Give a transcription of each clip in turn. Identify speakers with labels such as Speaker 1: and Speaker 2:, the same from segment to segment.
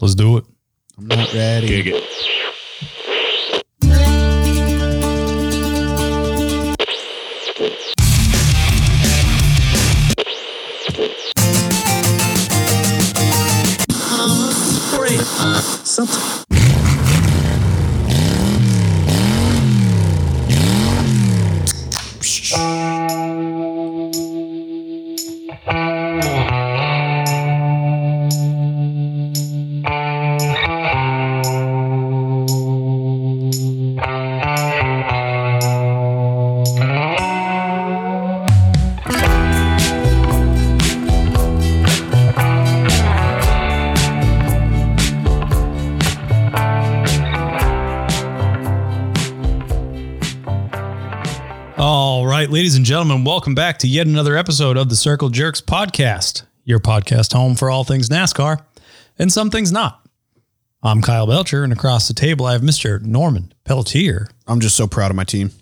Speaker 1: Let's do it.
Speaker 2: I'm not ready.
Speaker 3: Dig it.
Speaker 1: All right, ladies and gentlemen, welcome back to yet another episode of the Circle Jerks podcast, your podcast home for all things NASCAR and some things not. I'm Kyle Belcher, and across the table, I have Mr. Norman Pelletier.
Speaker 2: I'm just so proud of my team.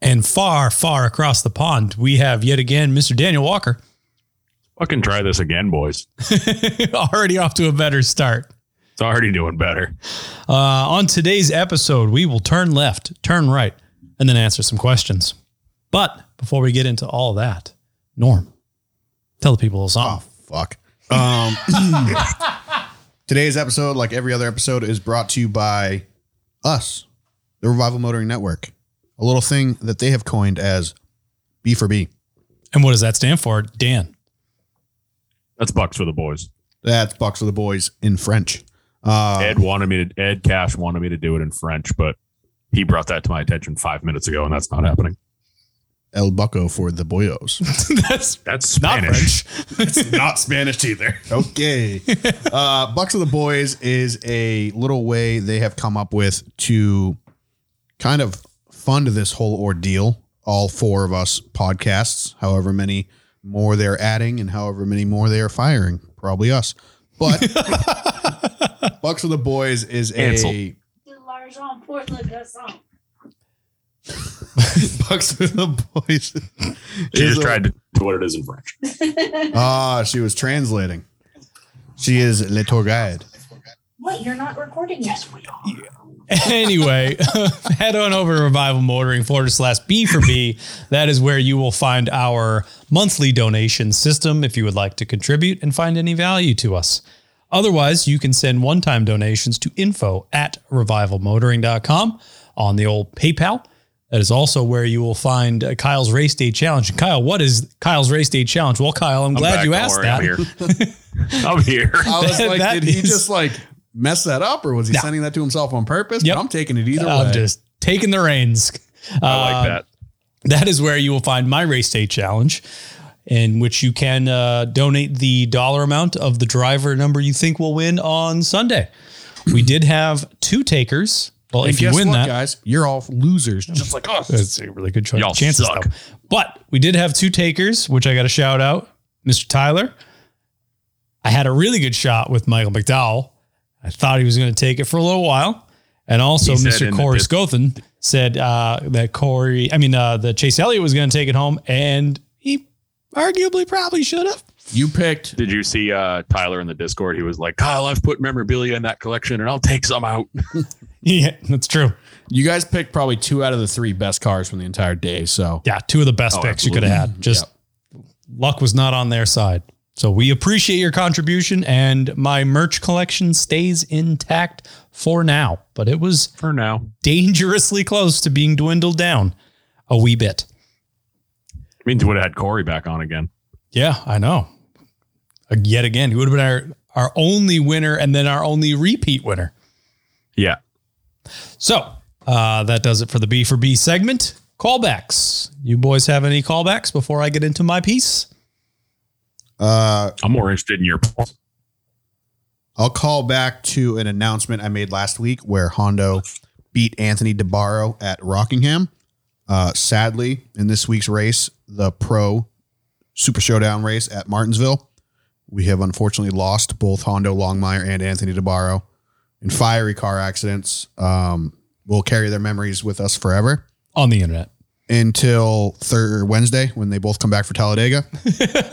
Speaker 1: And far, far across the pond, we have yet again Mr. Daniel Walker,
Speaker 3: Fucking try this again, boys.
Speaker 1: already off to a better start.
Speaker 3: It's already doing better.
Speaker 1: Uh, on today's episode, we will turn left, turn right, and then answer some questions. But before we get into all that, Norm, tell the people a song.
Speaker 2: Oh, Fuck. Um, today's episode, like every other episode, is brought to you by us, the Revival Motoring Network, a little thing that they have coined as B for B.
Speaker 1: And what does that stand for? Dan.
Speaker 3: That's bucks for the boys.
Speaker 2: That's Bucks for the Boys in French. Uh,
Speaker 3: Ed wanted me to. Ed Cash wanted me to do it in French, but he brought that to my attention five minutes ago, and that's not happening.
Speaker 2: El Bucco for the Boyos.
Speaker 1: That's
Speaker 3: That's
Speaker 1: not
Speaker 3: Spanish.
Speaker 1: French.
Speaker 3: not Spanish either.
Speaker 2: okay. Uh, Bucks of the Boys is a little way they have come up with to kind of fund this whole ordeal. All four of us podcasts, however many more they're adding and however many more they are firing, probably us. But Bucks of the Boys is a
Speaker 3: Cancel.
Speaker 4: de l'argent pour le garçon.
Speaker 2: Bucks of the Boys.
Speaker 3: She
Speaker 2: is
Speaker 3: just
Speaker 2: a-
Speaker 3: tried to do what it is in French.
Speaker 2: Ah, she was translating. She is Le Tour Guide.
Speaker 4: What? You're not recording yet. Yes, we are.
Speaker 1: anyway, head on over to Revival Motoring forward slash B for B. That is where you will find our monthly donation system if you would like to contribute and find any value to us. Otherwise, you can send one time donations to info at revivalmotoring.com on the old PayPal. That is also where you will find uh, Kyle's Race Day Challenge. And Kyle, what is Kyle's Race Day Challenge? Well, Kyle, I'm, glad
Speaker 3: back.
Speaker 1: you
Speaker 3: Don't
Speaker 1: asked
Speaker 3: worry,
Speaker 1: that.
Speaker 3: I'm here. I'm here.
Speaker 2: I was like,
Speaker 1: That
Speaker 2: did he
Speaker 1: is-
Speaker 2: just like mess that up, or was he
Speaker 1: No.
Speaker 2: sending that to himself on purpose?
Speaker 1: Yep.
Speaker 2: But I'm taking it either
Speaker 1: I'm
Speaker 2: way.
Speaker 1: just taking the reins. Uh,
Speaker 3: I
Speaker 1: Um,
Speaker 3: like that.
Speaker 1: That is where you will find my race day challenge, in which you can uh, donate the dollar amount of the driver number you think will win on Sunday. We did have two takers. Well,
Speaker 2: And
Speaker 1: if you
Speaker 2: guess
Speaker 1: win
Speaker 2: what,
Speaker 1: that,
Speaker 2: guys, you're all losers. Just like
Speaker 3: oh,
Speaker 2: us.
Speaker 1: that's a really good choice.
Speaker 3: Y'all
Speaker 1: Chances
Speaker 3: suck.
Speaker 1: though, but we did have two takers, which I got to shout out, Mr. Tyler. I had a really good shot with Michael McDowell. I thought he was going to take it for a little while, and also
Speaker 3: He said
Speaker 1: Mr.
Speaker 3: in the
Speaker 1: Corey
Speaker 3: dis-
Speaker 1: Scothen said uh, that Corey, I mean, uh, that Chase Elliott was going to take it home, and he arguably probably should have.
Speaker 2: You picked.
Speaker 3: Did you see uh, Tyler in the Discord? He was like, Kyle, I've put memorabilia in that collection, and I'll take some out.
Speaker 1: Yeah, that's true.
Speaker 2: You guys picked probably two out of the three best cars from the entire day. So
Speaker 1: Yeah, two of the best
Speaker 3: Oh,
Speaker 1: picks you could have had. Just luck was not on their side. So we appreciate your contribution, and my merch collection stays intact for now. But it was
Speaker 3: For now,
Speaker 1: dangerously close to being dwindled down a wee bit.
Speaker 3: it means would have had Corey back on again.
Speaker 1: Yeah, I know. Uh, Yet again, he would have been our, our only winner and then our only repeat winner.
Speaker 3: Yeah,
Speaker 1: So uh, that does it for the B for B segment. Callbacks. You boys have any callbacks before I get into my piece?
Speaker 2: uh,
Speaker 3: I'm more interested in your.
Speaker 2: I'll call back to an announcement I made last week where Hondo beat Anthony DeBarro at Rockingham. Uh, sadly, in this week's race, the pro Super Showdown race at Martinsville, we have unfortunately lost both Hondo Longmire and Anthony DeBarro in fiery car accidents. Um, we'll carry their memories with us forever.
Speaker 1: On the internet.
Speaker 2: until third Wednesday when they both come back for Talladega,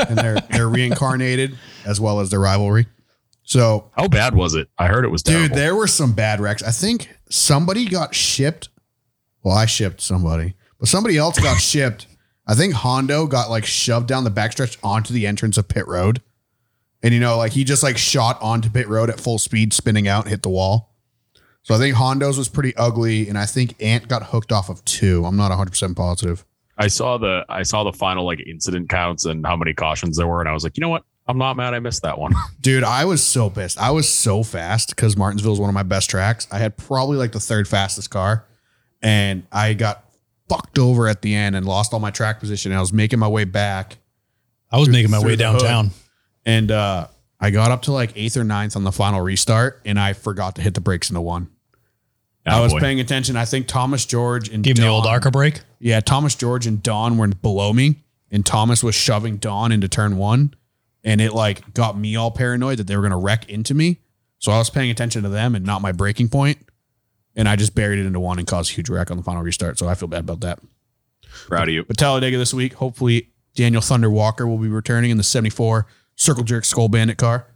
Speaker 2: and they're they're reincarnated as well as their rivalry. So,
Speaker 3: How bad was it? I heard it was
Speaker 2: dude,
Speaker 3: terrible.
Speaker 2: there were some bad wrecks. I think somebody got shipped. Well, I shipped somebody, but somebody else got shipped. I think Hondo got like shoved down the backstretch onto the entrance of pit road. And you know, like he just like shot onto pit road at full speed, spinning out, hit the wall. So I think Hondo's was pretty ugly, and I think Ant got hooked off of two. I'm not 100 percent positive.
Speaker 3: I saw the I saw the final like incident counts and how many cautions there were, and I was like, you know what? I'm not mad. I missed that one.
Speaker 2: Dude, I was so pissed. I was so fast because Martinsville is one of my best tracks. I had probably like the third fastest car, and I got fucked over at the end and lost all my track position. And I was making my way back,
Speaker 1: I was
Speaker 2: Through-
Speaker 1: making my
Speaker 2: through
Speaker 1: way
Speaker 2: the hood.
Speaker 1: downtown.
Speaker 2: and uh, I got up to like eighth or ninth on the final restart, and I forgot to hit the brakes into one. I was
Speaker 3: Attaboy.
Speaker 2: paying attention. I think Thomas George and
Speaker 1: Oh, Give him the old
Speaker 2: Don-
Speaker 1: Arca break.
Speaker 2: Yeah, Thomas George and Don were below me, and Thomas was shoving Don into turn one, and it like got me all paranoid that they were gonna wreck into me. So I was paying attention to them and not my breaking point, and I just buried it into one and caused a huge wreck on the final restart. So I feel bad about that.
Speaker 3: proud of you.
Speaker 2: But Talladega this week, hopefully Daniel Thunder Walker will be returning in the '74 Circle Jerk Skull Bandit car.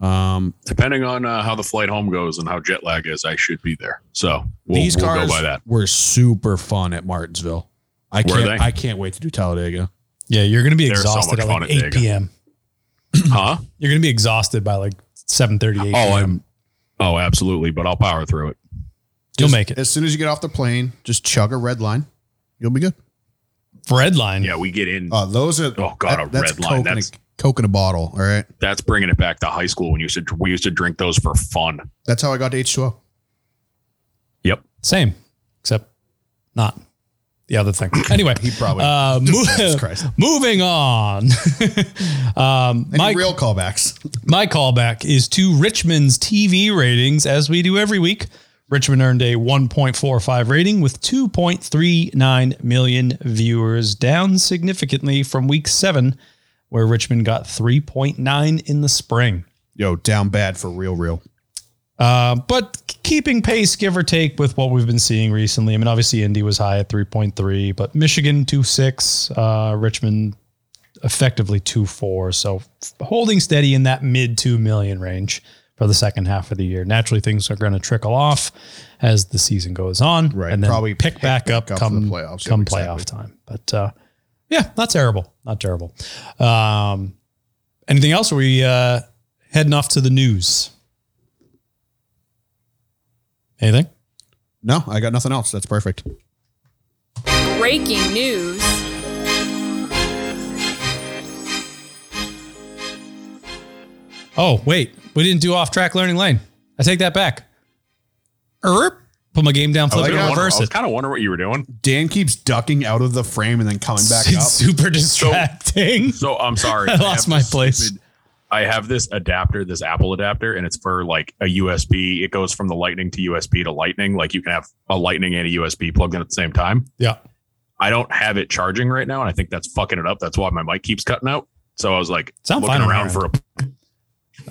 Speaker 2: Um,
Speaker 3: Depending on uh, how the flight home goes and how jet lag is, I should be there. So we'll,
Speaker 2: these
Speaker 3: we'll
Speaker 2: cars
Speaker 3: go by that.
Speaker 2: were super fun at Martinsville. I
Speaker 3: Were
Speaker 2: can't.
Speaker 3: they?
Speaker 2: I can't wait to do Talladega.
Speaker 1: Yeah, you're gonna be
Speaker 3: There's so
Speaker 1: exhausted
Speaker 3: much
Speaker 1: at
Speaker 3: fun
Speaker 1: like
Speaker 3: at
Speaker 1: eight
Speaker 3: Vega.
Speaker 1: p.m.
Speaker 3: huh?
Speaker 1: You're gonna be exhausted by like seven thirty-eight.
Speaker 3: Oh, I'm. Oh, absolutely. But I'll power through it.
Speaker 1: You'll
Speaker 2: Just-
Speaker 1: make it.
Speaker 2: As soon as you get off the plane, just chug a red line. You'll be good.
Speaker 1: Red line.
Speaker 3: Yeah, we get in.
Speaker 2: Uh, those are
Speaker 3: Oh, God, a red line.
Speaker 2: Coke in
Speaker 3: That's-
Speaker 2: a, Coke in a bottle. All right,
Speaker 3: That's bringing it back to high school when you said we used to drink those for fun.
Speaker 2: that's how I got to H two O.
Speaker 3: Yep.
Speaker 1: Same, except not the other thing. Anyway,
Speaker 2: He probably
Speaker 1: uh, mo-
Speaker 2: Jesus Christ.
Speaker 1: moving on. um,
Speaker 2: Any
Speaker 1: my
Speaker 2: real callbacks?
Speaker 1: my callback is to Richmond's TV ratings, as we do every week. Richmond earned a 1.45 rating with 2.39 million viewers, down significantly from week seven, where Richmond got 3.9 in the spring.
Speaker 2: Yo, down bad for real, real.
Speaker 1: Uh, but keeping pace, give or take, with what we've been seeing recently. I mean, obviously, Indy was high at 3.3, but Michigan 2.6, uh, Richmond effectively 2.4. So holding steady in that mid 2 million range for the second half of the year. Naturally, things are going to trickle off as the season goes on.
Speaker 2: Right,
Speaker 1: And then
Speaker 2: probably
Speaker 1: probably pick back up
Speaker 2: up for
Speaker 1: come,
Speaker 2: the playoffs.
Speaker 1: come
Speaker 2: Yep,
Speaker 1: playoff time. But uh, yeah, not terrible. Not terrible. Um, anything else? Are we uh, heading off to the news? Anything?
Speaker 2: No, I got nothing else. That's perfect.
Speaker 5: Breaking news.
Speaker 1: Oh, wait. We didn't do off track learning lane. I take that back. Erp. Put my game down, flip it, and reverse
Speaker 3: I was
Speaker 1: it.
Speaker 3: kind of wondering what you were doing.
Speaker 2: Dan keeps ducking out of the frame and then coming back
Speaker 1: It's
Speaker 2: up.
Speaker 1: super distracting.
Speaker 3: So I'm sorry.
Speaker 1: I lost
Speaker 3: have
Speaker 1: my
Speaker 3: this
Speaker 1: place.
Speaker 3: stupid- I have this adapter, this Apple adapter, and it's for like a USB. It goes from the Lightning to USB to Lightning. Like you can have a Lightning and a USB plugged in at the same time.
Speaker 1: yeah.
Speaker 3: I don't have it charging right now, and I think that's fucking it up. That's why my mic keeps cutting out. So I was like
Speaker 1: Sound
Speaker 3: looking
Speaker 1: fine on
Speaker 3: around
Speaker 1: your
Speaker 3: for a.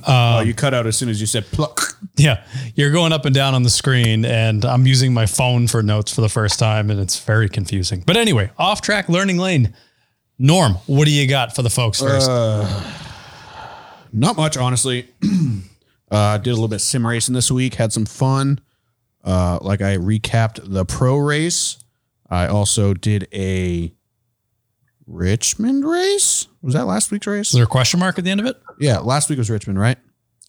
Speaker 2: Oh,
Speaker 1: Uh,
Speaker 2: you cut out as soon as you said pluck.
Speaker 1: yeah. You're going up and down on the screen, and I'm using my phone for notes for the first time, and it's very confusing. But anyway, off track learning lane. Norm, what do you got for the folks first?
Speaker 2: Uh, not much, honestly. uh, did a little bit of sim racing this week. Had some fun. Uh, like I recapped the pro race. I also did a Richmond race. Was that last week's
Speaker 1: Is
Speaker 2: race?
Speaker 1: there a question mark at the end of it?
Speaker 2: Yeah, last week was Richmond, right?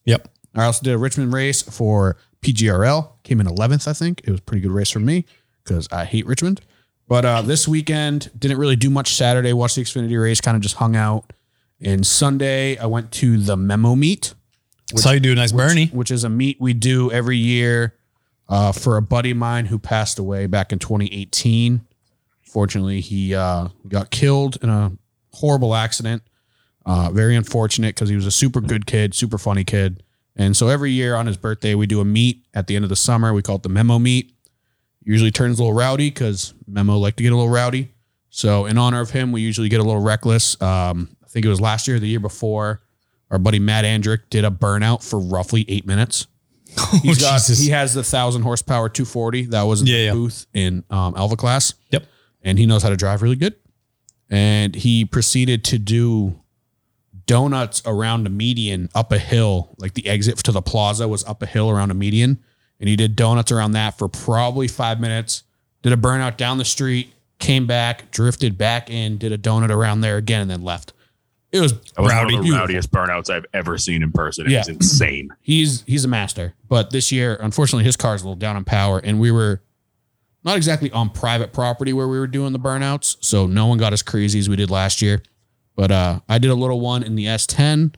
Speaker 1: Yep.
Speaker 2: I also did a Richmond race for PGRL. Came in 11th, I think. It was a pretty good race for me because I hate Richmond. But uh, this weekend, didn't really do much Saturday. Watched the Xfinity race, kind of just hung out. And Sunday, I went to the Memo Meet,
Speaker 1: That's how you do a nice Bernie.
Speaker 2: which is a meet we do every year uh, for a buddy of mine who passed away back in 2018. Fortunately, he uh, got killed in a horrible accident. Uh, very unfortunate because he was a super good kid, super funny kid. And so every year on his birthday, we do a meet at the end of the summer. We call it the memo meet. Usually turns a little rowdy because memo like to get a little rowdy. So in honor of him, we usually get a little reckless. Um, I think it was last year, or the year before, our buddy Matt Andrick did a burnout for roughly eight minutes.
Speaker 3: Oh,
Speaker 2: He's got-
Speaker 1: Oh, Jesus.
Speaker 2: He has the thousand horsepower 240 that was in
Speaker 1: Yeah,
Speaker 2: the
Speaker 1: yeah.
Speaker 2: booth in um, Alpha class.
Speaker 1: Yep.
Speaker 2: And he knows how to drive really good. And he proceeded to do
Speaker 6: donuts around a median up a hill. Like the exit to the plaza was up a hill around a median. And he did donuts around that for probably five minutes, did a burnout down the street, came back, drifted back in, did a donut around there again, and then left. It was
Speaker 3: That was one of the
Speaker 6: beautiful.
Speaker 3: rowdiest burnouts I've ever seen in person. It
Speaker 6: Yeah.
Speaker 3: was insane.
Speaker 6: he's he's a master. But this year, unfortunately, his car's a little down on power, and we were not exactly on private property where we were doing the burnouts, so no one got as crazy as we did last year. But uh, I did a little one in the S10.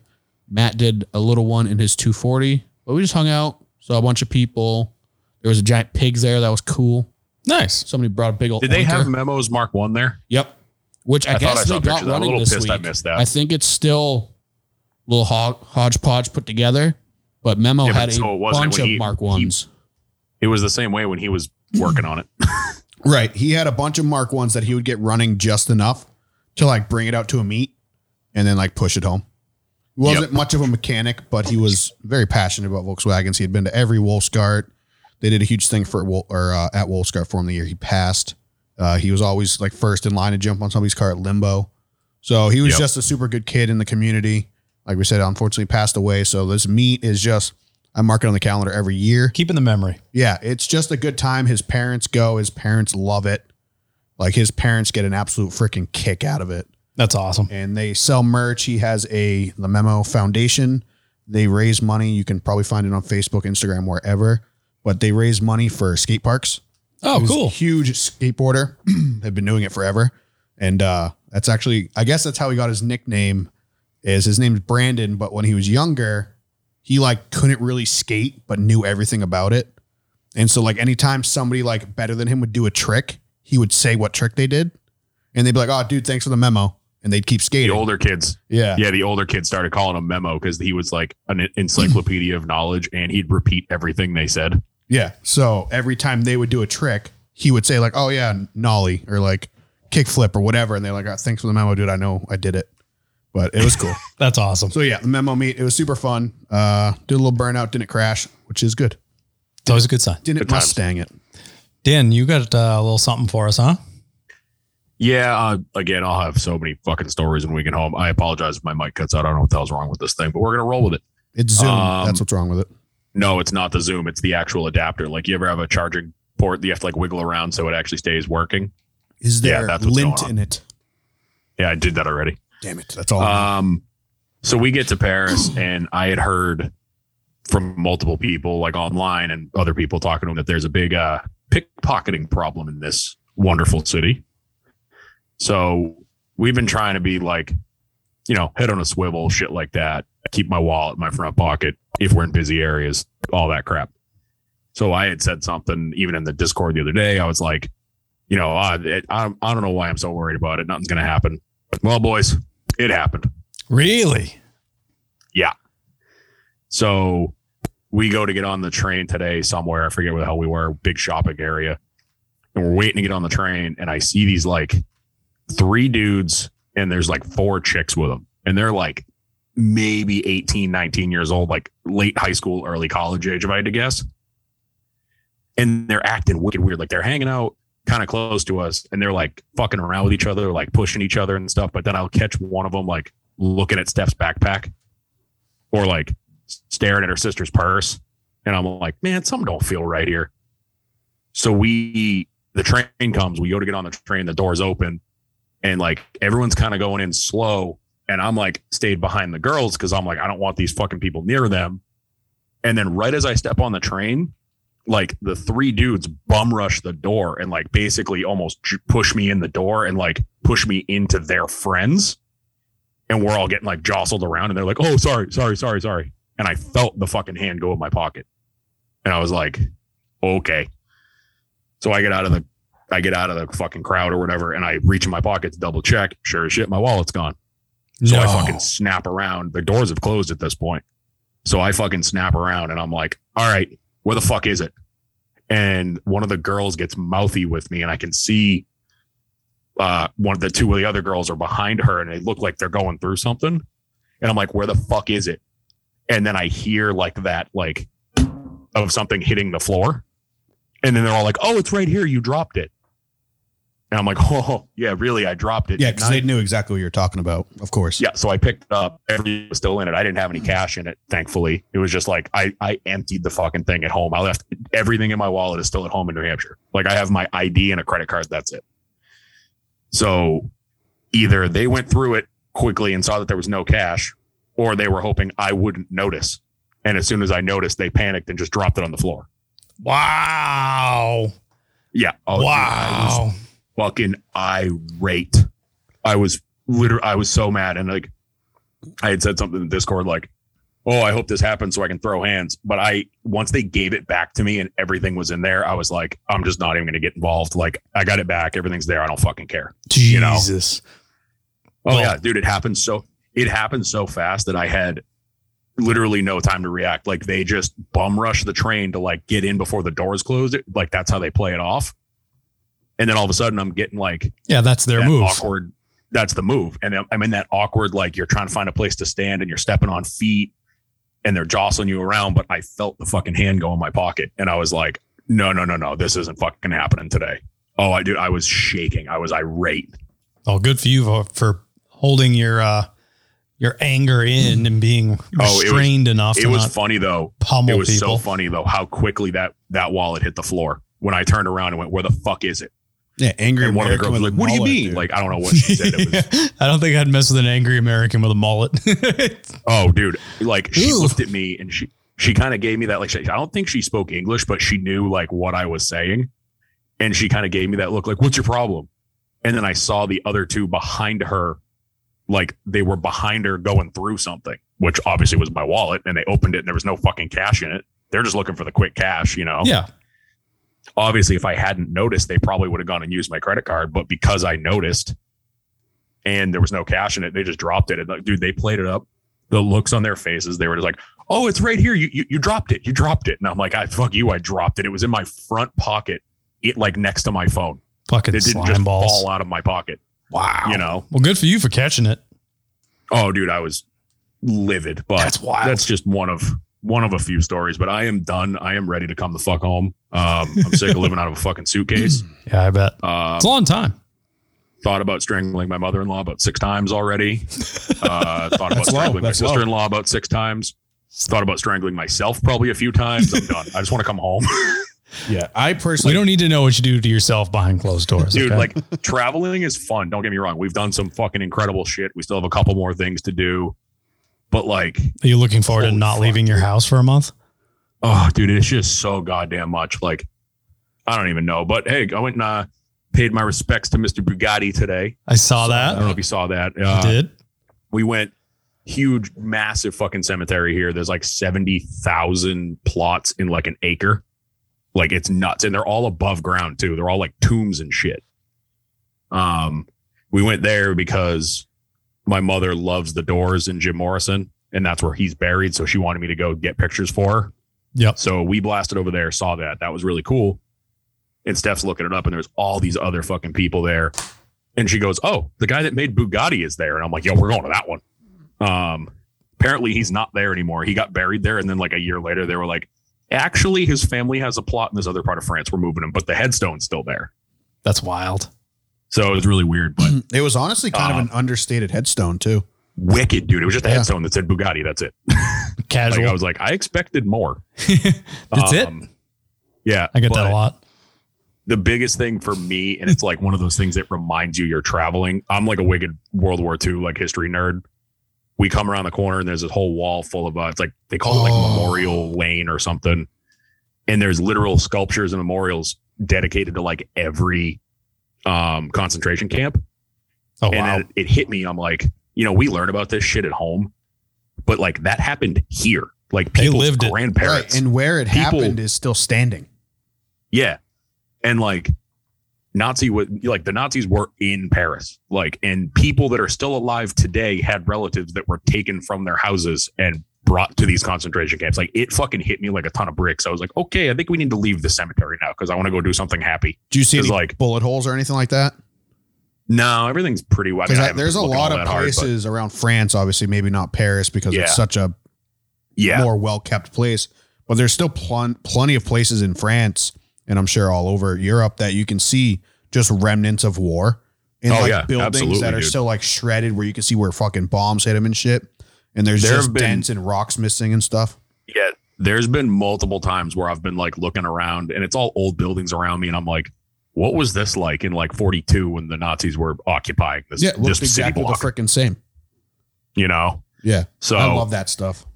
Speaker 6: Matt did a little one in his 240. But we just hung out, saw a bunch of people. There was a giant pig there that was cool.
Speaker 1: Nice.
Speaker 6: Somebody brought a big old.
Speaker 3: Did they have
Speaker 6: oinker.
Speaker 3: memos Mark One there?
Speaker 6: Yep. Which I,
Speaker 3: I thought I
Speaker 6: guess
Speaker 3: saw
Speaker 6: they got
Speaker 3: pictures. I'm a
Speaker 6: running
Speaker 3: little
Speaker 6: this
Speaker 3: pissed I
Speaker 6: week.
Speaker 3: missed that.
Speaker 6: I think it's still a little ho- hodgepodge put together, but Memo
Speaker 3: Yeah, but
Speaker 6: had a
Speaker 3: so it wasn't
Speaker 6: bunch
Speaker 3: when
Speaker 6: of
Speaker 3: he-
Speaker 6: Mark
Speaker 3: he-
Speaker 6: ones.
Speaker 3: It was the same way when he was working on it.
Speaker 6: Right. He had a bunch of
Speaker 2: Mark ones that he would get running just enough to like bring it out to a meet and then like push it home. He wasn't much of a mechanic, but he was very passionate about Volkswagens. He had been to every Wolfsgart. They did a huge thing for Wol- or uh, at Wolfsgart for him the year he passed. Uh, he was always like first in line to jump on somebody's car at Limbo. So he was
Speaker 3: Yep.
Speaker 2: just a super good kid in the community. Like we said, unfortunately passed away. So this meet is just I mark it on the calendar every year.
Speaker 1: Keeping the memory.
Speaker 2: Yeah, it's just a good time. His parents go. His parents love it. Like his parents get an absolute freaking kick out of it.
Speaker 1: That's awesome.
Speaker 2: And they sell merch. He has a the Memo Foundation. They raise money. You can probably find it on Facebook, Instagram, wherever. But they raise money for skate parks.
Speaker 1: Oh,
Speaker 2: He was a
Speaker 1: cool.
Speaker 2: Huge skateboarder. They've been doing it forever. And uh, that's actually, I guess that's how he got his nickname. Is his name's Brandon, but when he was younger, he like couldn't really skate, but knew everything about it. And so like anytime somebody like better than him would do a trick, he would say what trick they did, and they'd be like, "Oh, dude, thanks for the memo," and they'd keep
Speaker 3: The
Speaker 2: skating.
Speaker 3: older kids,
Speaker 2: yeah,
Speaker 3: yeah, the older kids started calling him memo because he was like an encyclopedia of knowledge, and he'd repeat everything they said.
Speaker 2: Yeah. So every time they would do a trick, he would say like, "Oh yeah, nollie" or like kickflip or whatever, and they're like, oh, "Thanks for the memo, dude. I know I did it." But it was cool.
Speaker 1: That's awesome.
Speaker 2: so yeah, the memo meet. It was super fun. Uh, did a little burnout, didn't crash, which is good.
Speaker 1: It's always a good sign.
Speaker 2: Didn't
Speaker 3: Good times.
Speaker 2: Mustang it.
Speaker 1: Dan, you got uh, a little something for us, huh?
Speaker 3: Yeah, uh, again, I'll have so many fucking stories when we get home. I apologize if my mic cuts out. I don't know what the hell's wrong with this thing, but we're gonna roll with it.
Speaker 2: It's Zoom.
Speaker 3: Um,
Speaker 2: That's what's wrong with it.
Speaker 3: No, it's not the Zoom. It's the actual adapter. Like you ever have a charging port that you have to like wiggle around so it actually stays working?
Speaker 2: Is
Speaker 3: yeah,
Speaker 2: there
Speaker 3: that's what's
Speaker 2: lint
Speaker 3: going on.
Speaker 2: in it?
Speaker 3: Yeah, I did that already.
Speaker 2: Damn it. That's all.
Speaker 3: Um, so we get to Paris, and I had heard from multiple people, like online and other people talking to them, that there's a big uh, pickpocketing problem in this wonderful city. So we've been trying to be like, you know, head on a swivel, shit like that. Keep my wallet in my front pocket if we're in busy areas, all that crap. So I had said something even in the Discord the other day. I was like, you know, uh, it, I, I don't know why I'm so worried about it. Nothing's going to happen. Well, boys, it happened.
Speaker 1: Really?
Speaker 3: So we go to get on the train today somewhere. I forget where the hell we were, big shopping area. And we're waiting to get on the train. And I see these like three dudes, and there's like four chicks with them. And they're like maybe 18, 19 years old, like late high school, early college age, if I had to guess. And they're acting wicked weird. Like they're hanging out kind of close to us and they're like fucking around with each other, like pushing each other and stuff. But then I'll catch one of them like looking at Steph's backpack or like staring at her sister's purse. And I'm like, man, something don't feel right here. So we, the train comes, we go to get on the train, the doors open, and like everyone's kind of going in slow. And I'm like, stayed behind the girls because I'm like, I don't want these fucking people near them. And then right as I step on the train, like the three dudes bum rush the door and like basically almost j- push me in the door and like push me into their friends. And we're all getting like jostled around and they're like, oh, sorry, sorry, sorry, sorry and I felt the fucking hand go in my pocket. And I was like, okay. So I get out of the I get out of the fucking crowd or whatever, and I reach in my pocket to double check. Sure as shit, my wallet's gone. So I fucking snap around. The doors have closed at this point. So I fucking snap around and I'm like, all right, where the fuck is it? And one of the girls gets mouthy with me, and I can see uh, one of the two of the other girls are behind her and they look like they're going through something. And I'm like, where the fuck is it? And then I hear like that, like of something hitting the floor. And then they're all like, oh, it's right here. You dropped it. And I'm like, oh, yeah, really? I dropped it.
Speaker 2: Yeah,
Speaker 3: didn't
Speaker 2: because
Speaker 3: I?"
Speaker 2: they knew exactly what you're talking about. Of course.
Speaker 3: Yeah, so I picked it up. Everything was still in it. I didn't have any cash in it, thankfully. It was just like I, I emptied the fucking thing at home. I left everything in my wallet is still at home in New Hampshire. Like I have my ID and a credit card. That's it. So either they went through it quickly and saw that there was no cash, or they were hoping I wouldn't notice. And as soon as I noticed, they panicked and just dropped it on the floor.
Speaker 1: Wow.
Speaker 3: Yeah. Oh, dude, I was
Speaker 1: wow.
Speaker 3: fucking irate. I was literally, I was so mad. And like, I had said something in Discord, like, oh, I hope this happens so I can throw hands. But I, once they gave it back to me and everything was in there, I was like, I'm just not even going to get involved. Like, I got it back. Everything's there. I don't fucking care. you know.
Speaker 1: Jesus.
Speaker 3: Oh,
Speaker 1: Well-
Speaker 3: yeah, dude, it happened so, it happened so fast that I had literally no time to react. Like, they just bum rush the train to like get in before the doors closed. Like, that's how they play it off. And then all of a sudden, I'm getting like,
Speaker 1: Yeah, that's their
Speaker 3: that
Speaker 1: move.
Speaker 3: awkward. That's the move. And I'm- I'm in that awkward, like you're trying to find a place to stand and you're stepping on feet and they're jostling you around. But I felt the fucking hand go in my pocket and I was like, no, no, no, no, this isn't fucking happening today. Oh, I dude, I was shaking. I was irate.
Speaker 1: Oh, good for you for, for holding your uh your anger in and being
Speaker 3: Oh, was-
Speaker 1: restrained enough
Speaker 3: It
Speaker 1: to
Speaker 3: was
Speaker 1: not
Speaker 3: funny though.
Speaker 1: pummel
Speaker 3: It was so
Speaker 1: people.
Speaker 3: funny though how quickly that that wallet hit the floor. When I turned around and went, "Where the fuck is it?"
Speaker 2: Yeah. Angry.
Speaker 3: And one of the girls was like, "What do you mean?" Like I don't know what she said. It was
Speaker 1: I don't think I'd mess with an angry American with a mullet.
Speaker 3: Oh, dude! Like she
Speaker 1: Ew.
Speaker 3: looked at me and she she kind of gave me that like she, I don't think she spoke English, but she knew like what I was saying, and she kind of gave me that look like "What's your problem?" And then I saw the other two behind her, like they were behind her going through something, which obviously was my wallet, and they opened it and there was no fucking cash in it. They're just looking for the quick cash, you know.
Speaker 1: yeah.
Speaker 3: Obviously, if I hadn't noticed, they probably would have gone and used my credit card, but because I noticed and there was no cash in it. They just dropped it. And like, dude, they played it up. The looks on their faces, they were just like, "Oh, it's right here. You you, you dropped it. You dropped it." And I'm like, "I fuck you. I dropped it. It was in my front pocket, it like next to my phone.
Speaker 1: Fucking
Speaker 3: It didn't
Speaker 1: slime
Speaker 3: just
Speaker 1: balls.
Speaker 3: fall out of my pocket.
Speaker 1: Wow.
Speaker 3: You know?
Speaker 1: Well, good for you for catching it.
Speaker 3: Oh, dude, I was livid. But
Speaker 1: That's wild.
Speaker 3: That's just one of one of a few stories. But I am done. I am ready to come the fuck home. Um, I'm sick of living out of a fucking suitcase.
Speaker 1: Yeah, I bet.
Speaker 3: Uh,
Speaker 1: It's a long time.
Speaker 3: thought about strangling my mother-in-law about six times already. Uh, thought
Speaker 2: That's
Speaker 3: about
Speaker 2: low.
Speaker 3: strangling my
Speaker 2: That's low.
Speaker 3: sister-in-law about six times. Thought about strangling myself probably a few times. I'm done. I just want to come home,
Speaker 2: Yeah. I
Speaker 1: We
Speaker 2: personally.
Speaker 1: don't need to know what you do to yourself behind closed doors.
Speaker 3: dude.
Speaker 1: okay?
Speaker 3: Like traveling is fun. Don't get me wrong. We've done some fucking incredible shit. We still have a couple more things to do, but like,
Speaker 1: are you looking forward to
Speaker 3: Holy
Speaker 1: not
Speaker 3: fuck,
Speaker 1: leaving your
Speaker 3: dude.
Speaker 1: house for a month?
Speaker 3: oh, dude, it's just so goddamn much. Like, I don't even know. But hey, I went and uh, paid my respects to Mr. Bugatti today.
Speaker 1: I saw
Speaker 3: I don't know
Speaker 1: that.
Speaker 3: if you saw that.
Speaker 1: I
Speaker 3: Uh,
Speaker 1: did.
Speaker 3: we went huge, massive fucking cemetery here. There's like 70,000 plots in like an acre. Like it's nuts. And they're all above ground too. They're all like tombs and shit. Um, we went there because my mother loves the doors and Jim Morrison, and that's where he's buried. So she wanted me to go get pictures for her.
Speaker 1: Yep.
Speaker 3: So we blasted over there, saw that. That was really cool. And Steph's looking it up, and there's all these other fucking people there. And she goes, Oh, the guy that made Bugatti is there. And I'm like, Yo, we're going to that one. Um, apparently, he's not there anymore. He got buried there. And then, like, a year later, they were like, Actually, his family has a plot in this other part of France. We're moving him, but the headstone's still there.
Speaker 1: That's wild.
Speaker 3: So it was really weird, but
Speaker 2: It was honestly kind
Speaker 3: uh,
Speaker 2: of an understated headstone too.
Speaker 3: wicked, dude. It was just a
Speaker 2: Yeah.
Speaker 3: headstone that said Bugatti. That's it. Like,
Speaker 1: Casual.
Speaker 3: I was like, I expected more.
Speaker 1: That's it.
Speaker 3: Um, Yeah.
Speaker 1: I get
Speaker 3: but-
Speaker 1: that a lot.
Speaker 3: the biggest thing for me, and it's like one of those things that reminds you you're traveling. I'm like a wicked World War II like history nerd. We come around the corner and there's this whole wall full of uh, it's like they call it like
Speaker 2: Oh.
Speaker 3: Memorial Lane or something, and there's literal sculptures and memorials dedicated to like every um, concentration camp.
Speaker 1: Oh
Speaker 3: and
Speaker 1: wow.
Speaker 3: it, it hit me. I'm like, you know, we learn about this shit at home, but like that happened here. Like
Speaker 1: They
Speaker 3: people
Speaker 1: lived it.
Speaker 3: grandparents.
Speaker 2: And where it
Speaker 3: People-
Speaker 2: happened is still standing.
Speaker 3: Yeah. And like Nazi would like the Nazis were in Paris. Like and people that are still alive today had relatives that were taken from their houses and brought to these concentration camps. Like it fucking hit me like a ton of bricks. I was like, okay, I think we need to leave the cemetery now because I want to go do something happy.
Speaker 2: Do you see
Speaker 3: Because
Speaker 2: any
Speaker 3: like,
Speaker 2: bullet holes or anything like that?
Speaker 3: no, everything's pretty wide.
Speaker 2: Because there's a lot of places around France, obviously, maybe not Paris because
Speaker 3: Yeah.
Speaker 2: it's such a
Speaker 3: yeah.
Speaker 2: more well kept place. But there's still plon- plenty of places in France and I'm sure all over Europe that you can see just remnants of war and
Speaker 3: Oh,
Speaker 2: like
Speaker 3: yeah.
Speaker 2: buildings that
Speaker 3: Absolutely,
Speaker 2: are
Speaker 3: dude.
Speaker 2: still like shredded where you can see where fucking bombs hit them and shit. And there's
Speaker 3: There
Speaker 2: just
Speaker 3: have been-
Speaker 2: dents and rocks missing and stuff.
Speaker 3: Yeah. There's been multiple times where I've been like looking around and it's all old buildings around me. And I'm like, what was this like in like 42 when the Nazis were occupying this,
Speaker 2: Yeah, it
Speaker 3: this
Speaker 2: looks
Speaker 3: city
Speaker 2: exactly the
Speaker 3: block,
Speaker 2: freaking same.
Speaker 3: you know?
Speaker 2: Yeah.
Speaker 3: So
Speaker 2: I love that stuff.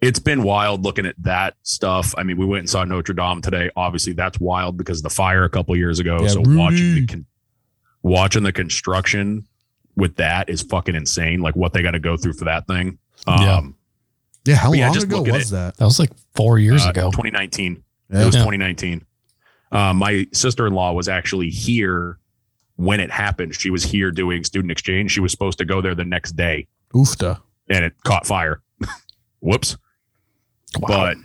Speaker 3: it's been wild looking at that stuff. I mean, we went and saw Notre Dame today. Obviously, that's wild because of the fire a couple years ago.
Speaker 2: Yeah, mm-hmm.
Speaker 3: so
Speaker 2: Rudy.
Speaker 3: watching the con- watching the construction with that is fucking insane. Like what they got to go through for that thing. Um,
Speaker 1: Yeah.
Speaker 2: Yeah, how
Speaker 3: But yeah,
Speaker 2: long
Speaker 3: just
Speaker 2: ago
Speaker 3: look at
Speaker 2: was that?
Speaker 1: That was like four years
Speaker 3: uh,
Speaker 1: ago.
Speaker 3: 2019.
Speaker 2: Yeah.
Speaker 3: It was
Speaker 1: Yeah.
Speaker 3: 2019. Uh, my sister in law was actually here when it happened. She was here doing student exchange. She was supposed to go there the next day,
Speaker 2: Oofta.
Speaker 3: and it caught fire. Whoops. But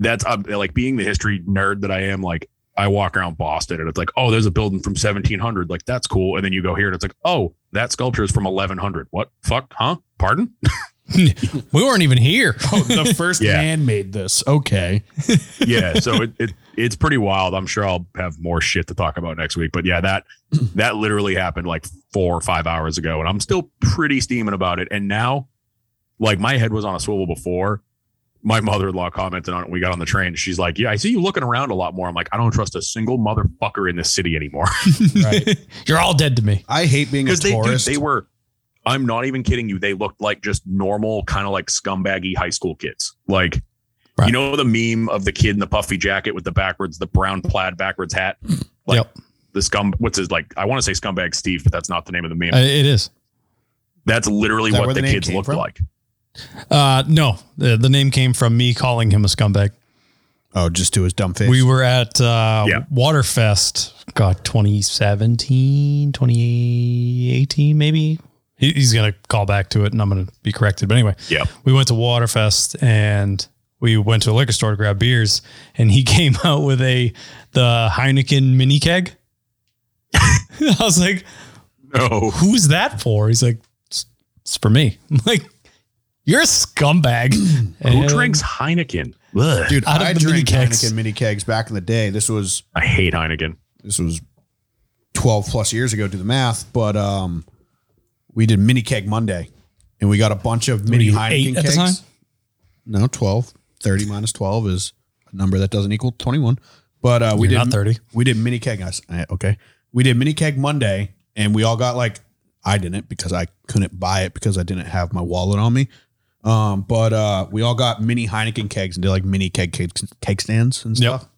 Speaker 3: that's uh, like being the history nerd that I am. Like I walk around Boston and it's like, oh, there's a building from 1700. Like that's cool. And then you go here and it's like, oh, that sculpture is from 1100. What fuck? Huh? Pardon?
Speaker 1: we weren't even here.
Speaker 7: Oh, the first
Speaker 3: Yeah.
Speaker 7: man made this. Okay.
Speaker 3: yeah. So it, it it's pretty wild. I'm sure I'll have more shit to talk about next week. But yeah, that that literally happened like four or five hours ago, and I'm still pretty steaming about it. And now, like my head was on a swivel before. My mother-in-law commented on it. when We got on the train. She's like, "Yeah, I see you looking around a lot more." I'm like, "I don't trust a single motherfucker in this city anymore."
Speaker 2: Right.
Speaker 1: You're all dead to me.
Speaker 2: I hate being a
Speaker 3: because they dude,
Speaker 2: tourist.
Speaker 3: they were i'm not even kidding you they looked like just normal kind of like scumbaggy high school kids like
Speaker 1: Right.
Speaker 3: you know the meme of the kid in the puffy jacket with the backwards the brown plaid backwards hat like
Speaker 1: Yep.
Speaker 3: the scum what's his like i want to say scumbag steve but that's not the name of the meme
Speaker 1: Uh, it is.
Speaker 3: that's literally
Speaker 2: Is that
Speaker 3: what
Speaker 2: where
Speaker 3: the,
Speaker 2: the name
Speaker 3: kids
Speaker 2: came
Speaker 3: looked
Speaker 2: from?
Speaker 3: like
Speaker 1: Uh, no, the, the name came from me calling him a scumbag.
Speaker 2: oh, just to his dumb face.
Speaker 1: We were at uh,
Speaker 3: Yeah.
Speaker 1: Waterfest, God, 2017, 2018, maybe. He, he's going to call back to it and I'm going to be corrected. But anyway,
Speaker 3: Yep.
Speaker 1: we went to Waterfest and we went to a liquor store to grab beers and he came out with a the Heineken mini keg. I was like,
Speaker 3: no
Speaker 1: who's that for? He's like, it's, it's for me. I'm like, you're a scumbag.
Speaker 3: who
Speaker 1: And-
Speaker 3: drinks heineken Ugh.
Speaker 2: Dude,
Speaker 1: out of
Speaker 2: I
Speaker 1: the mini
Speaker 2: drank
Speaker 1: kegs.
Speaker 2: Heineken mini kegs back in the day. This was
Speaker 3: i hate heineken
Speaker 2: this was 12 plus years ago do the math but um we did mini keg monday and we got a bunch of mini
Speaker 1: you,
Speaker 2: heineken
Speaker 1: eight at the
Speaker 2: kegs
Speaker 1: time?
Speaker 2: no 12 30 minus 12 is a number that doesn't equal 21 but uh we
Speaker 1: You're
Speaker 2: did
Speaker 1: not 30.
Speaker 2: we did mini keg I s- I- okay we did mini keg monday and we all got like i didn't because i couldn't buy it because i didn't have my wallet on me um but uh we all got mini heineken kegs and did like mini keg keg, keg stands and
Speaker 1: Yep.
Speaker 2: stuff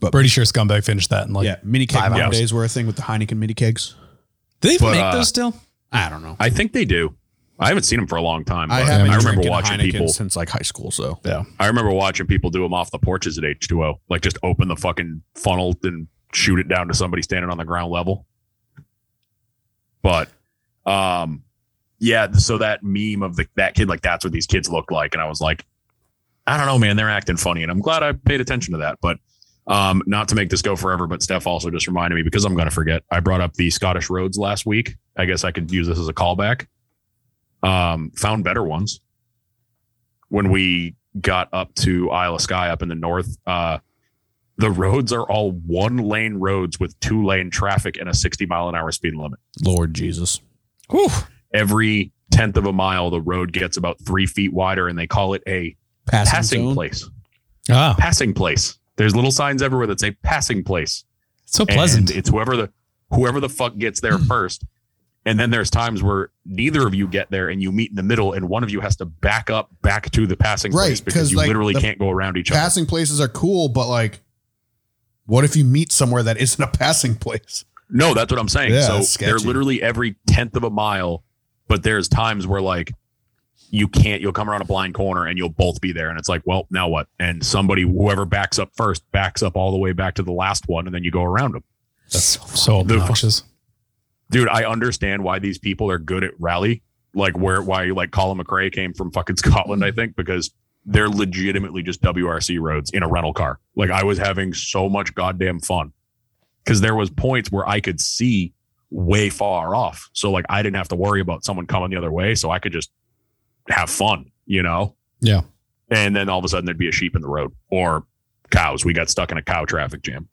Speaker 2: but
Speaker 1: Pretty sure scumbag finished that in like
Speaker 2: yeah mini keg
Speaker 1: five hours.
Speaker 2: mondays were a thing with the heineken mini kegs
Speaker 1: Do they even
Speaker 3: But,
Speaker 1: make
Speaker 3: uh,
Speaker 1: those still?
Speaker 2: I don't know.
Speaker 3: i think they do i haven't seen them for a long time
Speaker 2: I
Speaker 3: but
Speaker 2: haven't
Speaker 3: I remember
Speaker 2: drinking
Speaker 3: watching
Speaker 2: Heineken
Speaker 3: people
Speaker 2: since like high school. So
Speaker 1: Yeah.
Speaker 3: I remember watching people do them off the porches at H2O, like just open the fucking funnel and shoot it down to somebody standing on the ground level. But, um, yeah, so that meme of the, that kid, like that's what these kids look like. And I was like, I don't know, man, they're acting funny. And I'm glad I paid attention to that. But, um, not to make this go forever, but Steph also just reminded me because I'm going to forget. I brought up the Scottish roads last week. I guess I could use this as a callback. Um, found better ones when we got up to Isle of Skye up in the north, uh, the roads are all one lane roads with two lane traffic and a 60 mile an hour speed limit.
Speaker 2: Lord Jesus,
Speaker 1: Whew.
Speaker 3: Every tenth of a mile, the road gets about three feet wider and they call it a
Speaker 2: passing,
Speaker 3: passing
Speaker 2: zone?
Speaker 3: place.
Speaker 1: Ah,
Speaker 3: Passing place. There's little signs everywhere that say passing place.
Speaker 1: it's so pleasant.
Speaker 3: And it's whoever the whoever the fuck gets there
Speaker 2: Hmm.
Speaker 3: first. And then there's times where neither of you get there and you meet in the middle and one of you has to back up back to the passing
Speaker 2: Right,
Speaker 3: place
Speaker 2: 'cause,
Speaker 3: because you
Speaker 2: like,
Speaker 3: literally
Speaker 2: the
Speaker 3: can't go around each other.
Speaker 2: Passing places are cool, but like, what if you meet somewhere that isn't a passing place?
Speaker 3: No, that's what I'm saying.
Speaker 2: Yeah, that's
Speaker 3: so
Speaker 2: sketchy.
Speaker 3: they're literally every tenth of a mile, but there's times where like you can't. You'll come around a blind corner and you'll both be there, and it's like, well, now what? And somebody, whoever backs up first, backs up all the way back to the last one, and then you go around them.
Speaker 1: That's so
Speaker 3: The-
Speaker 1: obnoxious.
Speaker 3: Dude, I understand why these people are good at rally, like where why like Colin McRae came from fucking Scotland, I think, because they're legitimately just WRC roads in a rental car. Like I was having so much goddamn fun because there was points where I could see way far off. So like I didn't have to worry about someone coming the other way. So I could just have fun, you know?
Speaker 1: Yeah.
Speaker 3: And then all of a sudden there'd be a sheep in the road or cows. We got stuck in a cow traffic jam.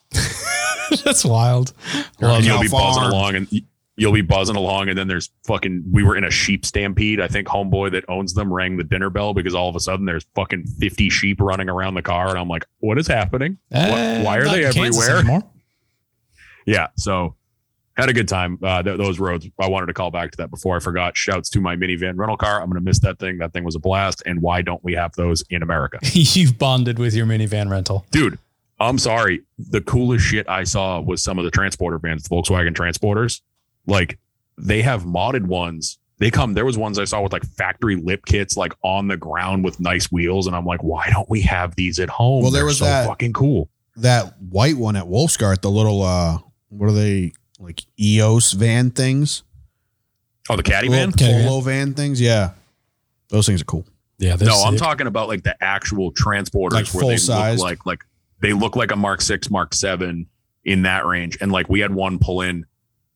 Speaker 1: That's wild. Love
Speaker 3: and
Speaker 1: it.
Speaker 3: you'll be
Speaker 6: how far-
Speaker 3: buzzing along and y- you'll be buzzing along and then there's fucking we were in a sheep stampede i think homeboy that owns them rang the dinner bell because all of a sudden there's fucking 50 sheep running around the car and i'm like what is happening
Speaker 1: Eh,
Speaker 3: why are
Speaker 1: not
Speaker 3: they
Speaker 1: in Kansas
Speaker 3: everywhere?
Speaker 1: anymore.
Speaker 3: yeah so had a good time uh, th- those roads i wanted to call back to that before i forgot shouts to my minivan rental car i'm gonna miss that thing that thing was a blast and why don't we have those in america
Speaker 1: You've bonded with your minivan rental.
Speaker 3: dude i'm sorry the coolest shit i saw was some of the transporter vans the volkswagen transporters like they have modded ones they come there was ones i saw with like factory lip kits like on the ground with nice wheels and i'm like why don't we have these at home
Speaker 6: Well, there was
Speaker 3: so
Speaker 6: that-
Speaker 3: fucking cool
Speaker 6: that white one at Wolfscart, the little uh what are they like EOS van things?
Speaker 3: oh the caddy van
Speaker 6: Little polo van things, yeah. Those things are cool.
Speaker 1: Yeah,
Speaker 3: no i'm talking about like the actual transporters
Speaker 6: Like
Speaker 3: where they
Speaker 6: full-sized?
Speaker 3: look like like they look like a mark 6 mark 7 in that range and like we had one pull in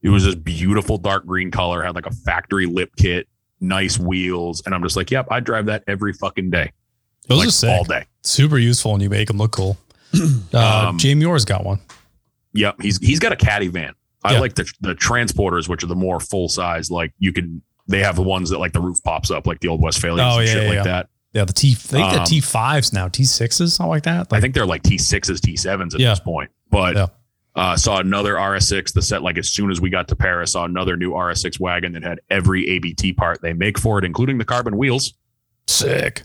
Speaker 3: it was this beautiful dark green color had like a factory lip kit nice wheels and i'm just like yep i drive that every fucking day
Speaker 1: Those
Speaker 3: like
Speaker 1: are sick.
Speaker 3: all day.
Speaker 1: Super useful, and you make them look cool. Uh,
Speaker 3: Um,
Speaker 1: Jamie Orr's got one.
Speaker 3: Yep, he's he's got a caddy van. I
Speaker 1: Yeah.
Speaker 3: like the the transporters, which are the more full size. Like you can, they have the ones that like the roof pops up, like the old Westphalians
Speaker 1: Oh,
Speaker 3: and
Speaker 1: yeah,
Speaker 3: shit
Speaker 1: yeah,
Speaker 3: like
Speaker 1: yeah.
Speaker 3: that.
Speaker 1: Yeah, the T. I think the
Speaker 3: Um,
Speaker 1: T fives now, T sixes, something like that. Like,
Speaker 3: I think they're like T sixes, T sevens at
Speaker 1: Yeah.
Speaker 3: this point. But
Speaker 1: Yeah.
Speaker 3: uh, saw another RS6 the set like as soon as we got to Paris. Saw another new RS6 wagon that had every ABT part they make for it, including the carbon wheels.
Speaker 1: sick.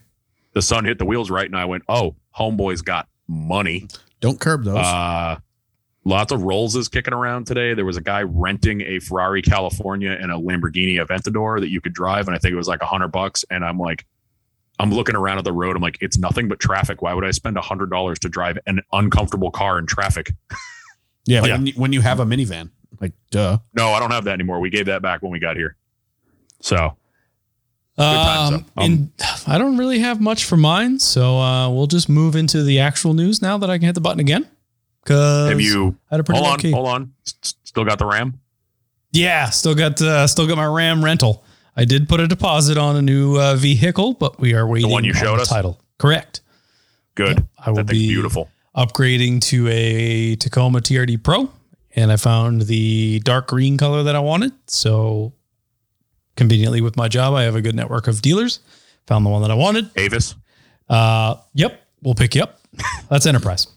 Speaker 3: The sun hit the wheels right, and I went, "Oh, homeboy's got money."
Speaker 6: Don't curb those.
Speaker 3: Uh, lots of rolls is kicking around today. There was a guy renting a Ferrari California and a Lamborghini Aventador that you could drive, and I think it was like a hundred bucks. And I'm like, I'm looking around at the road. I'm like, it's nothing but traffic. Why would I spend a hundred dollars to drive an uncomfortable car in traffic?
Speaker 6: yeah,
Speaker 3: yeah.
Speaker 6: When, you, when you have a minivan, like duh.
Speaker 3: No, I don't have that anymore. We gave that back when we got here. So times,
Speaker 1: Um,
Speaker 3: though.
Speaker 1: and I don't really have much for mine, so uh, we'll just move into the actual news now that I can hit the button again. Cause
Speaker 3: have you?
Speaker 1: I had a pretty
Speaker 3: Hold
Speaker 1: low
Speaker 3: on,
Speaker 1: key.
Speaker 3: hold on. S- s- Still got the RAM?
Speaker 1: Yeah, still got uh, still got my Ram rental. I did put a deposit on a new uh, vehicle, but we are waiting
Speaker 3: one you
Speaker 1: on
Speaker 3: showed
Speaker 1: the
Speaker 3: us?
Speaker 1: title. Correct.
Speaker 3: Good.
Speaker 1: I will
Speaker 3: that thing's
Speaker 1: be
Speaker 3: beautiful.
Speaker 1: upgrading to a Tacoma TRD Pro, and I found the dark green color that I wanted. So conveniently, with my job, I have a good network of dealers. Found the one that I wanted.
Speaker 3: Avis.
Speaker 1: Uh, yep, we'll pick you up. That's Enterprise.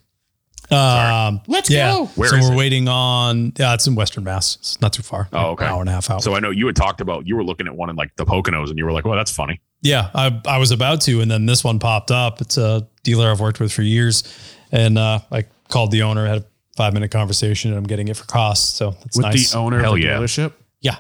Speaker 1: Um,
Speaker 6: Let's
Speaker 1: yeah.
Speaker 3: Where
Speaker 1: so
Speaker 3: is
Speaker 1: we're
Speaker 3: it?
Speaker 1: waiting on. Uh, it's in Western Mass. It's not too far.
Speaker 3: Oh,
Speaker 1: Like
Speaker 3: okay.
Speaker 1: An hour and a half out.
Speaker 3: So I know you had talked about you were looking at one in like the Poconos, and you were like, "Well, that's funny."
Speaker 1: Yeah, I, I was about to, and then this one popped up. It's a dealer I've worked with for years, and uh, I called the owner, had a five minute conversation, and I'm getting it for cost. So that's
Speaker 6: With
Speaker 1: nice.
Speaker 6: the owner
Speaker 3: Hell
Speaker 6: of the
Speaker 3: yeah.
Speaker 6: dealership,
Speaker 1: yeah,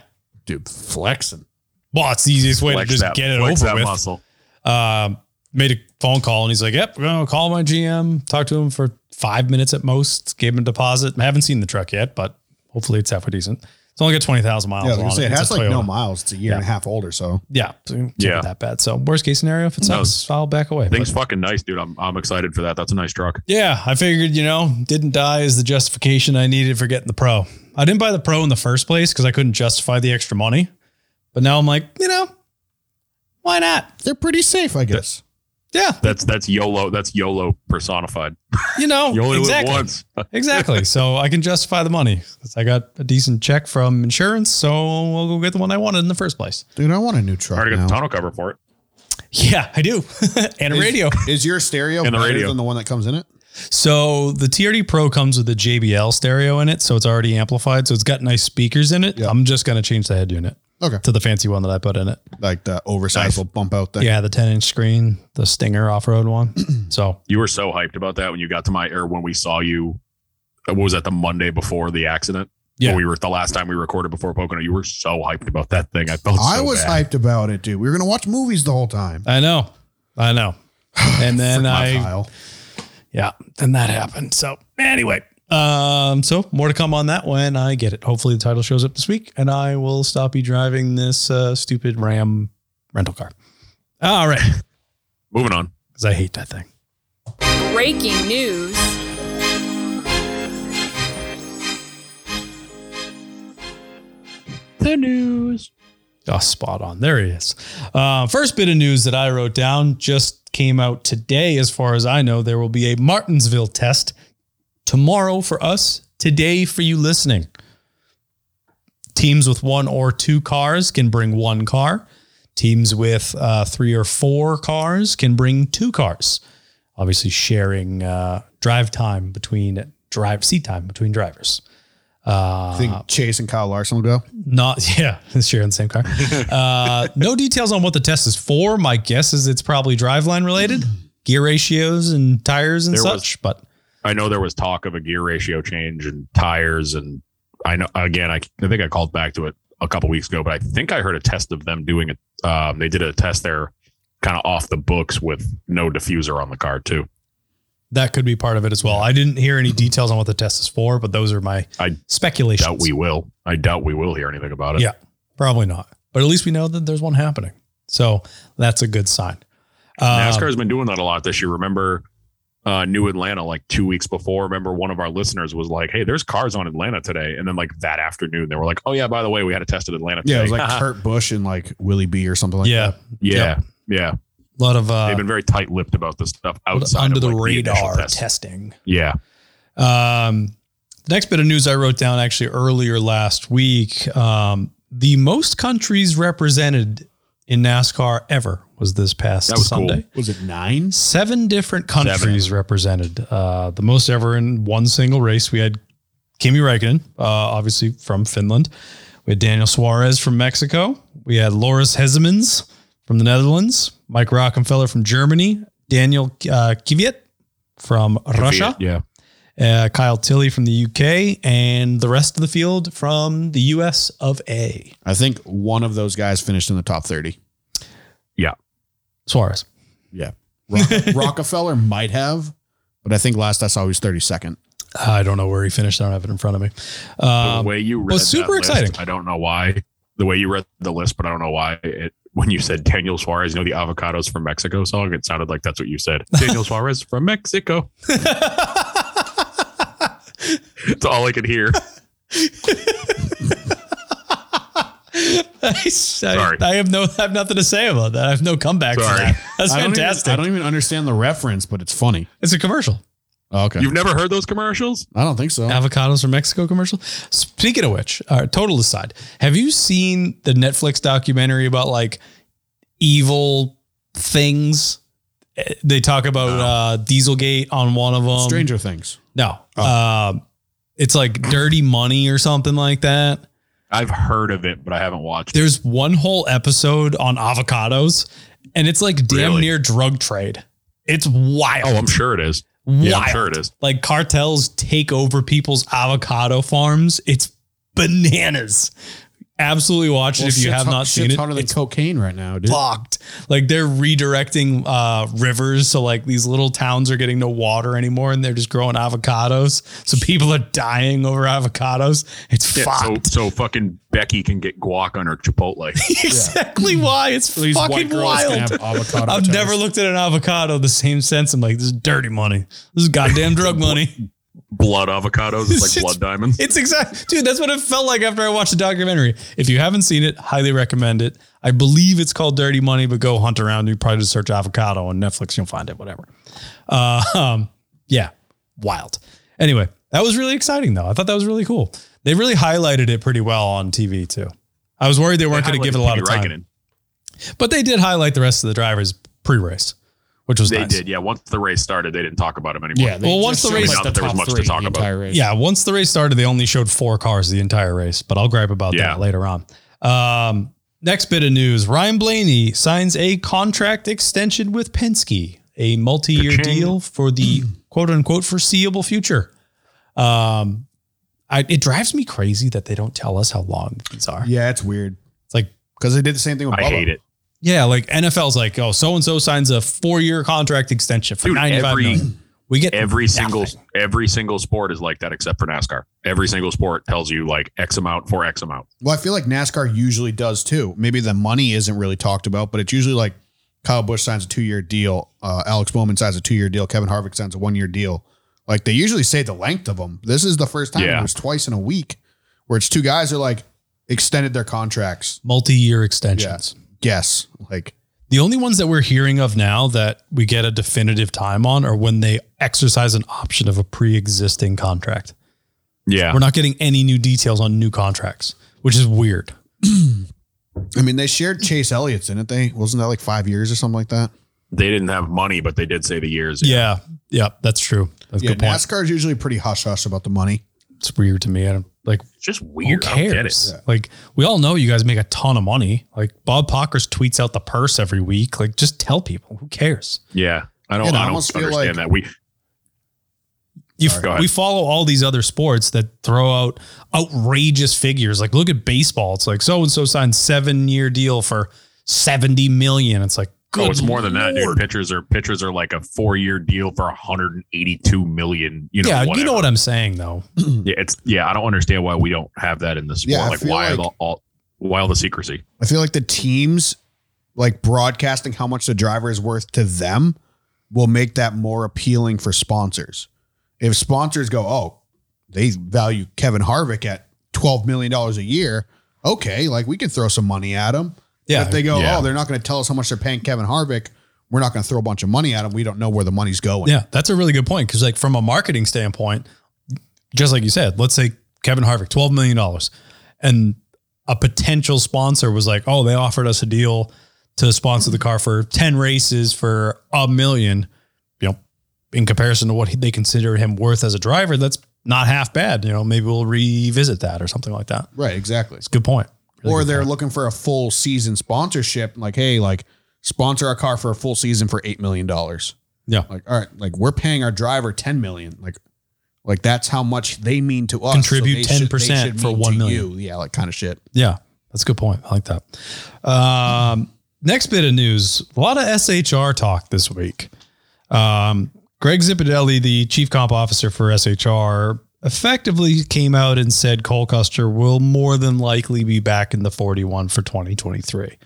Speaker 6: dude, flexing.
Speaker 1: well, it's the easiest way
Speaker 3: Flex
Speaker 1: to just
Speaker 3: that-
Speaker 1: get it
Speaker 3: flex
Speaker 1: over
Speaker 3: that
Speaker 1: with.
Speaker 3: muscle.
Speaker 1: Um, made a phone call, and he's like, "Yep, we're gonna call my GM, talk to him for five minutes at most, gave him a deposit. I haven't seen the truck yet, but hopefully it's halfway decent. It's only got twenty thousand miles
Speaker 6: Yeah, I was
Speaker 1: on
Speaker 6: gonna say it
Speaker 1: It's a
Speaker 6: has like no
Speaker 1: Toyota.
Speaker 6: miles. It's a year and a half older, so
Speaker 1: Yeah, so it can't be
Speaker 3: Yeah.
Speaker 1: that bad. So worst case scenario, if it
Speaker 3: No.
Speaker 1: sucks, I'll back away. but-
Speaker 3: Thing's fucking nice, dude. I'm I'm excited for that. That's a nice truck.
Speaker 1: Yeah, I figured, you know, didn't die is the justification I needed for getting the pro. I didn't buy the pro in the first place because I couldn't justify the extra money. But now I'm like, you know, why not?
Speaker 6: they're pretty safe, I guess.
Speaker 1: Yeah,
Speaker 3: That's that's YOLO. That's YOLO personified.
Speaker 1: you know,
Speaker 3: You only
Speaker 1: Oh, exactly.
Speaker 3: live once.
Speaker 1: exactly. So I can justify the money. 'Cause I got a decent check from insurance, so we'll go get the one I wanted in the first place.
Speaker 6: Dude, I want a new truck
Speaker 3: Already got the
Speaker 6: now.
Speaker 3: tonneau cover for it.
Speaker 1: Yeah, I do. and a radio.
Speaker 6: Is your stereo
Speaker 3: And the
Speaker 6: better
Speaker 3: radio.
Speaker 6: than the one that comes in it?
Speaker 1: So the TRD Pro comes with a JBL stereo in it, so it's already amplified. So it's got nice speakers in it.
Speaker 6: Yeah.
Speaker 1: I'm just gonna change the head unit
Speaker 6: Okay,
Speaker 1: to the fancy one that I put in it.
Speaker 6: like the oversized
Speaker 3: Nice.
Speaker 6: little bump out thing.
Speaker 1: Yeah, the 10 inch screen, the Stinger off road one. so,
Speaker 3: You were so hyped about that when you got to my or when we saw you. uh, What was that? The Monday before the accident.
Speaker 1: Yeah.
Speaker 3: When we were the last time we recorded before Pocono. You were so hyped about that thing. I felt.
Speaker 6: I
Speaker 3: so
Speaker 6: was
Speaker 3: bad.
Speaker 6: hyped about it, dude. We were gonna watch movies the whole time.
Speaker 1: I know. I know. And then I,
Speaker 6: Kyle.
Speaker 1: yeah, then that happened. So, anyway, um, so more to come on that when I get it. Hopefully, the title shows up this week and I will stop you driving this uh, stupid Ram rental car. All right.
Speaker 3: Moving on.
Speaker 1: Because I hate that thing.
Speaker 5: Breaking news.
Speaker 1: Oh, spot on. There he is. Uh, first bit of news that I wrote down just came out today. As far as I know, there will be a Martinsville test tomorrow for us today for you listening. Teams with one or two cars can bring one car. Teams with uh, three or four cars can bring two cars. Obviously, sharing uh, drive time between drive seat time between drivers.
Speaker 2: I think
Speaker 3: Uh,
Speaker 2: Chase and Kyle Larson will go.
Speaker 1: Not yeah, sharing the same car. Uh, no details on what the test is for. My guess is it's probably driveline related, gear ratios and tires and
Speaker 3: There was-
Speaker 1: such. but
Speaker 3: I know there was talk of a gear ratio change and tires, and I know again. I, I think I called back to it a couple weeks ago, but I think I heard a test of them doing it. Um, they did a test there, kind of off the books with no diffuser on the car too.
Speaker 1: that could be part of it as well. I didn't hear any details on what the test is for, but those are my
Speaker 3: I
Speaker 1: speculations.
Speaker 3: Doubt we will. I doubt we will hear anything about it.
Speaker 1: Yeah. Probably not. But at least we know that there's one happening. So that's a good sign. Um,
Speaker 3: NASCAR has been doing that a lot this year. Remember uh, New Atlanta like two weeks before? Remember one of our listeners was like, "Hey, there's cars on Atlanta today," and then like that afternoon they were like, "Oh yeah, by the way, we had a test at Atlanta today."
Speaker 2: Yeah, it was like Kurt Busch and like Willie B or something like
Speaker 1: yeah.
Speaker 3: yeah,
Speaker 1: Yep.
Speaker 3: yeah.
Speaker 1: A lot of uh,
Speaker 3: They've been very tight-lipped about this stuff outside
Speaker 1: under
Speaker 3: of,
Speaker 1: the
Speaker 3: like, initial
Speaker 1: radar
Speaker 3: test.
Speaker 1: testing.
Speaker 3: Yeah,
Speaker 1: Um, the next bit of news I wrote down actually earlier last week um, the most countries represented in NASCAR ever was this past
Speaker 3: That was cool.
Speaker 1: Sunday.
Speaker 2: that. Was it nine?
Speaker 1: Seven different countries represented. Uh, the most ever in one single race. We had Kimi Räikkönen, uh, obviously from Finland. We had Daniel Suarez from Mexico. We had Loris Hesemans from the Netherlands. Mike Rockenfeller from Germany. Daniel uh, Kvyat from Russia.
Speaker 3: Yeah,
Speaker 1: Uh, Kyle Tilley from the UK. And the rest of the field from the US of A.
Speaker 2: I think one of those guys finished in the top 30.
Speaker 1: Suarez.
Speaker 2: Rock- Rockefeller might have, but I think last I saw he was 32nd.
Speaker 1: I don't know where he finished. I don't have it in front of me.
Speaker 3: the
Speaker 1: Um,
Speaker 3: way you read
Speaker 1: was super
Speaker 3: that list,
Speaker 1: exciting.
Speaker 3: I don't know why the way you read the list, but I don't know why it. When you said Daniel Suarez, you know the Avocados from Mexico song, it sounded like that's what you said. Daniel Suarez from Mexico. It's all I could hear.
Speaker 1: I,
Speaker 3: Sorry.
Speaker 1: I have no, I have nothing to say about that. I have no comeback. for
Speaker 3: Sorry.
Speaker 1: that. That's
Speaker 2: I don't even-
Speaker 1: fantastic.
Speaker 2: I don't even understand the reference, but it's funny.
Speaker 1: it's a commercial.
Speaker 2: Okay.
Speaker 3: You've never heard those commercials?
Speaker 2: I don't think so.
Speaker 1: Avocados from Mexico commercial. Speaking of which, uh, total aside, have you seen the Netflix documentary about like evil things? Eh, They talk about uh, Dieselgate on one of them.
Speaker 2: Stranger Things.
Speaker 1: No,
Speaker 3: Oh.
Speaker 1: um, it's like dirty money or something like that.
Speaker 3: I've heard of it, but I haven't watched it.
Speaker 1: There's one whole episode on avocados, and it's like damn
Speaker 3: Really?
Speaker 1: near drug trade. It's wild.
Speaker 3: Oh, I'm sure it is.
Speaker 1: wild.
Speaker 3: Yeah, I'm sure it is.
Speaker 1: Like cartels take over people's avocado farms. It's bananas. Absolutely watch it if you
Speaker 2: shit's
Speaker 1: have
Speaker 2: hot-
Speaker 1: not seen
Speaker 2: shit's
Speaker 1: it.
Speaker 2: hotter than
Speaker 1: It's
Speaker 2: cocaine right now, dude.
Speaker 1: fucked. Like they're redirecting uh, rivers, so like these little towns are getting no water anymore, and they're just growing avocados. So people are dying over avocados. It's
Speaker 3: Yeah, so,
Speaker 1: fucked.
Speaker 3: so fucking Becky can get guac on her Chipotle.
Speaker 1: exactly why it's
Speaker 2: These
Speaker 1: fucking
Speaker 2: white girls
Speaker 1: wild.
Speaker 2: can have avocado.
Speaker 1: I've
Speaker 2: toast.
Speaker 1: never looked at an avocado the same sense. I'm like, this is dirty money. This is goddamn drug money.
Speaker 3: blood avocados. It's like blood diamonds.
Speaker 1: It's exact, dude. That's what it felt like after I watched the documentary. If you haven't seen it, highly recommend it. I believe it's called Dirty Money, but go hunt around. You probably just search avocado on Netflix, you'll find it. Whatever. Uh, um, yeah, wild. Anyway, that was really exciting though. I thought that was really cool. They really highlighted it pretty well on TV too. I was worried they weren't going to give it a lot of
Speaker 3: Kimi
Speaker 1: time,
Speaker 3: Räikkönen.
Speaker 1: but they did highlight the rest of the drivers pre-race, which was
Speaker 3: They
Speaker 1: nice.
Speaker 3: did. Yeah. Once the race started, they didn't talk about him anymore.
Speaker 2: Yeah. they
Speaker 1: Well,
Speaker 2: just
Speaker 1: once the
Speaker 2: showed,
Speaker 1: race-
Speaker 3: Not that there was
Speaker 2: top
Speaker 3: much to
Speaker 2: three
Speaker 3: talk
Speaker 2: the
Speaker 3: about.
Speaker 2: entire race.
Speaker 1: Yeah, once the race started, they only showed four cars the entire race, but I'll gripe about
Speaker 3: Yeah.
Speaker 1: that later on. Um, next bit of news Ryan Blaney signs a contract extension with Penske, a multi year
Speaker 3: Ka-ching.
Speaker 1: deal for the quote unquote foreseeable future. Um, I, it drives me crazy that they don't tell us how long these are.
Speaker 2: Yeah, it's weird.
Speaker 1: It's like,
Speaker 2: Because they did the same thing with
Speaker 3: I
Speaker 2: Bubba.
Speaker 3: hate it.
Speaker 1: yeah, like NFL's like, oh, so and so signs a four year contract extension for
Speaker 3: Dude,
Speaker 1: ninety five
Speaker 3: every-
Speaker 1: million. We get
Speaker 3: Every single
Speaker 1: nothing.
Speaker 3: every single sport is like that except for NASCAR. Every single sport tells you like X amount for X amount.
Speaker 2: Well, I feel like NASCAR usually does too. Maybe the money isn't really talked about, but it's usually like Kyle Busch signs a two year deal, uh, Alex Bowman signs a two year deal, Kevin Harvick signs a one year deal. Like they usually say the length of them. This is the first time
Speaker 3: Yeah.
Speaker 2: it was twice in a week where it's two guys that like extended their contracts.
Speaker 1: multi year extensions.
Speaker 2: Yes, like
Speaker 1: The only ones that we're hearing of now that we get a definitive time on are when they exercise an option of a pre existing contract.
Speaker 3: Yeah.
Speaker 1: We're not getting any new details on new contracts, which is weird.
Speaker 2: I mean, they shared Chase Elliott's, didn't they? Wasn't that like five years or something like that?
Speaker 3: they didn't have money, but they did say the years.
Speaker 1: Yeah. Yeah, that's true. That's a
Speaker 2: Yeah,
Speaker 1: good point.
Speaker 2: NASCAR's usually pretty hush hush about the money.
Speaker 1: It's weird to me. I don't like
Speaker 3: It's just
Speaker 1: who
Speaker 3: weird. I don't get it.
Speaker 1: cares? Like we all know you guys make a ton of money. Like Bob Pockers tweets out the purse every week. Like just tell people. Who cares?
Speaker 3: Yeah. I don't,
Speaker 2: And I
Speaker 3: I don't
Speaker 2: almost feel like-
Speaker 3: understand that. We
Speaker 1: You
Speaker 3: Sorry, go ahead.
Speaker 1: we follow all these other sports that throw out outrageous figures. Like look at baseball. It's like so and so signed seven year deal for seventy million. It's like good
Speaker 3: oh, it's more than that, dude.
Speaker 1: lord.
Speaker 3: Pitchers are pitchers are like a four year deal for 182 million. You know,
Speaker 1: yeah, you
Speaker 3: whatever.
Speaker 1: know what I'm saying though.
Speaker 3: Yeah, it's yeah. I don't understand why we don't have that in this.
Speaker 2: Yeah, I
Speaker 3: sport. like
Speaker 2: feel
Speaker 3: why
Speaker 2: like-
Speaker 3: the all, why all the secrecy?
Speaker 2: I feel like the teams like broadcasting how much the driver is worth to them will make that more appealing for sponsors. If sponsors go, oh, they value Kevin Harvick at twelve million dollars a year, okay, like we can throw some money at him.
Speaker 1: Yeah,
Speaker 2: If they go,
Speaker 3: Yeah.
Speaker 2: oh, they're not going to tell us how much they're paying Kevin Harvick. We're not going to throw a bunch of money at him. We don't know where the money's going.
Speaker 1: Yeah, that's a really good point because, like, from a marketing standpoint, just like you said, let's say Kevin Harvick, twelve million dollars, and a potential sponsor was like, "Oh, they offered us a deal to sponsor the car for ten races for a million. You know, in comparison to what they consider him worth as a driver, that's not half bad. You know, maybe we'll revisit that or something like that.
Speaker 2: Right, exactly.
Speaker 1: It's a good point. Really
Speaker 2: or
Speaker 1: good
Speaker 2: they're
Speaker 1: point.
Speaker 2: looking for a full season sponsorship. Like, hey, like sponsor our car for a full season for eight million dollars.
Speaker 1: Yeah.
Speaker 2: Like, all right, like we're paying our driver ten million. Like, like that's how much they mean to us.
Speaker 1: Contribute
Speaker 2: they should- they
Speaker 1: 10%
Speaker 2: should
Speaker 1: for
Speaker 2: mean
Speaker 1: one
Speaker 2: to
Speaker 1: million.
Speaker 2: you. Yeah, like kind of shit.
Speaker 1: Yeah, that's a good point. I like that. Um, next bit of news: a lot of SHR talk this week. Um, Greg Zipadelli, the chief comp officer for SHR, effectively came out and said Cole Custer will more than likely be back in the 41 for 2023.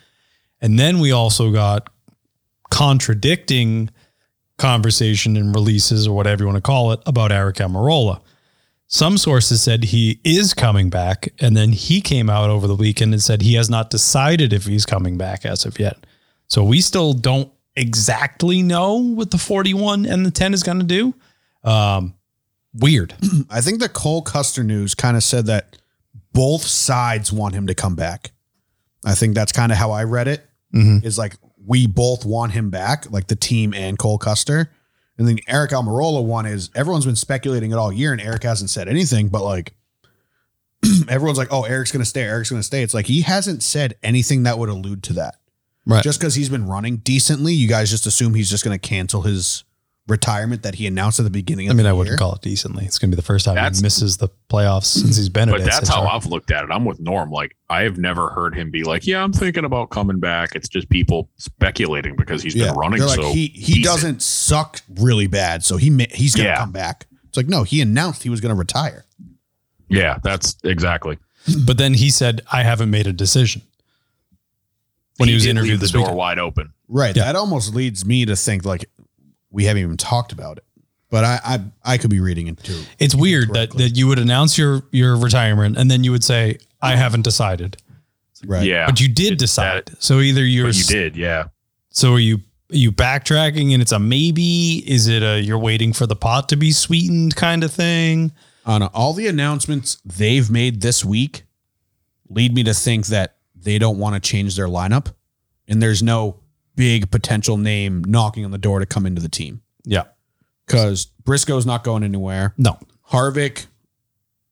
Speaker 1: And then we also got contradicting conversation and releases, or whatever you want to call it, about Eric Amarola. Some sources said he is coming back, and then he came out over the weekend and said he has not decided if he's coming back as of yet. So we still don't exactly know what the 41 and the 10 is going to do. Um, weird.
Speaker 2: I think the Cole Custer news kind of said that both sides want him to come back. I think that's kind of how I read it.
Speaker 1: Mhm.
Speaker 2: Is like we both want him back, like the team and Cole Custer. And then Eric Almirola one is everyone's been speculating it all year, and Eric hasn't said anything. But like everyone's like, "Oh, Eric's gonna stay. Eric's gonna stay." It's like he hasn't said anything that would allude to that.
Speaker 1: Right.
Speaker 2: Just because he's been running decently, you guys just assume he's just gonna cancel his retirement that he announced at the beginning.
Speaker 1: I
Speaker 2: Of
Speaker 1: mean,
Speaker 2: the
Speaker 1: I wouldn't
Speaker 2: year.
Speaker 1: call it decently. It's going to be the first time
Speaker 3: That's-
Speaker 1: he misses the playoffs since he's been.
Speaker 3: But
Speaker 1: at
Speaker 3: that's how
Speaker 1: SHR.
Speaker 3: I've looked at it. I'm with Norm. Like I have never heard him be like, "Yeah, I'm thinking about coming back." It's just people speculating because he's been running
Speaker 2: They're like,
Speaker 3: so
Speaker 2: he he
Speaker 3: decent.
Speaker 2: doesn't suck really bad, so he ma- he's gonna
Speaker 3: Yeah.
Speaker 2: come back. It's like no, he announced he was gonna retire.
Speaker 3: Yeah, that's exactly.
Speaker 1: But then he said, I haven't made a decision when he, was
Speaker 3: did leave
Speaker 1: interviewed this
Speaker 3: the door
Speaker 1: weekend.
Speaker 3: wide open.
Speaker 2: Right.
Speaker 1: Yeah.
Speaker 2: That almost leads me to think like we haven't even talked about it, but I I, I could be reading it too.
Speaker 1: It's weird that,
Speaker 2: correctly.
Speaker 1: that you would announce your, your retirement and then you would say, I haven't decided.
Speaker 2: Right.
Speaker 3: Yeah,
Speaker 1: But you did
Speaker 3: It-
Speaker 1: decide. so either you're
Speaker 3: but you
Speaker 1: s-
Speaker 3: did. Yeah,
Speaker 1: so are you are you backtracking and it's a maybe? Is it a you're waiting for the pot to be sweetened kind of thing?
Speaker 2: On all the announcements they've made this week, lead me to think that they don't want to change their lineup, and there's no big potential name knocking on the door to come into the team
Speaker 1: Yeah.
Speaker 2: because Briscoe's not going anywhere.
Speaker 1: No.
Speaker 2: Harvick,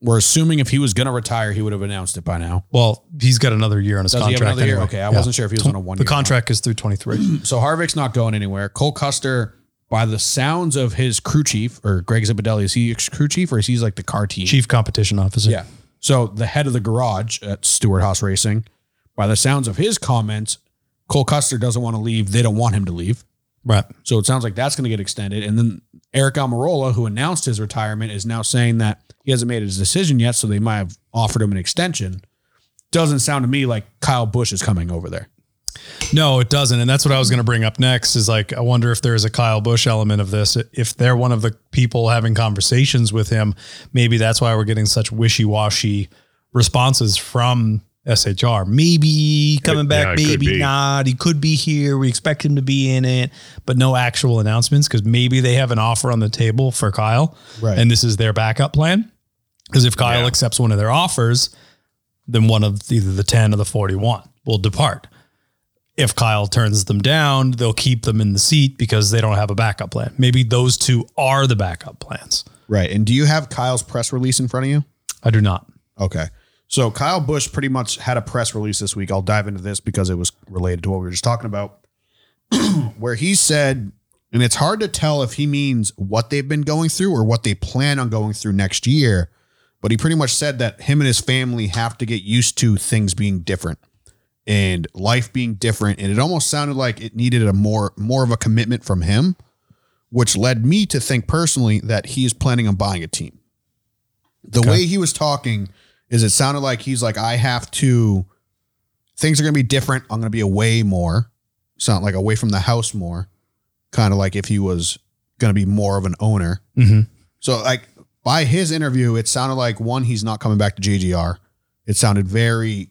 Speaker 2: we're assuming if he was going to retire, he would have announced it by now.
Speaker 1: Well, he's got another year on his
Speaker 2: Does he
Speaker 1: contract.
Speaker 2: have another year?
Speaker 1: anyway.
Speaker 2: Okay, I
Speaker 1: Yeah.
Speaker 2: wasn't sure if he was on Mm-hmm. a one.
Speaker 1: The contract is through 23.
Speaker 2: So Harvick's not going anywhere. Cole Custer, by the sounds of his crew chief or Greg Zipadelli, is he ex- crew chief or is he like the car team?
Speaker 1: Chief competition officer.
Speaker 2: Yeah. So the head of the garage at Stewart Haas Racing, by the sounds of his comments, Cole Custer doesn't want to leave. They don't want him to leave.
Speaker 1: Right.
Speaker 2: So it sounds like that's going to get extended. And then Eric Almirola, who announced his retirement, is now saying that he hasn't made his decision yet, so they might have offered him an extension. Doesn't sound to me like Kyle Bush is coming over there.
Speaker 1: No, it doesn't. And that's what I was going to bring up next is like, I wonder if there is a Kyle Bush element of this. If they're one of the people having conversations with him, maybe that's why we're getting such wishy washy responses from SHR. Maybe coming back,
Speaker 3: yeah, it could
Speaker 1: maybe
Speaker 3: be.
Speaker 1: not. He could be here. We expect him to be in it, but no actual announcements because maybe they have an offer on the table for Kyle
Speaker 2: Right.
Speaker 1: and this is their backup plan. Because if Kyle
Speaker 3: Yeah.
Speaker 1: accepts one of their offers, then one of either the 10 or the 41 will depart. If Kyle turns them down, they'll keep them in the seat because they don't have a backup plan. Maybe those two are the backup plans.
Speaker 2: Right. And do you have Kyle's press release in front of you?
Speaker 1: I do not.
Speaker 2: Okay. So Kyle Bush pretty much had a press release this week. I'll dive into this because it was related to what we were just talking about, where he said, and it's hard to tell if he means what they've been going through or what they plan on going through next year, but he pretty much said that him and his family have to get used to things being different and life being different. And it almost sounded like it needed a more more of a commitment from him, which led me to think personally that he is planning on buying a team. The way he was talking is it sounded like he's like, I have to, things are going to be different. I'm going to be away more. Sound like away from the house more. Kind of like if he was going to be more of an owner.
Speaker 1: Mhm.
Speaker 2: So, like, by his interview, it sounded like one, he's not coming back to JGR. It sounded very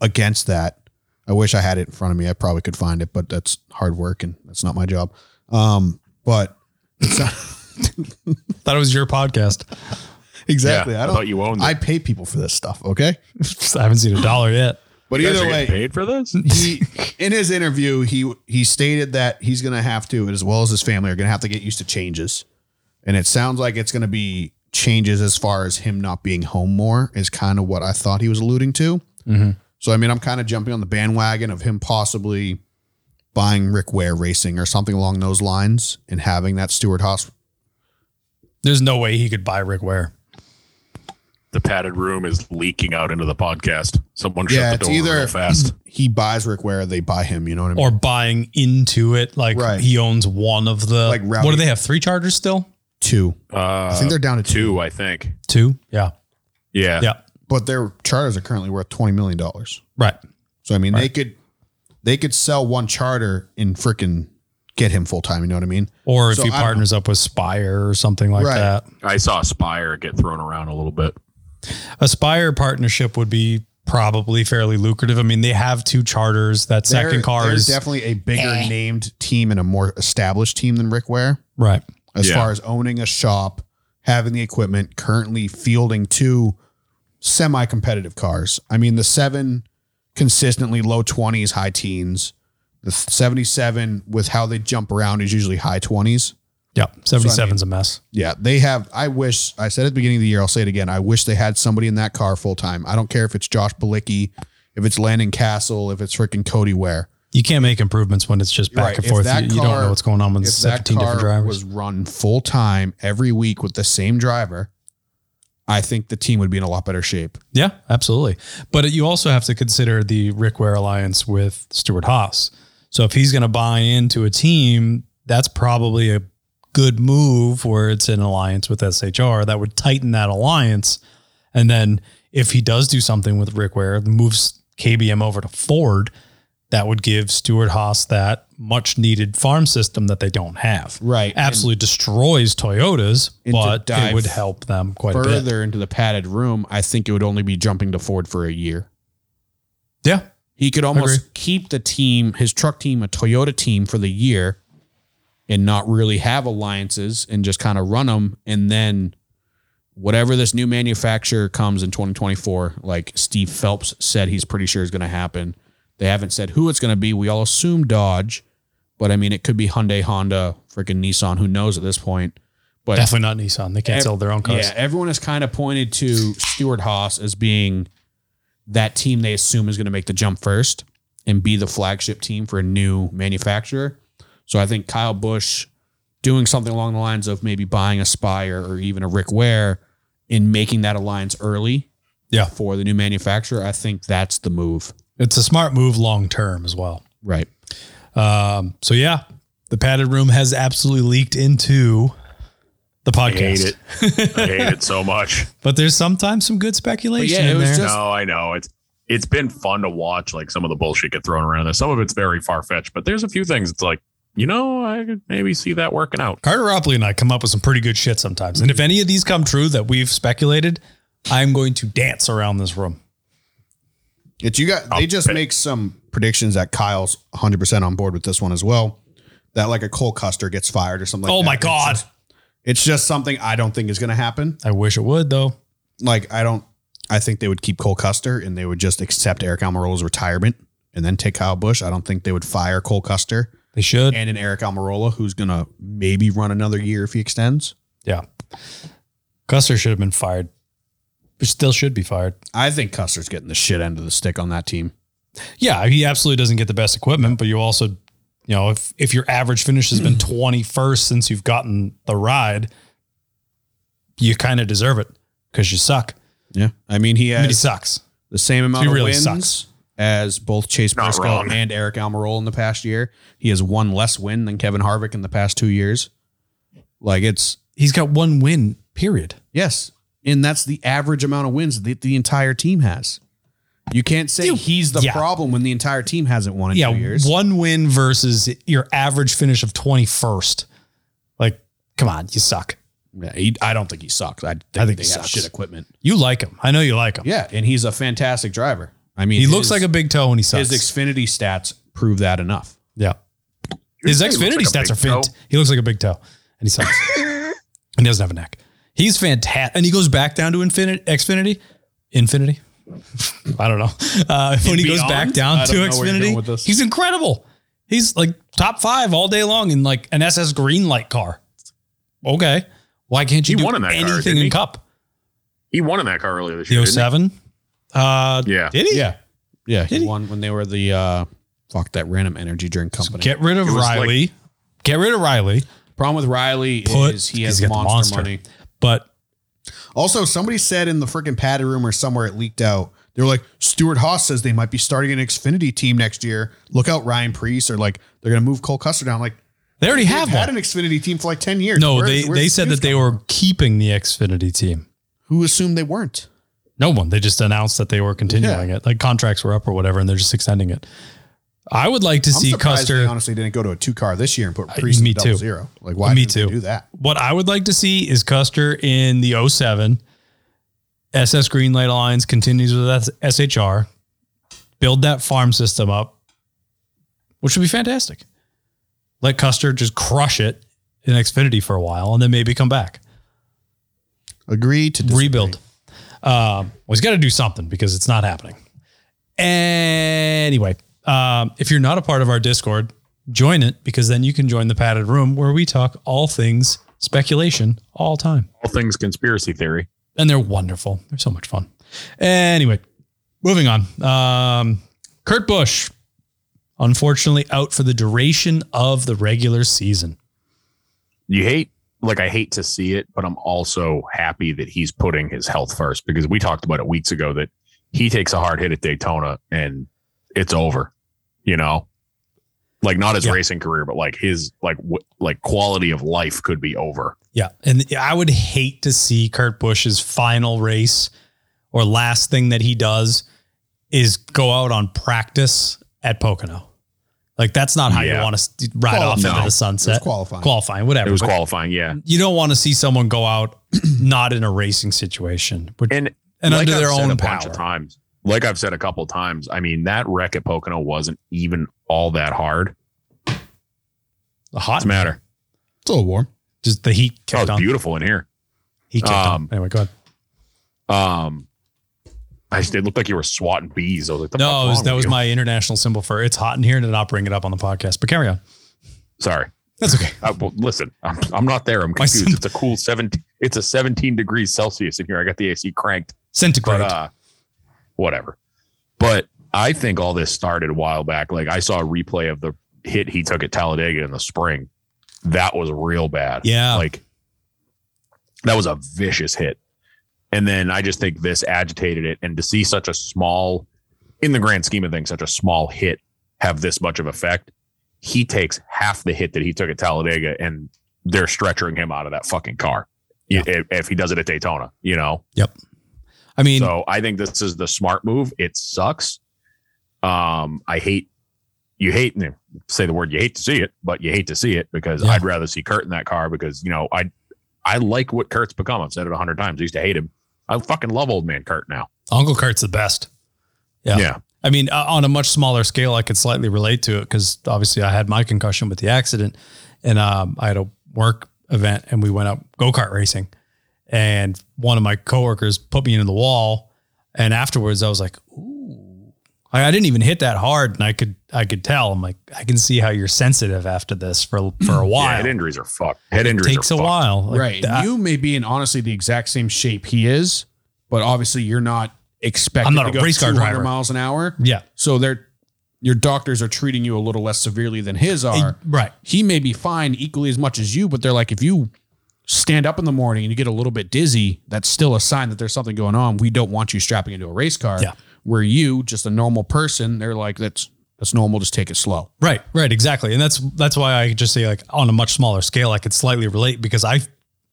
Speaker 2: against that. I wish I had it in front of me. I probably could find it, but that's hard work and that's not my job. Um, but it's not,
Speaker 1: Thought it was your podcast.
Speaker 2: exactly.
Speaker 3: Yeah,
Speaker 2: I
Speaker 3: I, thought
Speaker 2: don't.
Speaker 3: you owned it.
Speaker 2: I pay people for this stuff. Okay.
Speaker 1: I haven't seen a dollar yet.
Speaker 2: But
Speaker 3: You guys
Speaker 2: either
Speaker 3: are getting
Speaker 2: way,
Speaker 3: paid for this?
Speaker 2: he in his interview he he stated that he's going to have to as well as his family are going to have to get used to changes and it sounds like it's going to be changes as far as him not being home more is kind of what i thought he was alluding to so i mean i'm kind of jumping on the bandwagon of him possibly buying rick ware racing or something along those lines and having that stewart haas
Speaker 1: There's no way he could buy Rick Ware.
Speaker 3: The padded room is leaking out into the podcast. Someone
Speaker 2: Yeah,
Speaker 3: shut the
Speaker 2: it's
Speaker 3: door
Speaker 2: either-
Speaker 3: real fast.
Speaker 2: he buys rick ware they buy him you know what i mean
Speaker 1: Or buying into it. Like
Speaker 2: Right.
Speaker 1: he owns one of the.
Speaker 2: Like Rowdy.
Speaker 1: what do they have? Three chargers still?
Speaker 2: two
Speaker 3: Uh,
Speaker 2: i think they're down to two
Speaker 3: two, I think.
Speaker 1: Two? Yeah.
Speaker 3: Yeah.
Speaker 1: Yeah.
Speaker 2: but their charters are currently worth 20 million dollars
Speaker 1: Right.
Speaker 2: So I mean, they could they could sell one charter and freaking get him full time. You know what I mean?
Speaker 1: Or if
Speaker 2: So
Speaker 1: he
Speaker 2: I don't-
Speaker 1: partners up with Spire or something like
Speaker 2: Right.
Speaker 1: that.
Speaker 3: I saw Spire get thrown around a little bit.
Speaker 1: Aspire partnership would be probably fairly lucrative. I mean, they have two charters. That second
Speaker 2: They're-
Speaker 1: car
Speaker 2: they're
Speaker 1: is
Speaker 2: definitely a bigger named team and a more established team than Rick Ware
Speaker 1: right.
Speaker 2: as
Speaker 3: Yeah.
Speaker 2: far as owning a shop, having the equipment, currently fielding two semi-competitive cars. I mean, the seven consistently low twenties, high teens. The seventy-seven with how they jump around is usually high twenties.
Speaker 1: Yeah, seventy seven's a mess.
Speaker 2: Yeah, they have. I wish I said at the beginning of the year. I'll say it again. I wish they had somebody in that car full time. I don't care if it's Josh Balicki, if it's Landon Castle, if it's freaking Cody Ware.
Speaker 1: You can't make improvements when it's just back
Speaker 2: Right.
Speaker 1: and
Speaker 2: If
Speaker 1: forth.
Speaker 2: that
Speaker 1: You, you don't
Speaker 2: car-
Speaker 1: know what's going on with
Speaker 2: If that
Speaker 1: seventeen different
Speaker 2: car
Speaker 1: drivers.
Speaker 2: was run full time every week with the same driver, I think the team would be in a lot better shape.
Speaker 1: yeah, absolutely. But you also have to consider the Rick Ware alliance with Stuart Haas. So if he's going to buy into a team, that's probably a good move where it's an alliance with SHR that would tighten that alliance. And then if he does do something with Rick Ware, moves KBM over to Ford, that would give Stuart Haas that much needed farm system that they don't have.
Speaker 2: Right.
Speaker 1: Absolutely destroys Toyotas,
Speaker 2: And to
Speaker 1: but it
Speaker 2: dive
Speaker 1: would help them quite a bit.
Speaker 2: Further into the padded room, I think it would only be jumping to Ford for a year.
Speaker 1: Yeah.
Speaker 2: He could almost keep the team, his truck team, a Toyota team for the year and not really have alliances and just kind of run them. And then whatever this new manufacturer comes in 2024, like Steve Phelps said, he's pretty sure is going to happen. They haven't said who it's going to be. We all assume Dodge, but I mean, it could be Hyundai, Honda, freaking Nissan. Who knows at this point? But
Speaker 1: Definitely not Nissan. They can't
Speaker 2: Ev-
Speaker 1: sell their own cars.
Speaker 2: yeah, everyone has kind of pointed to Stuart Haas as being that team they assume is going to make the jump first and be the flagship team for a new manufacturer. So I think Kyle Bush doing something along the lines of maybe buying a Spire or even a Rick Ware and making that alliance early
Speaker 1: Yeah.
Speaker 2: for the new manufacturer, I think that's the move.
Speaker 1: It's a smart move long term as well.
Speaker 2: Right.
Speaker 1: Um, so yeah, the padded room has absolutely leaked into the
Speaker 3: I hate
Speaker 1: podcast.
Speaker 3: it. I hate it so much.
Speaker 1: But there's sometimes some good speculation
Speaker 2: But yeah, it
Speaker 1: in
Speaker 2: was
Speaker 1: there.
Speaker 2: just-
Speaker 3: No, I know. It's it's been fun to watch like some of the bullshit get thrown around there. Some of it's very far fetched, but there's a few things it's like, you know, I could maybe see that working out.
Speaker 1: Carter Ropley and I come up with some pretty good shit sometimes. And if any of these come true that we've speculated, I'm going to dance around this room.
Speaker 2: It's you got. They
Speaker 3: I'll
Speaker 2: just
Speaker 3: bet.
Speaker 2: make some predictions that Kyle's 100 percent on board with this one as well. That like a Cole Custer gets fired or something. like
Speaker 1: oh
Speaker 2: that.
Speaker 1: my
Speaker 2: It's
Speaker 1: God.
Speaker 2: just- It's just something I don't think is going to happen.
Speaker 1: I wish it would though.
Speaker 6: like I don't. I think they would keep Cole Custer and they would just accept Eric Almirola's retirement and then take Kyle Bush. I don't think they would fire Cole Custer
Speaker 1: They should.
Speaker 6: and an Eric Almirola who's gonna maybe run another year if he extends.
Speaker 1: yeah. Custer should have been fired. But Still should be fired.
Speaker 6: I think Custer's getting the shit end of the stick on that team.
Speaker 1: Yeah, he absolutely doesn't get the best equipment, but you also, you know, if if your average finish has been
Speaker 6: Hmm.
Speaker 1: twenty first since you've gotten the ride, you kind of deserve it because you suck.
Speaker 6: Yeah, I mean he
Speaker 1: I mean, he
Speaker 6: has
Speaker 1: sucks.
Speaker 6: the same amount
Speaker 1: he
Speaker 6: of
Speaker 1: really
Speaker 6: wins
Speaker 1: sucks.
Speaker 6: as both Chase
Speaker 3: Not
Speaker 6: Briscoe
Speaker 3: wrong.
Speaker 6: and Eric Almirola in the past year. He has one less win than Kevin Harvick in the past two years. Like it's
Speaker 1: He's got one win. Period.
Speaker 6: Yes. And that's the average amount of wins that the entire team has. You can't say
Speaker 1: Dude,
Speaker 6: he's the
Speaker 1: yeah.
Speaker 6: problem when the entire team hasn't won in
Speaker 1: yeah,
Speaker 6: two years.
Speaker 1: one win versus your average finish of twenty first. Like, come on, you suck.
Speaker 6: Yeah, he, I don't think he sucks. I think,
Speaker 1: think
Speaker 6: they
Speaker 1: he
Speaker 6: have
Speaker 1: sucks.
Speaker 6: shit equipment.
Speaker 1: You like him. I know you like him.
Speaker 6: Yeah, and he's a fantastic driver. I mean,
Speaker 1: he
Speaker 6: his-
Speaker 1: looks like a big toe and he sucks.
Speaker 6: his Xfinity stats prove that enough.
Speaker 1: yeah. His
Speaker 3: He
Speaker 1: Xfinity
Speaker 3: looks like
Speaker 1: stats
Speaker 3: a
Speaker 1: are
Speaker 3: big Oh,
Speaker 1: fit.
Speaker 3: toe.
Speaker 1: He looks like a big toe, and he sucks. and he doesn't have a neck. He's fantastic, and he goes back down to infinite Xfinity, infinity. I don't know. Uh, when he goes
Speaker 6: beyond?
Speaker 1: back down
Speaker 6: I
Speaker 1: to
Speaker 6: don't know where you're going with
Speaker 1: Xfinity,
Speaker 6: this.
Speaker 1: he's incredible. He's like top five all day long in like an SS green light car. Okay, why can't you
Speaker 3: He
Speaker 1: do
Speaker 3: won in that car,
Speaker 1: anything
Speaker 3: didn't
Speaker 1: in
Speaker 3: he?
Speaker 1: Cup?
Speaker 3: He won in that car earlier this year.
Speaker 1: The
Speaker 3: didn't
Speaker 1: 07? Uh,
Speaker 3: he? Yeah.
Speaker 1: did he?
Speaker 6: Yeah. Yeah,
Speaker 1: Did
Speaker 6: he
Speaker 1: he?
Speaker 6: won when they were the uh fuck that random energy drink company.
Speaker 1: Get rid of
Speaker 3: It was like-
Speaker 1: Riley. Get rid of Riley.
Speaker 6: Problem with Riley
Speaker 1: Put-
Speaker 6: is he
Speaker 1: he's
Speaker 6: has
Speaker 1: got the monster.
Speaker 6: monster, money.
Speaker 1: But
Speaker 2: Also, somebody said in the freaking padded room or somewhere it leaked out. They were like, Stuart Haas says they might be starting an Xfinity team next year. Look out, Ryan Priest, or like they're gonna move Cole Custer down. Like
Speaker 1: they already
Speaker 2: they've
Speaker 1: have
Speaker 2: had
Speaker 1: one.
Speaker 2: an Xfinity team for like ten years.
Speaker 1: No,
Speaker 2: Where-
Speaker 1: they,
Speaker 2: where's
Speaker 1: they
Speaker 2: this
Speaker 1: said
Speaker 2: news
Speaker 1: that they
Speaker 2: come-
Speaker 1: were keeping the Xfinity team.
Speaker 2: who assumed they weren't.
Speaker 1: No one. They just announced that they were continuing it. Like contracts were up or whatever, and they're just extending it. I would like to
Speaker 2: I'm
Speaker 1: see
Speaker 2: surprised
Speaker 1: Custer.
Speaker 2: They honestly, didn't go to a two car this year and put Priest
Speaker 1: me
Speaker 2: in double
Speaker 1: too.
Speaker 2: zero. Like why?
Speaker 1: Me
Speaker 2: didn't they
Speaker 1: too.
Speaker 2: Do that.
Speaker 1: What I would like to see is Custer in the 07. SS Greenlight Alliance continues with S- SHR. Build that farm system up, which would be fantastic. Let Custer just crush it in Xfinity for a while and then maybe come back.
Speaker 2: Agree to disagree.
Speaker 1: rebuild. Um, well, he's got to do something because it's not happening. Anyway, um, if you're not a part of our Discord, join it because then you can join the padded room where we talk all things speculation all time.
Speaker 3: All things conspiracy theory.
Speaker 1: And they're wonderful. They're so much fun. Anyway, moving on. Um, Kurt Busch, unfortunately, out for the duration of the regular season.
Speaker 3: You hate like I hate to see it, but I'm also happy that he's putting his health first because we talked about it weeks ago that he takes a hard hit at Daytona and it's over. You know, like not his
Speaker 1: Yeah.
Speaker 3: racing career, but like his like w- like quality of life could be over.
Speaker 1: Yeah. And I would hate to see Kurt Busch's final race or last thing that he does is go out on practice at Pocono. Like that's not how you
Speaker 3: Yeah.
Speaker 1: want to ride
Speaker 2: Qualifying.
Speaker 1: off
Speaker 3: No.
Speaker 1: into the sunset.
Speaker 2: It's qualifying.
Speaker 1: Qualifying, whatever.
Speaker 3: It was
Speaker 1: But
Speaker 3: qualifying, yeah.
Speaker 1: you don't want to see someone go out not in a racing situation, but and,
Speaker 3: And like
Speaker 1: under
Speaker 3: I've
Speaker 1: their
Speaker 3: said
Speaker 1: own
Speaker 3: a bunch of
Speaker 1: power.
Speaker 3: times. Like I've said a couple times, I mean that wreck at Pocono wasn't even all that hard.
Speaker 1: The hot
Speaker 3: What's the matter?
Speaker 2: It's a little warm.
Speaker 1: just the heat
Speaker 3: Oh,
Speaker 1: kept
Speaker 3: it's
Speaker 1: on.
Speaker 3: beautiful in here.
Speaker 1: He kept
Speaker 3: Um,
Speaker 1: on. Anyway, go ahead.
Speaker 3: Um, I just, it looked like you were swatting bees. I was like, the
Speaker 1: No,
Speaker 3: fuck's
Speaker 1: it was-
Speaker 3: wrong
Speaker 1: that
Speaker 3: with
Speaker 1: was
Speaker 3: you?
Speaker 1: my international symbol for it's hot in here and did not bring it up on the podcast. But carry on.
Speaker 3: Sorry.
Speaker 1: That's okay.
Speaker 3: Uh, well, listen, I'm, I'm not there. I'm
Speaker 1: My
Speaker 3: confused.
Speaker 1: son-
Speaker 3: it's a cool 17. It's a 17 degrees Celsius in here. I got the AC cranked,
Speaker 1: Centigrade.
Speaker 3: but uh, whatever. But I think all this started a while back. Like I saw a replay of the hit he took at Talladega in the spring. That was real bad.
Speaker 1: yeah.
Speaker 3: Like that was a vicious hit. And then I just think this agitated it. And to see such a small, in the grand scheme of things, such a small hit have this much of effect, he takes half the hit that he took at Talladega and they're stretchering him out of that fucking car.
Speaker 1: Yeah.
Speaker 3: If, if he does it at Daytona, you know?
Speaker 1: I mean,
Speaker 3: so I think this is the smart move. It sucks. Um, I hate you hate say the word you hate to see it, but you hate to see it because
Speaker 1: Yeah.
Speaker 3: I'd rather see Kurt in that car because you know I I like what Kurt's become. I've said it a hundred times. I used to hate him. I fucking love old man Kurt now.
Speaker 1: Uncle Kurt's the best. Yeah.
Speaker 3: Yeah.
Speaker 1: I mean, uh, on a much smaller scale, I could slightly relate to it because obviously I had my concussion with the accident, and um, I had a work event and we went up go kart racing, and one of my coworkers put me into the wall. And afterwards, I was like, "Ooh!" I, I didn't even hit that hard, and I could I could tell. I'm like, I can see how you're sensitive after this for for a
Speaker 3: Yeah,
Speaker 1: while.
Speaker 3: head injuries are fucked. Head
Speaker 1: it
Speaker 3: injuries
Speaker 1: takes
Speaker 3: are
Speaker 1: a
Speaker 3: fucked.
Speaker 1: while, Like,
Speaker 8: right.
Speaker 1: I-
Speaker 8: you may be in honestly the exact same shape he is, but obviously you're not expected
Speaker 1: I'm not
Speaker 8: to
Speaker 1: a
Speaker 8: go
Speaker 1: race car
Speaker 8: 200
Speaker 1: driver.
Speaker 8: miles an hour.
Speaker 1: yeah,
Speaker 8: So they're your doctors are treating you a little less severely than his
Speaker 1: It-
Speaker 8: are.
Speaker 1: right.
Speaker 8: He may be fine equally as much as you, but they're like if you stand up in the morning and you get a little bit dizzy, that's still a sign that there's something going on. We don't want you strapping into a race car.
Speaker 1: Yeah.
Speaker 8: Where you, just a normal person, they're like that's that's normal, just take it slow.
Speaker 1: Right, right, exactly, and that's that's why I could just say like on a much smaller scale, I could slightly relate because I,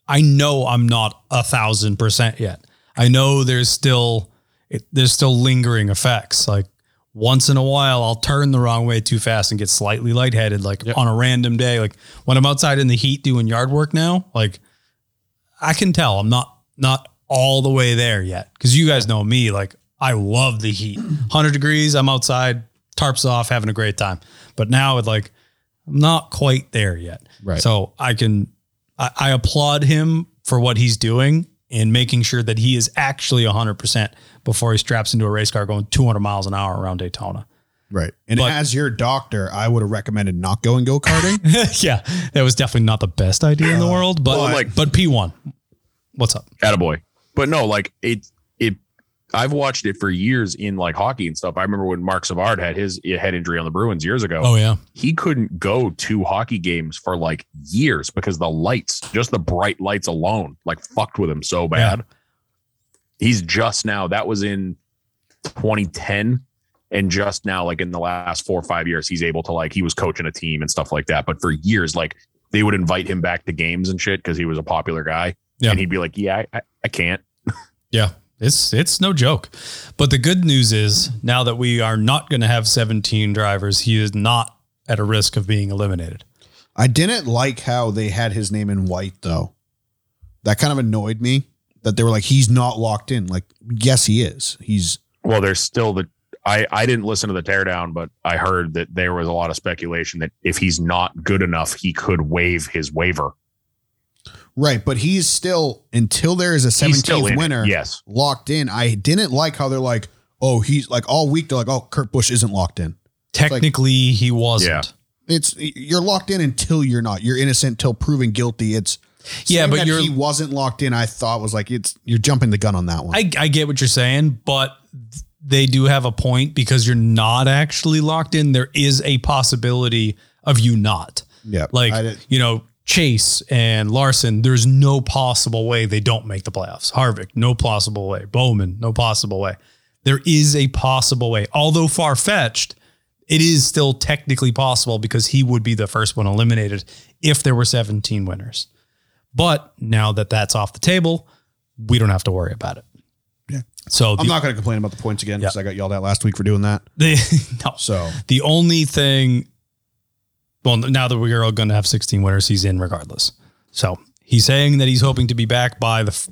Speaker 1: I know I'm not a thousand percent yet. I know there's still it, there's still lingering effects. Like once in a while, I'll turn the wrong way too fast and get slightly lightheaded. Like
Speaker 8: Yep.
Speaker 1: on a random day, like when I'm outside in the heat doing yard work now, like I can tell I'm not not all the way there yet because you guys know me. Like I love the heat, hundred degrees. I'm outside, tarps off, having a great time. But now it's like I'm not quite there yet.
Speaker 8: Right.
Speaker 1: So I can I, I applaud him for what he's doing and making sure that he is actually 100% before he straps into a race car going 200 miles an hour around Daytona.
Speaker 2: Right. And
Speaker 1: But-
Speaker 2: as your doctor, I would have recommended not going go karting.
Speaker 1: yeah, that was definitely not the best idea in the world, but
Speaker 3: well,
Speaker 1: Uh, like
Speaker 3: like-
Speaker 1: but P1. What's up?
Speaker 3: Attaboy. But no, like it, it, I've watched it for years in like hockey and stuff. I remember when Mark Savard had his head injury on the Bruins years ago.
Speaker 1: Oh yeah.
Speaker 3: He couldn't go to hockey games for like years because the lights, just the bright lights alone, like fucked with him so bad. He's just now, that was in 2010. And just now, like in the last four or five years, he's able to like, he was coaching a team and stuff like that. But for years, like they would invite him back to games and shit because he was a popular guy.
Speaker 1: Yeah.
Speaker 3: And he'd be like, yeah, I, I, I can't.
Speaker 1: Yeah. It's it's no joke. But the good news is now that we are not going to have 17 drivers, he is not at a risk of being eliminated.
Speaker 2: I didn't like how they had his name in white though. That kind of annoyed me that they were like, he's not locked in. Like, yes, he is. He's
Speaker 3: Well, there's still the I I didn't listen to the teardown, but I heard that there was a lot of speculation that if he's not good enough, he could waive his waiver.
Speaker 2: right, but he's still until there is a
Speaker 3: He's still
Speaker 2: 17th
Speaker 3: in it.
Speaker 2: winner
Speaker 3: Yes.
Speaker 2: locked in. I didn't like how they're like, oh, he's like all week they're like, oh, Kurt Busch isn't locked in.
Speaker 1: Technically, he wasn't.
Speaker 3: Yeah.
Speaker 2: It's you're locked in until you're not. You're innocent till proven guilty. It's
Speaker 1: Yeah,
Speaker 2: saying
Speaker 1: but
Speaker 2: that
Speaker 1: you're-
Speaker 2: he wasn't locked in. I thought was like it's you're jumping the gun on that one.
Speaker 1: I, I get what you're saying, but they do have a point because you're not actually locked in. There is a possibility of you not.
Speaker 2: yeah,
Speaker 1: Like,
Speaker 2: I did-
Speaker 1: you know, Chase and Larson, there's no possible way they don't make the playoffs. Harvick, no possible way. Bowman, no possible way. There is a possible way. Although far fetched, it is still technically possible because he would be the first one eliminated if there were 17 winners. But now that that's off the table, we don't have to worry about it. So the,
Speaker 2: I'm not going to complain about the points again because I got yelled at last week for doing that.
Speaker 1: the no,
Speaker 2: So
Speaker 1: The only thing, well, now that we're all going to have 16 winners, he's in regardless. So he's saying that he's hoping to be back by the f-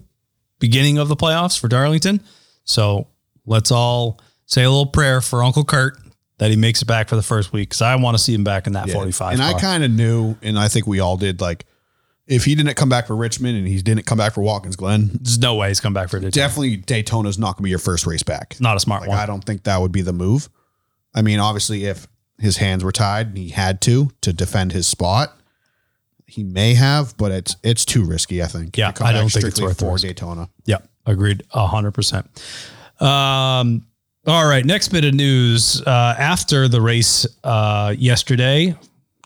Speaker 1: beginning of the playoffs for Darlington. So let's all say a little prayer for Uncle Kurt that he makes it back for the first week because I want to see him back in that 45.
Speaker 2: And I
Speaker 1: car.
Speaker 2: kind of knew, and I think we all did. Like, if he didn't come back for Richmond and he didn't come back for Watkins Glen,
Speaker 1: there's no way he's come back for it.
Speaker 2: definitely Daytona's not going to be your first race back.
Speaker 1: Not a smart
Speaker 2: Like,
Speaker 1: one.
Speaker 2: I don't think that would be the move. I mean, obviously, if his hands were tied and he had to to defend his spot, he may have, but it's it's too risky. I think.
Speaker 1: Yeah,
Speaker 2: To come
Speaker 1: I
Speaker 2: back
Speaker 1: don't think it's
Speaker 2: strictly
Speaker 1: worth the
Speaker 2: for
Speaker 1: risk.
Speaker 2: Daytona.
Speaker 1: Yeah, agreed, hundred percent. Um, all right, next bit of news. Uh, after the race uh, yesterday,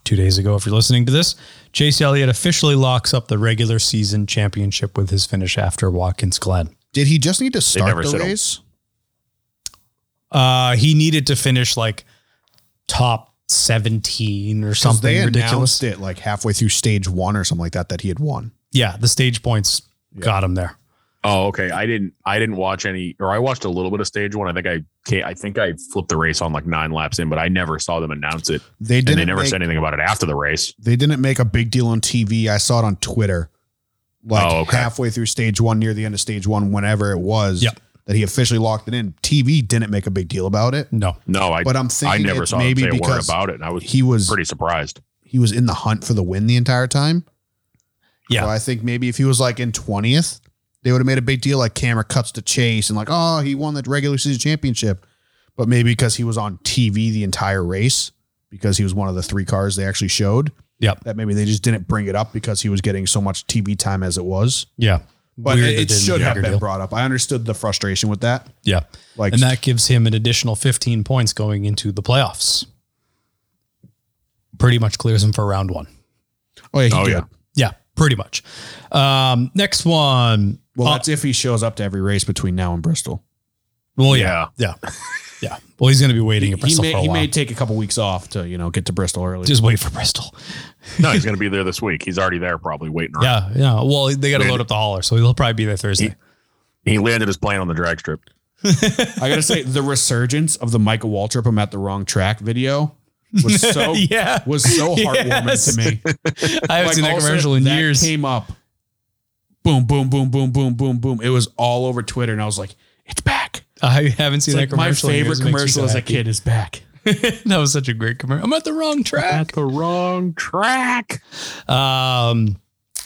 Speaker 1: two days ago, if you're listening to this, Chase Elliott officially locks up the regular season championship with his finish after Watkins Glen.
Speaker 2: Did he just need to start
Speaker 3: never
Speaker 2: the
Speaker 3: said-
Speaker 2: race?
Speaker 1: Uh, he needed to finish like top seventeen or
Speaker 2: 'Cause
Speaker 1: something
Speaker 2: they
Speaker 1: ridiculous.
Speaker 2: announced it like halfway through stage one or something like that that he had won.
Speaker 1: Yeah, the stage points got him there.
Speaker 3: Oh, okay. I didn't I didn't watch any or I watched a little bit of stage one. I think I can't, I think I flipped the race on like nine laps in, but I never saw them announce it.
Speaker 2: They
Speaker 3: And
Speaker 2: didn't
Speaker 3: they never
Speaker 2: make-
Speaker 3: said anything about it after the race.
Speaker 2: they didn't make a big deal on TV. I saw it on Twitter, like
Speaker 3: Oh, okay.
Speaker 2: halfway through stage one, near the end of stage one, whenever it was
Speaker 1: Yep.
Speaker 2: that he officially locked it in. TV didn't make a big deal about it,
Speaker 1: No,
Speaker 3: No, I
Speaker 2: but I'm
Speaker 3: I
Speaker 2: thinking
Speaker 3: never
Speaker 2: it's
Speaker 3: saw
Speaker 2: maybe
Speaker 3: them say a word
Speaker 2: because
Speaker 3: about it. And I was
Speaker 2: he was
Speaker 3: pretty surprised.
Speaker 2: he was in the hunt for the win the entire time.
Speaker 1: Yeah.
Speaker 2: so I think maybe if he was like in twentieth, they would have made a big deal like camera cuts to chase and like, oh, he won the regular season championship. But maybe because he was on TV the entire race, because he was one of the three cars they actually showed.
Speaker 1: Yep.
Speaker 2: That maybe they just didn't bring it up because he was getting so much TV time as it was.
Speaker 1: Yeah.
Speaker 2: But
Speaker 1: Weird that
Speaker 2: it, it
Speaker 1: didn't make
Speaker 2: should
Speaker 1: a
Speaker 2: have been
Speaker 1: deal.
Speaker 2: brought up. I understood the frustration with that.
Speaker 1: Yeah.
Speaker 2: Like
Speaker 1: and that gives him an additional 15 points going into the playoffs. Pretty much clears him for round one.
Speaker 2: Oh yeah, he
Speaker 3: Oh,
Speaker 2: did.
Speaker 3: yeah.
Speaker 1: Yeah, pretty much. Um, next one.
Speaker 2: Well,
Speaker 1: Uh,
Speaker 2: that's if he shows up to every race between now and Bristol.
Speaker 1: well, yeah, yeah, yeah. Well, he's going to be waiting at Bristol
Speaker 2: he,
Speaker 1: for
Speaker 2: may,
Speaker 1: a
Speaker 2: he
Speaker 1: while.
Speaker 2: may take a couple weeks off to you know get to Bristol early.
Speaker 1: Just wait for Bristol.
Speaker 3: No, he's going to be there this week. He's already there, probably waiting. Around.
Speaker 1: Yeah, yeah. Well, they got to
Speaker 3: Wait.
Speaker 1: load up the hauler, so he'll probably be there Thursday.
Speaker 3: He landed his plane on the drag strip.
Speaker 2: I gotta say, the resurgence of the Michael Waltrip "I'm at the wrong track" video was so
Speaker 1: yeah,
Speaker 2: was so heartwarming
Speaker 1: Yes.
Speaker 2: to me.
Speaker 1: I haven't
Speaker 2: Like,
Speaker 1: seen that
Speaker 2: also,
Speaker 1: commercial in
Speaker 2: that
Speaker 1: years.
Speaker 2: Came up, boom, boom, boom, boom, boom, boom, boom. It was all over Twitter, and I was like, "It's back!"
Speaker 1: I haven't
Speaker 2: It's
Speaker 1: seen
Speaker 2: like
Speaker 1: that
Speaker 2: my
Speaker 1: commercial. in
Speaker 2: favorite
Speaker 1: years. It makes me
Speaker 2: commercial
Speaker 1: so
Speaker 2: as a
Speaker 1: happy.
Speaker 2: kid is back.
Speaker 1: that was such a great commercial. I'm at the wrong track.
Speaker 3: the wrong track.
Speaker 1: Um,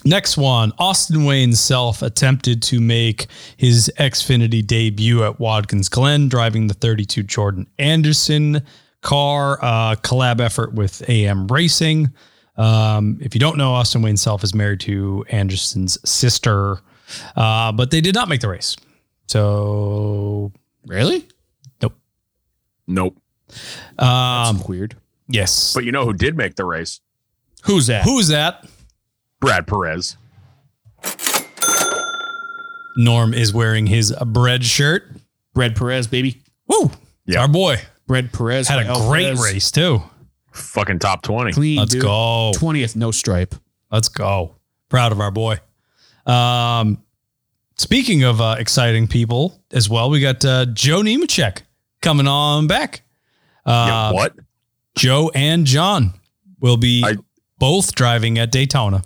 Speaker 1: next one, Austin Wayne self attempted to make his Xfinity debut at Watkins Glen, driving the 32 Jordan Anderson car, uh, collab effort with AM Racing. Um, if you don't know, Austin Wayne self is married to Anderson's sister, uh, but they did not make the race. So,
Speaker 2: Really?
Speaker 3: Nope.
Speaker 1: um,
Speaker 2: weird.
Speaker 1: yes.
Speaker 3: But you know who did make the race?
Speaker 2: Who's that?
Speaker 1: Who's that?
Speaker 3: Brad Perez.
Speaker 1: Norm is wearing his bread shirt.
Speaker 2: Brad Perez, baby.
Speaker 1: Woo!
Speaker 3: Yeah.
Speaker 1: Our boy
Speaker 2: Brad Perez
Speaker 1: had a
Speaker 2: for El
Speaker 1: great
Speaker 2: Perez.
Speaker 1: race too.
Speaker 3: Fucking top twenty.
Speaker 2: Clean.
Speaker 1: Let's go.
Speaker 2: Twentieth, no stripe.
Speaker 1: Let's go. Proud of our boy. Um, speaking of uh, exciting people as well, we got uh, Joe Nemechek coming on back.
Speaker 3: Yeah,
Speaker 1: Uh,
Speaker 3: what?
Speaker 1: Joe and John will be
Speaker 3: I-
Speaker 1: both driving at Daytona.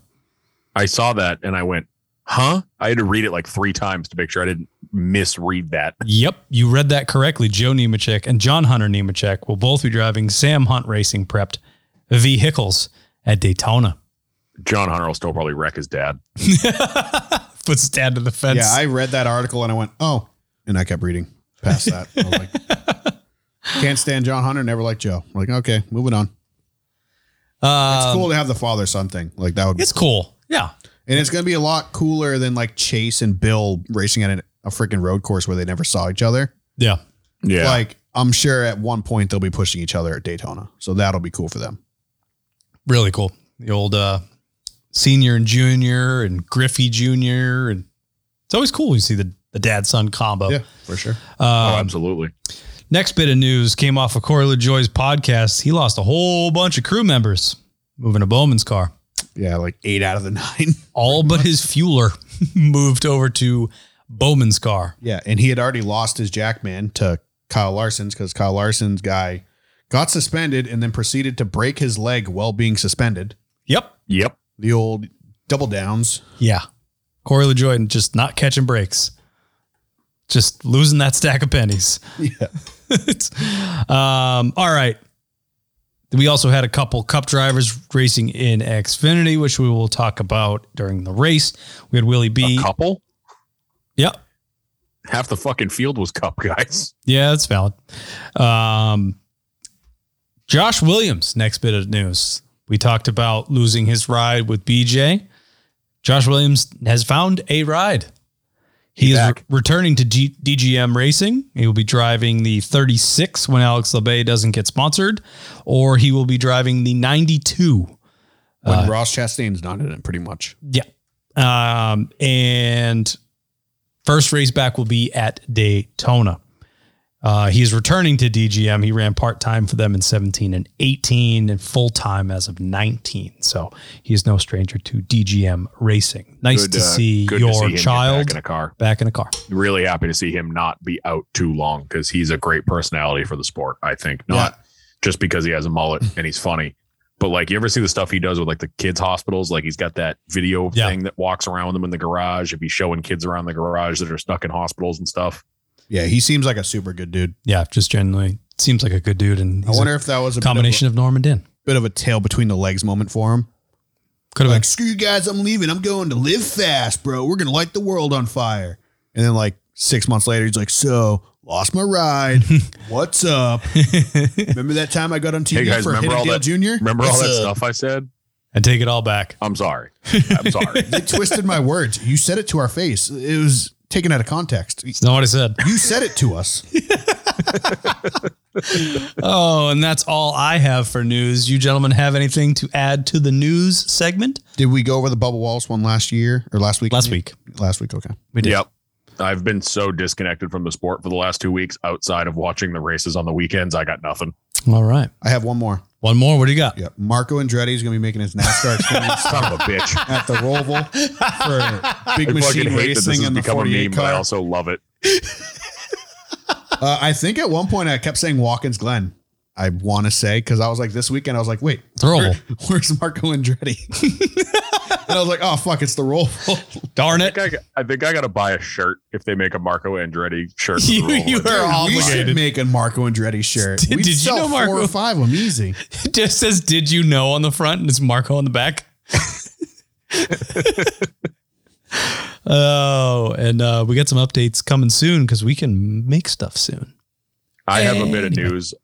Speaker 3: I saw that and I went, huh? I had to read it like three times to make sure I didn't misread that.
Speaker 1: Yep, you read that correctly. Joe Nemechek and John Hunter Nemechek will both be driving Sam Hunt Racing prepped vehicles at Daytona.
Speaker 3: John Hunter will still probably wreck his dad.
Speaker 1: Puts his dad to the fence.
Speaker 2: Yeah,
Speaker 6: I read that article and I went, oh, and I kept reading past that. I was like, can't stand John Hunter, never liked Joe. I'm like, okay, moving on.
Speaker 1: Uh,
Speaker 6: It's cool to have the father son thing. Like that would, be,
Speaker 1: Um, It's cool. Yeah.
Speaker 6: and it's gonna be a lot cooler than like Chase and Bill racing at an, a freaking road course where they never saw each other.
Speaker 1: Yeah.
Speaker 3: Yeah.
Speaker 6: Like I'm sure at one point they'll be pushing each other at Daytona, so that'll be cool for them.
Speaker 1: really cool. The old uh, senior and junior and Griffey Junior and it's always cool when you see the, the dad son combo.
Speaker 6: Yeah, for sure.
Speaker 3: oh,
Speaker 1: Um,
Speaker 3: absolutely.
Speaker 1: next bit of news came off of Corey LaJoy's podcast. He lost a whole bunch of crew members moving to Bowman's car.
Speaker 6: Yeah, like eight out of the nine.
Speaker 1: All but his fueler moved over to Bowman's car.
Speaker 6: Yeah, and he had already lost his Jackman to Kyle Larson's because Kyle Larson's guy got suspended and then proceeded to break his leg while being suspended.
Speaker 1: Yep.
Speaker 3: Yep.
Speaker 6: The old double downs.
Speaker 1: Yeah. Corey LaJoy just not catching breaks, just losing that stack of pennies.
Speaker 6: Yeah.
Speaker 1: It's- um, all right. We also had a couple cup drivers racing in Xfinity, which we will talk about during the race. We had Willie B.
Speaker 3: A couple?
Speaker 1: Yep.
Speaker 3: Half the fucking field was cup guys.
Speaker 1: Yeah, that's valid. Um, Josh Williams, next bit of news. We talked about losing his ride with BJ. Josh Williams has found a ride. He is re- returning to G- DGM Racing. He will be driving the 36 when Alex LeBay doesn't get sponsored, or he will be driving the 92
Speaker 6: When Ross Chastain's not in it, pretty much.
Speaker 1: Uh, yeah. Um, and first race back will be at Daytona. Uh, he is returning to DGM. He ran part time for them in 17 and 18 and full time as of 19. So he is no stranger to DGM racing. Nice
Speaker 3: Good,
Speaker 1: to
Speaker 3: uh,
Speaker 1: see
Speaker 3: good to see
Speaker 1: your
Speaker 3: him get
Speaker 1: child
Speaker 3: back in a car.
Speaker 1: back in a car.
Speaker 3: Really happy to see him not be out too long because he's a great personality for the sport. I think not just because he has a mullet
Speaker 2: Mm-hmm.
Speaker 3: and he's funny, but like you ever see the stuff he does with like the kids hospitals? Like he's got that video
Speaker 1: Yeah.
Speaker 3: thing that walks around with them in the garage. If he's showing kids around the garage that are stuck in hospitals and stuff,
Speaker 6: Yeah, he seems like a super good dude.
Speaker 1: Yeah, just generally seems like a good dude. And
Speaker 6: I
Speaker 1: he's
Speaker 6: wonder
Speaker 1: a
Speaker 6: if that was a
Speaker 1: combination of, Norman Norm and Din.
Speaker 6: bit of a, bit of a tail between the legs moment for him.
Speaker 1: Could have
Speaker 2: like, screw you guys, I'm leaving. I'm going to live fast, bro. We're gonna light the world on fire. And then like six months later, he's like, so lost my ride. What's up?
Speaker 1: been.
Speaker 2: Remember that time I got on TV
Speaker 3: Hey, guys,
Speaker 2: for
Speaker 3: remember
Speaker 2: Hidden
Speaker 3: all
Speaker 2: Dale
Speaker 3: that-
Speaker 2: Jr.?
Speaker 3: Remember all
Speaker 2: What's
Speaker 3: that
Speaker 2: up?
Speaker 3: stuff I said?
Speaker 1: I take it all back.
Speaker 3: I'm sorry. I'm sorry.
Speaker 2: They twisted my words. You said it to our face. It was taken out of context.
Speaker 1: It's not what I said.
Speaker 2: You said it to us.
Speaker 1: Oh, and that's all I have for news. You gentlemen have anything to add to the news segment?
Speaker 2: Did we go over the Bubble Wallace one last year or last week?
Speaker 1: Last week.
Speaker 2: Last week. Okay.
Speaker 1: We did.
Speaker 3: Yep. I've been so disconnected from the sport for the last two weeks outside of watching the races on the weekends. I got nothing.
Speaker 1: All right.
Speaker 2: I have one more.
Speaker 1: One more. What do you got?
Speaker 2: Yeah. Marco Andretti is going to be making his NASCAR experience
Speaker 3: Son of a bitch.
Speaker 2: at the Roval for
Speaker 3: I
Speaker 2: big
Speaker 3: fucking
Speaker 2: machine
Speaker 3: hate that this
Speaker 2: racing
Speaker 3: has
Speaker 2: in the
Speaker 3: become a
Speaker 2: 48
Speaker 3: meme, but I
Speaker 2: car.
Speaker 3: also love it.
Speaker 2: Uh, I think at one point I kept saying Watkins Glen. I want to say because I was like this weekend I was like, wait,
Speaker 1: Throwable.
Speaker 2: where's Marco Andretti? and I was like, oh fuck, it's the Roval.
Speaker 1: Darn
Speaker 3: I
Speaker 1: it.
Speaker 3: think I, got- I think I got to buy a shirt if they make a Marco Andretti shirt. for the
Speaker 1: You, you
Speaker 3: Roval.
Speaker 1: are
Speaker 2: we should
Speaker 1: obligated.
Speaker 2: make a Marco Andretti shirt.
Speaker 1: Did-
Speaker 2: We'd
Speaker 1: did you
Speaker 2: sell
Speaker 1: know
Speaker 2: four
Speaker 1: Marco-
Speaker 2: or five of them easy?
Speaker 1: It just says, Did you know on the front and it's Marco on the back? oh, and uh, we got some updates coming soon because we can make stuff soon.
Speaker 3: I have a bit of
Speaker 1: Anyway.
Speaker 3: news. I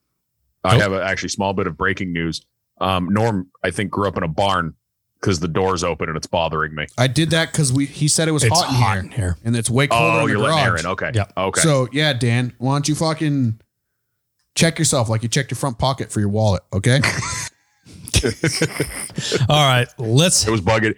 Speaker 2: Oh.
Speaker 1: Nope.
Speaker 3: have a actually small bit of breaking news. Um, Norm, I think, grew up in a barn because the door's open and it's bothering me.
Speaker 2: I did that because we he said it was hot in here
Speaker 1: here.
Speaker 2: and it's way colder
Speaker 3: Oh,
Speaker 2: in the
Speaker 3: you're letting
Speaker 2: garage.
Speaker 3: air in. Okay.
Speaker 1: Yep.
Speaker 3: Okay.
Speaker 2: So yeah, Dan, why don't you fucking check yourself like you checked your front pocket for your wallet? Okay.
Speaker 1: All right. Let's
Speaker 3: it was bugging.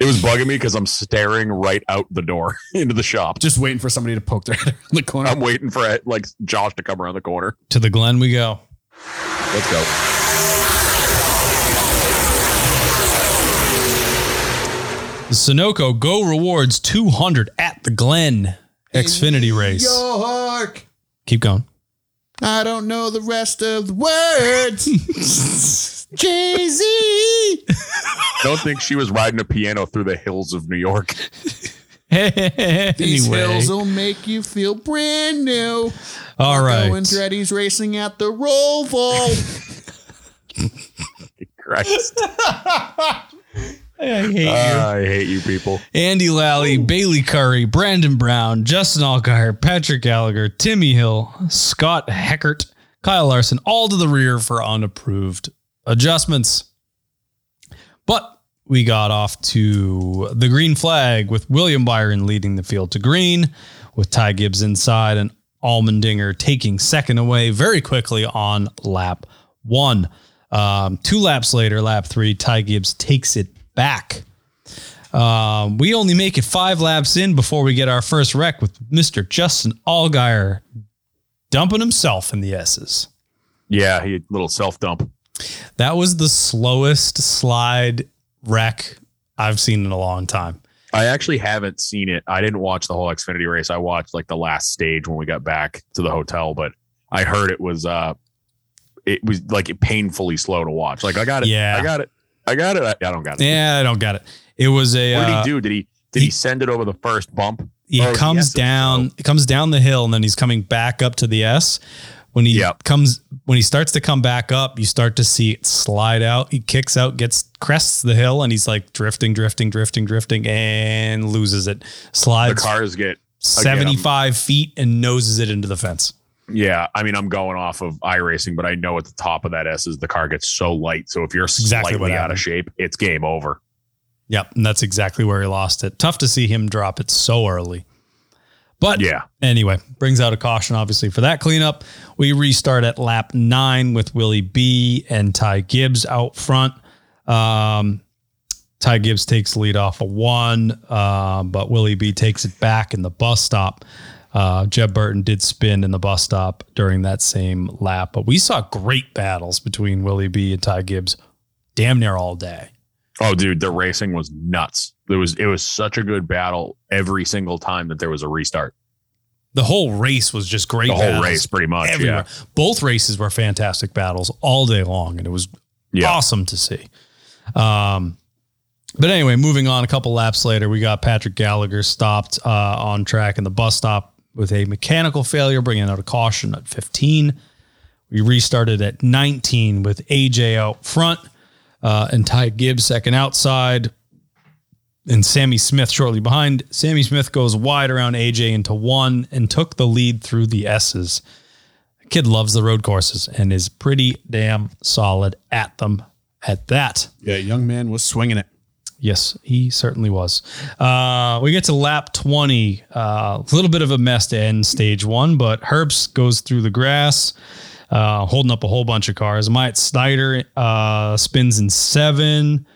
Speaker 3: It was bugging me because I'm staring right out the door into the shop.
Speaker 2: Just waiting for somebody to poke their head in the corner.
Speaker 3: I'm waiting for like Josh to come around the corner.
Speaker 1: to the Glen we go.
Speaker 3: Let's go.
Speaker 1: The Sunoco Go Rewards 200 at the Glen Xfinity race.
Speaker 2: York.
Speaker 1: Keep going.
Speaker 2: I don't know the rest of the words. Jay Z.
Speaker 3: Don't think she was riding a piano through the hills of New York.
Speaker 2: These
Speaker 1: anyway,
Speaker 2: hills will make you feel brand new.
Speaker 1: all right.
Speaker 2: Joe Andretti's racing at the Roval.
Speaker 3: Christ.
Speaker 1: I hate you.
Speaker 2: Uh,
Speaker 3: I hate you people.
Speaker 1: Andy Lally, Bailey Curry, Brandon Brown, Justin Allgaier, Patrick Gallagher, Timmy Hill, Scott Heckert, Kyle Larson, all to the rear for unapproved adjustments. But we got off to the green flag with William Byron leading the field to green, with Ty Gibbs inside and Almendinger taking second away very quickly on lap one. Um, two laps later, lap three, Ty Gibbs takes it back. Um, we only make it five laps in before we get our first wreck with Mr. Justin Allgaier dumping himself in the S's.
Speaker 3: Yeah, he little self dump.
Speaker 1: That was the slowest slide wreck I've seen in a long time.
Speaker 3: I actually haven't seen it. I didn't watch the whole Xfinity race. I watched like the last stage when we got back to the hotel, but I heard it was uh it was like painfully slow to watch. Like I got it.
Speaker 1: Yeah.
Speaker 3: I got it. I got it. I, I don't got it.
Speaker 1: Yeah, I don't got it. It was a
Speaker 3: What did
Speaker 1: uh,
Speaker 3: he do? Did he did he,
Speaker 1: he-
Speaker 3: send it over the first bump?
Speaker 1: he
Speaker 3: Oh,
Speaker 1: comes
Speaker 3: yes, it was
Speaker 1: down
Speaker 3: slow.
Speaker 1: it comes down the hill and then he's coming back up to the S. When he
Speaker 3: Yep.
Speaker 1: comes when he starts to come back up, you start to see it slide out. He kicks out, gets crests the hill, and he's like drifting, drifting, drifting, drifting, and loses it.
Speaker 3: The
Speaker 1: Slides
Speaker 3: cars get
Speaker 1: 75 feet and noses it into the fence.
Speaker 3: yeah. I mean, I'm going off of iRacing, but I know at the top of that S is the car gets so light. So if you're
Speaker 1: Exactly what
Speaker 3: slightly out
Speaker 1: happened.
Speaker 3: of shape, it's game over.
Speaker 1: Yep. And that's exactly where he lost it. Tough to see him drop it so early. But
Speaker 3: Yeah.
Speaker 1: anyway, brings out a caution, obviously, for that cleanup. We restart at lap nine with Willie B and Ty Gibbs out front. Um, Ty Gibbs takes lead off of one, uh, but Willie B takes it back in the bus stop. Uh, Jeb Burton did spin in the bus stop during that same lap, but we saw great battles between Willie B and Ty Gibbs damn near all day.
Speaker 3: Oh, dude, the racing was nuts. It was it was such a good battle every single time that there was a restart.
Speaker 1: The whole race was just great.
Speaker 3: The whole
Speaker 1: battles
Speaker 3: race, pretty much.
Speaker 1: everywhere. Both races were fantastic battles all day long, and it was
Speaker 3: Yeah. Yeah.
Speaker 1: awesome to see. Um, but anyway, moving on a couple laps later, we got Patrick Gallagher stopped uh, on track in the bus stop with a mechanical failure, bringing out a caution at 15. We restarted at 19 with AJ out front. uh, and Ty Gibbs second outside, and Sammy Smith shortly behind. Sammy Smith goes wide around AJ into one and took the lead through the S's. The kid loves the road courses and is pretty damn solid at them at that.
Speaker 2: Yeah, young man was swinging it.
Speaker 1: Yes, he certainly was. Uh, we get to lap 20. A little bit of a mess to end stage one, but Herbst goes through the grass, uh, holding up a whole bunch of cars. Myatt Snyder uh, spins in seven,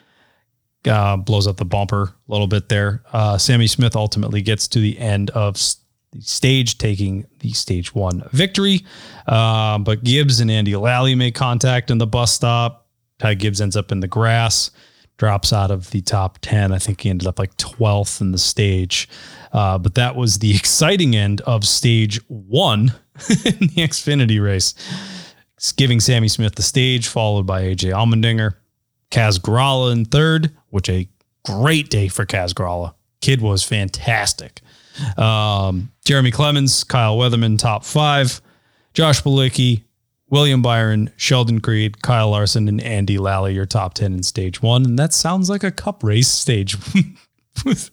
Speaker 1: uh, blows up the bumper a little bit there. Uh, Sammy Smith ultimately gets to the end of s- the stage, taking the stage one victory. Uh, but Gibbs and Andy Lally make contact in the bus stop. Ty Gibbs ends up in the grass drops out of the top 10. I think he ended up like 12th in the stage. Uh, but that was the exciting end of stage one in the Xfinity race. It's giving Sammy Smith the stage, followed by AJ Allmendinger. Kaz Gralla in third, which a great day for Kaz Gralla. Kid was fantastic. Um, Jeremy Clemens, Kyle Weatherman, top five. Josh Balicki, William Byron, Sheldon Creed, Kyle Larson, and Andy Lally, your top 10 in stage one. And that sounds like a cup race stage with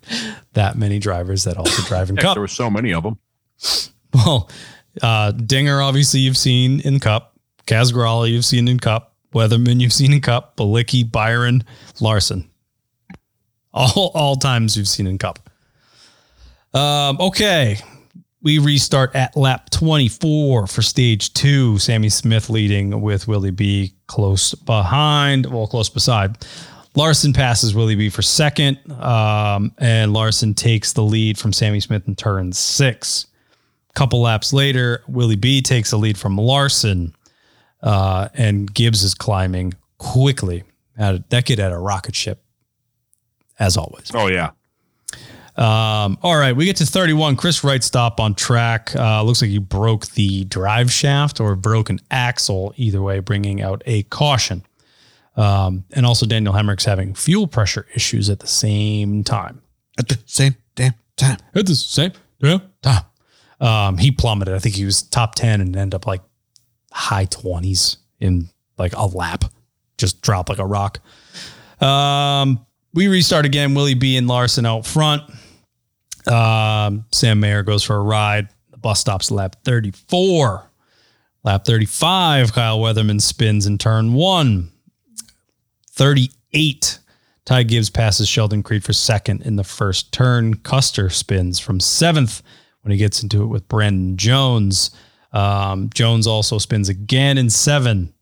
Speaker 1: that many drivers that also drive in
Speaker 3: Heck,
Speaker 1: cup.
Speaker 3: there were so many of them.
Speaker 1: Well, uh, Dinger, obviously, you've seen in Cup. Kazgrala, you've seen in Cup. Weatherman, you've seen in Cup. Balicki, Byron, Larson. All, all times you've seen in Cup. Um, okay. We restart at lap 24 for stage two. Sammy Smith leading with Willie B close behind, well, close beside. Larson passes Willie B for second, um, and Larson takes the lead from Sammy Smith in turn six couple laps later, Willie B takes a lead from Larson, uh, and Gibbs is climbing quickly. Had- That kid had a rocket ship, as always.
Speaker 3: Oh yeah,
Speaker 1: Um, all right, we get to 31. Chris Wright stop on track. Uh, looks like he broke the drive shaft or broke an axle, either way, bringing out a caution. Um, and also, Daniel Hemrick's having fuel pressure issues at the same time.
Speaker 2: At the same damn time.
Speaker 1: At the same time. Um, he plummeted. I think he was top 10 and ended up like high 20s in like a lap. Just dropped like a rock. Um, we restart again. Willie B and Larson out front. Um, Sam Mayer goes for a ride. The bus stops lap 34. Lap 35, Kyle Weatherman spins in turn one. 38, Ty Gibbs passes Sheldon Creed for second in the first turn. Custer spins from seventh when he gets into it with Brandon Jones. Um, Jones also spins again in seven.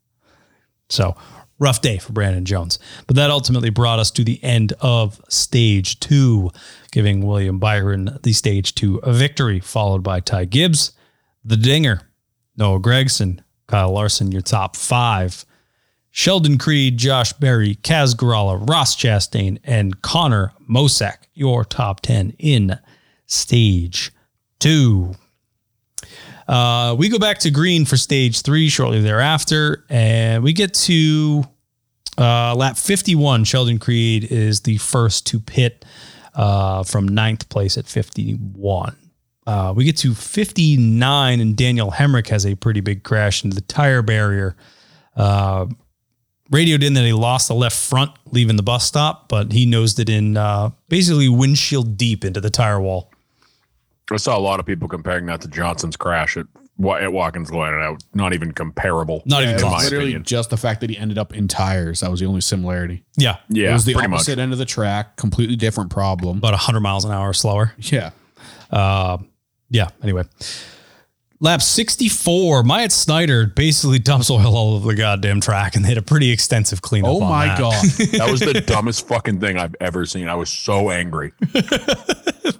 Speaker 1: So rough day for Brandon Jones. But that ultimately brought us to the end of stage two, giving William Byron the stage two victory, followed by Ty Gibbs, the dinger, Noah Gregson, Kyle Larson, your top five. Sheldon Creed, Josh Berry, Kaz Gurala, Ross Chastain, and Connor Mosak, your top 10 in stage two. Uh, we go back to green for stage three shortly thereafter, and we get to uh, lap 51. Sheldon Creed is the first to pit uh, from ninth place at 51. Uh, we get to 59, and Daniel Hemrick has a pretty big crash into the tire barrier. Uh, radioed in that he lost the left front leaving the bus stop, but he nosed it in uh, basically windshield deep into the tire wall.
Speaker 3: I saw a lot of people comparing that to Johnson's crash at Wa- at Watkins Glen, and I, not even comparable.
Speaker 1: Not even
Speaker 3: in
Speaker 1: close.
Speaker 3: my
Speaker 2: literally
Speaker 3: opinion.
Speaker 2: just the fact that he ended up in tires. That was the only similarity.
Speaker 1: Yeah,
Speaker 3: Yeah,
Speaker 2: it was the
Speaker 3: pretty
Speaker 2: opposite
Speaker 3: much.
Speaker 2: end of the track, completely different problem.
Speaker 1: about 100 miles an hour slower.
Speaker 2: yeah.
Speaker 1: Uh, yeah, anyway. Lap 64, Myatt Snyder basically dumps oil all over the goddamn track and they had a pretty extensive cleanup.
Speaker 2: Oh
Speaker 1: on
Speaker 2: my
Speaker 1: that.
Speaker 2: god.
Speaker 3: That was the dumbest fucking thing I've ever seen. I was so angry.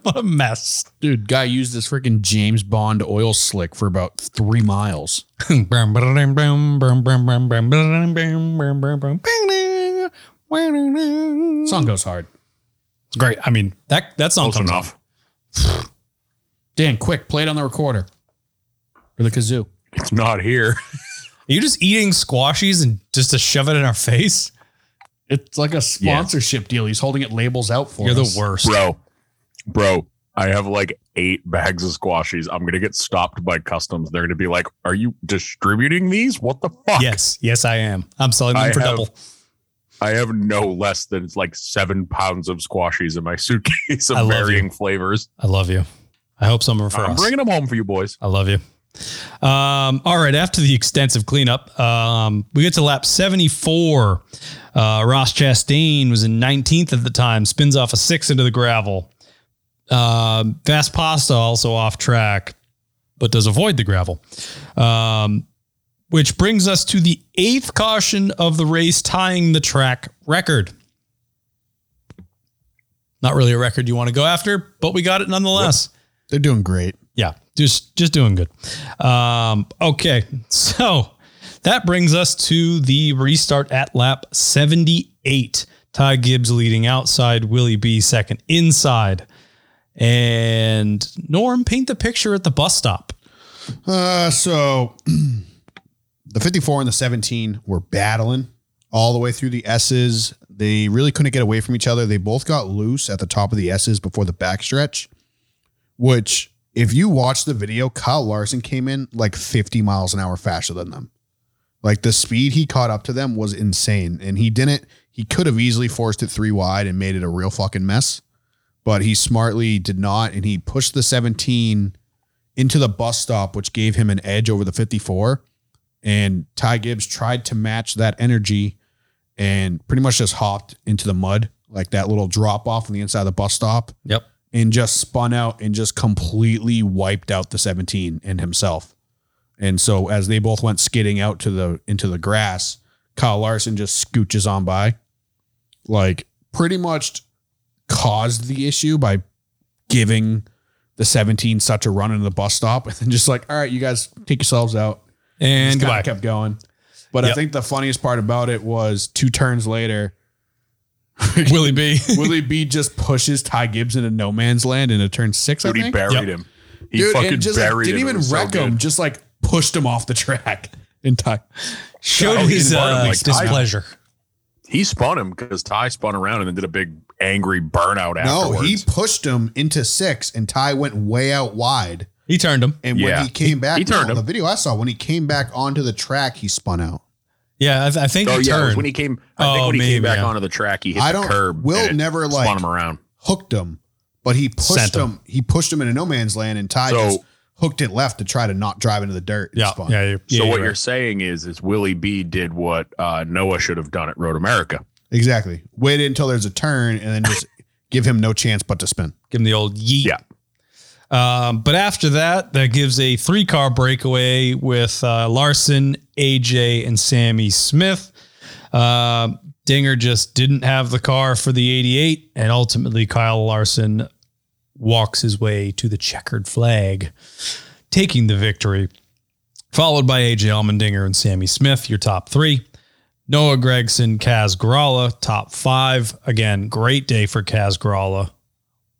Speaker 1: what a mess.
Speaker 2: Dude, guy used this freaking James Bond oil slick for about three miles.
Speaker 1: It's
Speaker 2: Song goes hard.
Speaker 1: great. I mean, that, that song
Speaker 3: Close
Speaker 1: comes
Speaker 3: enough.
Speaker 2: Dan, quick, play it on the recorder. Or the kazoo.
Speaker 3: It's not here.
Speaker 1: Are you just eating squashies and just to shove it in our face?
Speaker 2: It's like a sponsorship deal. He's holding it labels out for
Speaker 1: You're
Speaker 2: us.
Speaker 1: the worst.
Speaker 3: bro bro i have like eight bags of squashies i'm gonna get stopped by customs they're gonna be like are you distributing these what the fuck
Speaker 1: Yes, yes, I am. I'm selling them
Speaker 3: I
Speaker 1: for
Speaker 3: have-
Speaker 1: double.
Speaker 3: I have no less than like seven pounds of squashies in my suitcase
Speaker 1: I
Speaker 3: of
Speaker 1: love
Speaker 3: varying flavors.
Speaker 1: I love you. I hope some are for
Speaker 3: I'm
Speaker 1: us.
Speaker 3: bringing them home for you boys.
Speaker 1: I love you. Um, all right. After the extensive cleanup, um, we get to lap 74. Uh, Ross Chastain was in 19th at the time, spins off a six into the gravel. Um, Fast Pasta also off track, but does avoid the gravel. Um, which brings us to the eighth caution of the race, tying the track record. Not really a record you want to go after, but we got it nonetheless.
Speaker 2: They're doing great.
Speaker 1: Yeah, just just doing good. Um, okay, so that brings us to the restart at lap 78. Ty Gibbs leading outside, Willie B second inside, and Norm paint the picture at the bus stop.
Speaker 2: Uh, so the 54 and the 17 were battling all the way through the S's. They really couldn't get away from each other. They both got loose at the top of the S's before the backstretch, which, if you watch the video, Kyle Larson came in like 50 miles an hour faster than them. Like the speed he caught up to them was insane. And he didn't, he could have easily forced it three wide and made it a real fucking mess, but he smartly did not. And he pushed the 17 into the bus stop, which gave him an edge over the 54. And Ty Gibbs tried to match that energy and pretty much just hopped into the mud, like that little drop off on the inside of the bus stop,
Speaker 1: Yep.
Speaker 2: and just spun out and just completely wiped out the 17 and himself. And so as they both went skidding out to the into the grass, Kyle Larson just scooches on by. Like pretty much caused the issue by giving the 17 such a run into the bus stop and then just like all right you guys take yourselves out
Speaker 1: And
Speaker 2: Just kinda
Speaker 1: goodbye.
Speaker 2: kept going but i
Speaker 1: Yep.
Speaker 2: think the funniest part about it was two turns later
Speaker 1: Willie B.
Speaker 2: willie b just pushes ty gibbs into no man's land in a turn six i
Speaker 3: Dude, he
Speaker 2: think
Speaker 3: buried
Speaker 1: Yep.
Speaker 3: him. He
Speaker 2: Dude,
Speaker 3: fucking
Speaker 2: and just like,
Speaker 3: buried
Speaker 2: didn't
Speaker 3: him. It
Speaker 2: even
Speaker 3: was so
Speaker 2: wreck him
Speaker 3: good.
Speaker 2: just like pushed him off the track and ty
Speaker 1: Showed
Speaker 3: Oh,
Speaker 1: his
Speaker 3: he's
Speaker 1: uh,
Speaker 3: burned like Ty.
Speaker 1: displeasure.
Speaker 3: He spun him because Ty spun around and then did a big angry burnout
Speaker 2: no
Speaker 3: afterwards.
Speaker 2: he pushed him into six and ty went way out wide
Speaker 1: He turned him.
Speaker 2: and
Speaker 3: Yeah.
Speaker 2: when he came back
Speaker 3: he turned
Speaker 2: no,
Speaker 3: him.
Speaker 2: the video i saw when he came back onto the track he spun out
Speaker 1: Yeah, I, th- I think
Speaker 3: oh
Speaker 1: he
Speaker 3: yeah, it was
Speaker 1: turned.
Speaker 3: when he came. I
Speaker 1: Oh,
Speaker 3: think when he
Speaker 1: maybe,
Speaker 3: came back
Speaker 1: yeah.
Speaker 3: onto the track, he hit
Speaker 2: I
Speaker 3: the
Speaker 2: don't-
Speaker 3: curb.
Speaker 2: Will
Speaker 3: and it
Speaker 2: never,
Speaker 3: spun
Speaker 2: like-
Speaker 3: him around.
Speaker 2: hooked him, but he pushed
Speaker 1: Sent him.
Speaker 2: him. He pushed him into no man's land, and Ty
Speaker 3: So-
Speaker 2: just hooked it left to try to not drive into the dirt. and
Speaker 1: yeah,
Speaker 2: spun.
Speaker 1: yeah, yeah.
Speaker 3: So
Speaker 1: yeah,
Speaker 3: what
Speaker 1: right.
Speaker 3: you're saying is, is Willie B did what uh, Noah should have done at Road America.
Speaker 2: exactly. Wait until there's a turn, and then just give him no chance but to spin.
Speaker 1: Give him the old yeet.
Speaker 3: Yeah.
Speaker 1: Um, but after that, that gives a three car breakaway with uh, Larson, AJ, and Sammy Smith. Um Dinger just didn't have the car for the 88, and ultimately Kyle Larson walks his way to the checkered flag, taking the victory, followed by AJ Allmendinger and Sammy Smith, your top three. Noah Gregson, Kaz Gralla, top five. Again, great day for Kaz Gralla.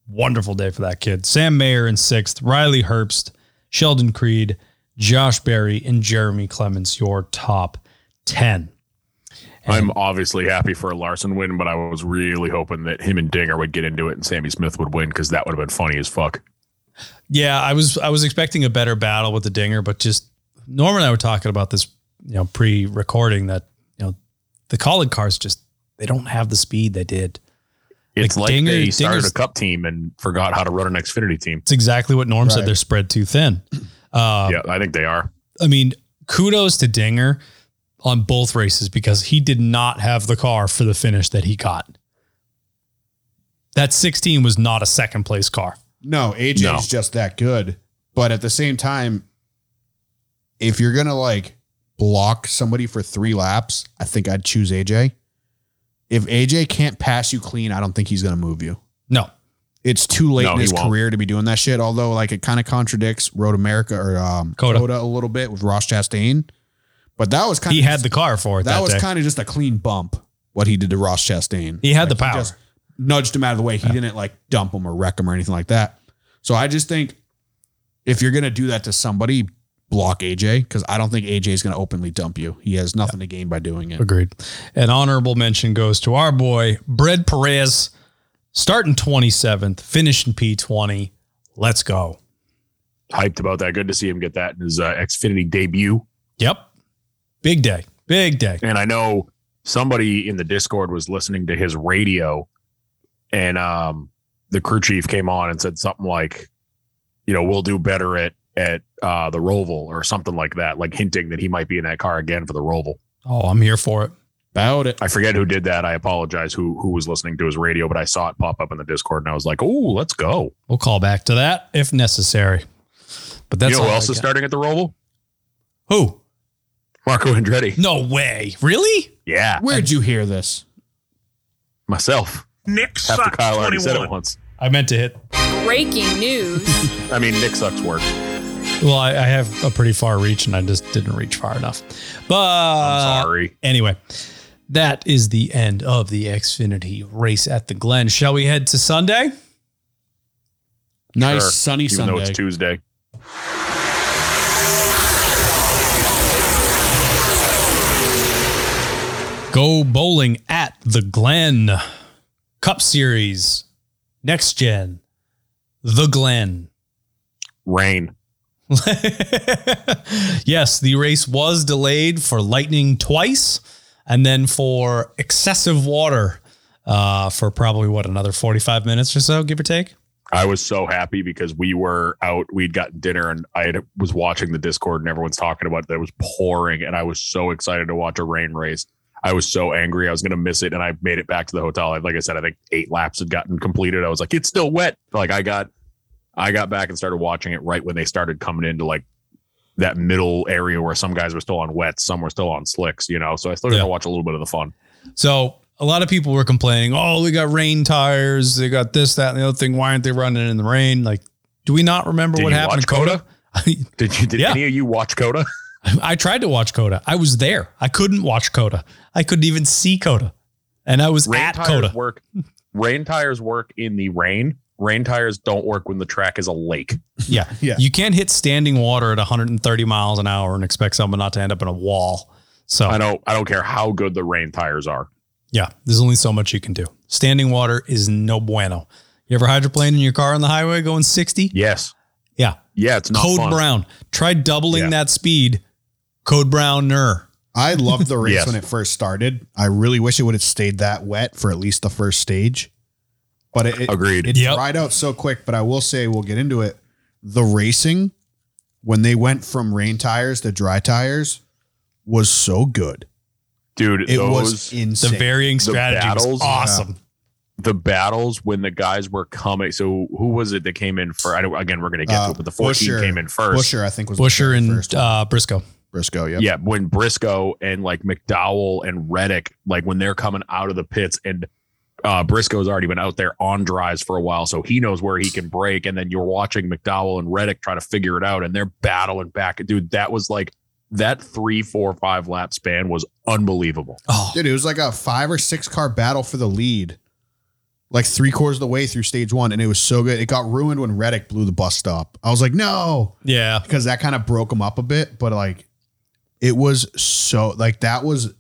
Speaker 1: Wonderful day for that kid. Sam Mayer in sixth, Riley Herbst, Sheldon Creed, Josh Berry, and Jeremy Clements, your top 10.
Speaker 3: I'm obviously happy for a Larson win, but I was really hoping that him and Dinger would get into it and Sammy Smith would win because that would have been funny as fuck.
Speaker 1: Yeah, I was I was expecting a better battle with the dinger, but just Norm and I were talking about this, you know, pre-recording that you know the college cars just they don't have the speed they did.
Speaker 3: It's
Speaker 1: Like,
Speaker 3: like,
Speaker 1: Dinger-
Speaker 3: they started
Speaker 1: Dinger's-
Speaker 3: a cup team and forgot how to run an Xfinity team.
Speaker 1: It's exactly what Norm said.
Speaker 2: Right.
Speaker 1: They're spread too thin. Uh,
Speaker 3: yeah, I think they are.
Speaker 1: I mean, kudos to Dinger on both races because he did not have the car for the finish that he got. That 16 was not a second place car.
Speaker 2: No, AJ's
Speaker 3: No.
Speaker 2: just that good. But at the same time, if you're gonna like block somebody for three laps, I think I'd choose AJ. If AJ can't pass you clean, I don't think he's gonna move you.
Speaker 1: No.
Speaker 2: it's too late
Speaker 3: No,
Speaker 2: in
Speaker 3: he
Speaker 2: his
Speaker 3: won't.
Speaker 2: career to be doing that shit. Although, like, it kind of contradicts Road America or um,
Speaker 1: Coda.
Speaker 2: Coda. a little bit with Ross Chastain. But that was kind
Speaker 1: He
Speaker 2: of
Speaker 1: had the car for it
Speaker 2: that,
Speaker 1: that,
Speaker 2: was
Speaker 1: day.
Speaker 2: kind of just a clean bump what he did to Ross Chastain.
Speaker 1: he had the
Speaker 2: Like,
Speaker 1: power.
Speaker 2: just nudged him out of the way. He didn't like dump him or wreck him or anything like that. So I just think if you're gonna do that to somebody, block AJ because I don't think AJ is gonna openly dump you. He has nothing to gain by doing it.
Speaker 1: Agreed. An honorable mention goes to our boy, Brad Perez, starting 27th, finishing P20. Let's go.
Speaker 3: Hyped about that. Good to see him get that in his uh, Xfinity debut.
Speaker 1: Yep. Big day. Big day.
Speaker 3: And I know somebody in the Discord was listening to his radio, and um, the crew chief came on and said something like, "You know, we'll do better at at uh, the Roval or something like that," like hinting that he might be in that car again for the Roval.
Speaker 1: Oh, I'm here for it.
Speaker 9: About it.
Speaker 3: I forget who did that. I apologize who who was listening to his radio, but I saw it pop up in the Discord, and I was like, "Oh, let's go!"
Speaker 1: We'll call back to that if necessary. But that's
Speaker 3: you know who
Speaker 1: all I
Speaker 3: else
Speaker 1: got.
Speaker 3: is starting at the Roval?
Speaker 1: Who?
Speaker 3: Marco Andretti.
Speaker 1: No way. Really?
Speaker 3: Yeah,
Speaker 9: Where'd you hear this?
Speaker 3: myself.
Speaker 10: Nick
Speaker 3: After
Speaker 10: sucks
Speaker 3: Kyle already said it
Speaker 10: 21.
Speaker 3: once.
Speaker 1: I meant to hit.
Speaker 5: Breaking news.
Speaker 3: I mean, Nick sucks work.
Speaker 1: Well, I, I have a pretty far reach, and I just didn't reach far enough. But Uh,
Speaker 3: I'm sorry.
Speaker 1: Anyway, that is the end of the Xfinity race at the Glen. Shall we head to Sunday?
Speaker 9: Nice
Speaker 3: Sure.
Speaker 9: sunny
Speaker 3: Even though
Speaker 9: Sunday.
Speaker 3: it's Tuesday.
Speaker 1: Go bowling at the Glen. Cup Series, next gen, the Glen.
Speaker 3: Rain.
Speaker 1: yes, the race was delayed for lightning twice and then for excessive water uh, for probably what, another 45 minutes or so, give or take?
Speaker 3: I was so happy because we were out. We'd gotten dinner and I had, was watching the Discord and everyone's talking about that it was pouring. And I was so excited to watch a rain race. I was so angry. I was going to miss it. And I made it back to the hotel. I- Like I said, I think eight laps had gotten completed. I was like, it's still wet. Like I got, I got back and started watching it right when they started coming into like that middle area where some guys were still on wet, some were still on slicks, you know? So I still got
Speaker 1: Yeah.
Speaker 3: to watch a little bit of the fun.
Speaker 1: So a lot of people were complaining, oh, they got rain tires, they got this, that, and the other thing. Why aren't they running in the rain? Like, do we not remember
Speaker 3: Did
Speaker 1: what
Speaker 3: you
Speaker 1: happened
Speaker 3: watch
Speaker 1: to Coda?
Speaker 3: Did you, did
Speaker 1: Yeah.
Speaker 3: any of you watch Coda?
Speaker 1: I tried to watch Coda. I was there. I couldn't watch Coda. I couldn't even see Coda. And I was
Speaker 3: rain
Speaker 1: at
Speaker 3: tires
Speaker 1: Coda.
Speaker 3: work rain tires work in the rain rain tires don't work when the track is a lake
Speaker 1: Yeah.
Speaker 9: Yeah.
Speaker 1: You can't hit standing water at 130 miles an hour and expect someone not to end up in a wall. So,
Speaker 3: i don't i don't care how good the rain tires are
Speaker 1: yeah, there's only so much you can do. Standing water is no bueno. You ever hydroplane in your car on the highway going 60?
Speaker 3: yes
Speaker 1: Yeah.
Speaker 3: yeah it's not
Speaker 1: Code
Speaker 3: fun.
Speaker 1: Brown. Try doubling
Speaker 3: Yeah.
Speaker 1: that speed. Code Browner.
Speaker 2: I loved the race
Speaker 3: Yes.
Speaker 2: when it first started. I really wish it would have stayed that wet for at least the first stage. But it, it,
Speaker 3: agreed
Speaker 2: it
Speaker 1: Yep.
Speaker 2: dried out so quick. But I will say, we'll get into it. The racing, when they went from rain tires to dry tires, was so good.
Speaker 3: dude
Speaker 2: It
Speaker 3: those
Speaker 2: was
Speaker 1: The
Speaker 2: insane.
Speaker 1: varying
Speaker 3: The
Speaker 1: strategy was
Speaker 3: battles,
Speaker 1: awesome.
Speaker 3: the battles when the guys were coming so who was it that came in for i don't again we're gonna get to
Speaker 2: Uh,
Speaker 3: it but the 14
Speaker 2: Busher.
Speaker 3: came in first
Speaker 2: Busher, I think, was
Speaker 1: Busher
Speaker 2: the
Speaker 1: and
Speaker 2: first
Speaker 1: uh, Briscoe.
Speaker 2: Briscoe. Yeah,
Speaker 3: Yeah, when Briscoe and like McDowell and Reddick, like when they're coming out of the pits and uh, Briscoe's already been out there on drives for a while, so he knows where he can break. And then you're watching McDowell and Reddick try to figure it out, and they're battling back. Dude, that was like that three, four, five lap span was unbelievable.
Speaker 1: Oh,
Speaker 2: dude, it was like a five or six car battle for the lead, like three quarters of the way through stage one, and it was so good. It got ruined when Reddick blew the bus stop. I was like, no,
Speaker 1: yeah.
Speaker 2: because that kind of broke them up a bit. But like, it was so like that was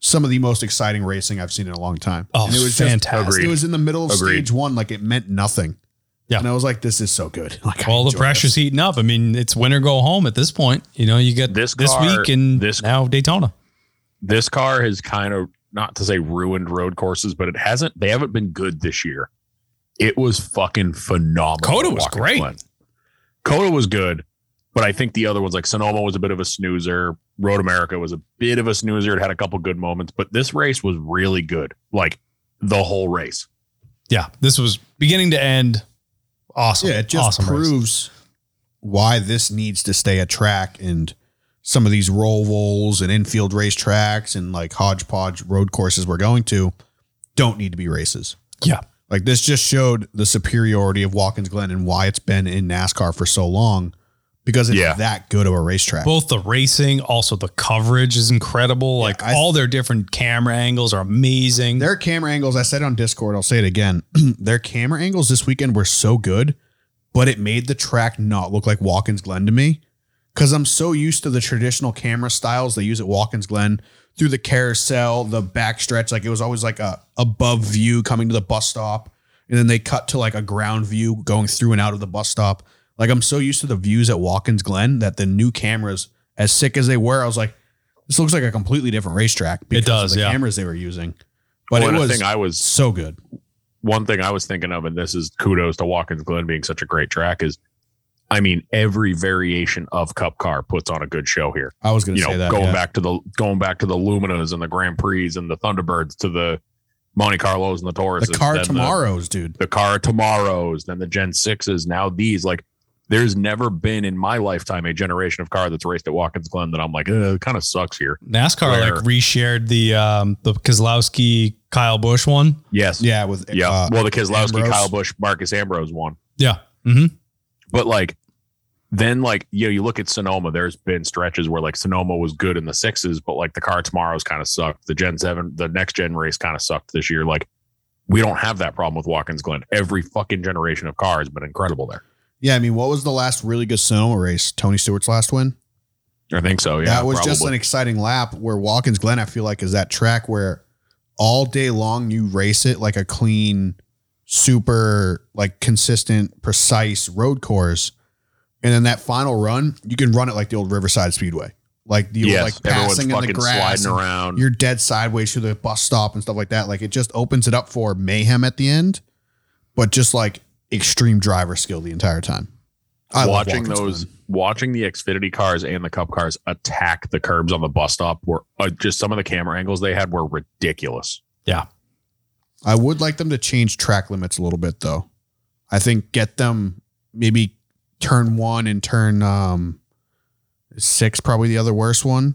Speaker 2: some of the most exciting racing I've seen in a long time.
Speaker 1: Oh,
Speaker 2: and it was
Speaker 1: fantastic.
Speaker 2: Just, it was in the middle of
Speaker 3: Agreed.
Speaker 2: stage one, like it meant nothing.
Speaker 1: Yeah.
Speaker 2: and I was like, this is so good. Like, I
Speaker 1: All the
Speaker 2: enjoy
Speaker 1: pressure's
Speaker 2: this.
Speaker 1: heating up. I mean, it's winter go home at this point. You know, you get this,
Speaker 3: This
Speaker 1: this
Speaker 3: car-
Speaker 1: week and
Speaker 3: this-
Speaker 1: now Daytona.
Speaker 3: This car has kind of not to say ruined road courses, but it hasn't. They haven't been good this year. It was fucking phenomenal.
Speaker 1: Coda was
Speaker 3: Walking
Speaker 1: great.
Speaker 3: Glen. Coda was good, but I think the other ones like Sonoma was a bit of a snoozer. Road America was a bit of a snoozer. It had a couple good moments, but this race was really good. Like the whole race.
Speaker 1: Yeah, this was beginning to end. Awesome.
Speaker 2: Yeah, it just
Speaker 1: awesome race.
Speaker 2: proves why this needs to stay a track and some of these rovals and infield race tracks and like hodgepodge road courses we're going to don't need to be races.
Speaker 1: Yeah.
Speaker 2: Like this just showed the superiority of Watkins Glen and why it's been in NASCAR for so long because it's
Speaker 3: Yeah.
Speaker 2: that good of a racetrack.
Speaker 1: Both the racing, also the coverage is incredible. like
Speaker 2: I-
Speaker 1: all their different camera angles are amazing.
Speaker 2: Their camera angles, I said on Discord, I'll say it again. Their camera angles this weekend were so good, but it made the track not look like Watkins Glen to me. Cause I'm so used to the traditional camera styles they use at Watkins Glen through the carousel, the backstretch. Like it was always like a above view coming to the bus stop. And then they cut to like a ground view going through and out of the bus stop. Like I'm so used to the views at Watkins Glen that the new cameras, as sick as they were, I was like, This looks like a completely different racetrack because
Speaker 1: does,
Speaker 2: of the
Speaker 1: yeah.
Speaker 2: cameras they were using. But
Speaker 3: Well,
Speaker 2: it
Speaker 3: and I
Speaker 2: was
Speaker 3: think I was
Speaker 2: so good.
Speaker 3: one thing I was thinking of, and this is kudos to Watkins Glen being such a great track, is I mean, every variation of Cup Car puts on a good show here.
Speaker 2: I was going to
Speaker 3: You
Speaker 2: say
Speaker 3: know,
Speaker 2: that.
Speaker 3: going
Speaker 2: yeah.
Speaker 3: back to the going back to the Luminas and the Grand Prix and the Thunderbirds to the Monte Carlos and the Taurus.
Speaker 2: the car tomorrows, dude.
Speaker 3: The, car tomorrows, then the Gen Sixes, now these. Like there's never been in my lifetime a generation of car that's raced at Watkins Glen that I'm like, "Ugh, it kind of sucks here.
Speaker 1: NASCAR
Speaker 3: Where-
Speaker 1: like reshared the um the Kozlowski Kyle Bush one.
Speaker 3: Yes.
Speaker 2: Yeah, with
Speaker 3: Yeah.
Speaker 2: uh,
Speaker 3: well, the Keselowski,
Speaker 2: Ambrose.
Speaker 3: Kyle Bush, Marcus Ambrose won.
Speaker 1: Yeah. Mm-hmm.
Speaker 3: But like then like you know, you look at Sonoma, there's been stretches where like Sonoma was good in the sixes, but like the car tomorrow's kind of sucked. The Gen Seven, the next gen race kind of sucked this year. Like we don't have that problem with Watkins Glen. Every fucking generation of car has been incredible there.
Speaker 2: yeah. I mean, what was the last really good Sonoma race? Tony Stewart's last win.
Speaker 3: I think so. Oh, Yeah.
Speaker 2: that was just an
Speaker 3: probably.
Speaker 2: exciting lap where Watkins Glen, I feel like, is that track where all day long you race it like a clean, super, like consistent, precise road course. And then that final run, you can run it like the old Riverside Speedway. Like the
Speaker 3: yes,
Speaker 2: like
Speaker 3: everyone's
Speaker 2: passing in the
Speaker 3: fucking
Speaker 2: grass.
Speaker 3: sliding around.
Speaker 2: You're dead sideways through the bus stop and stuff like that. Like it just opens it up for mayhem at the end, but just like extreme driver skill the entire time. love
Speaker 3: watching
Speaker 2: Watkins
Speaker 3: those,
Speaker 2: Glen.
Speaker 3: watching the Xfinity cars and the Cup cars attack the curbs on the bus stop were uh, just some of the camera angles they had were ridiculous.
Speaker 2: I would like them to change track limits a little bit though. I think get them maybe turn one and turn um six probably the other worst one.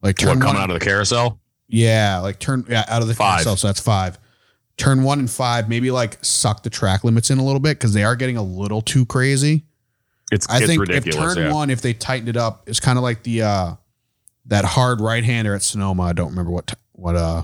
Speaker 2: Like turn
Speaker 3: What
Speaker 2: one,
Speaker 3: coming out of the carousel?
Speaker 2: yeah, like turn yeah, out of the
Speaker 3: Five.
Speaker 2: carousel, so that's five. Turn one and five, maybe like suck the track limits in a little bit because they are getting a little too crazy.
Speaker 3: It's
Speaker 2: I
Speaker 3: it's
Speaker 2: think if
Speaker 3: ridiculous.
Speaker 2: turn
Speaker 3: yeah.
Speaker 2: one, if they tightened it up, it's kind of like the uh that hard right hander at Sonoma. I don't remember what t- what uh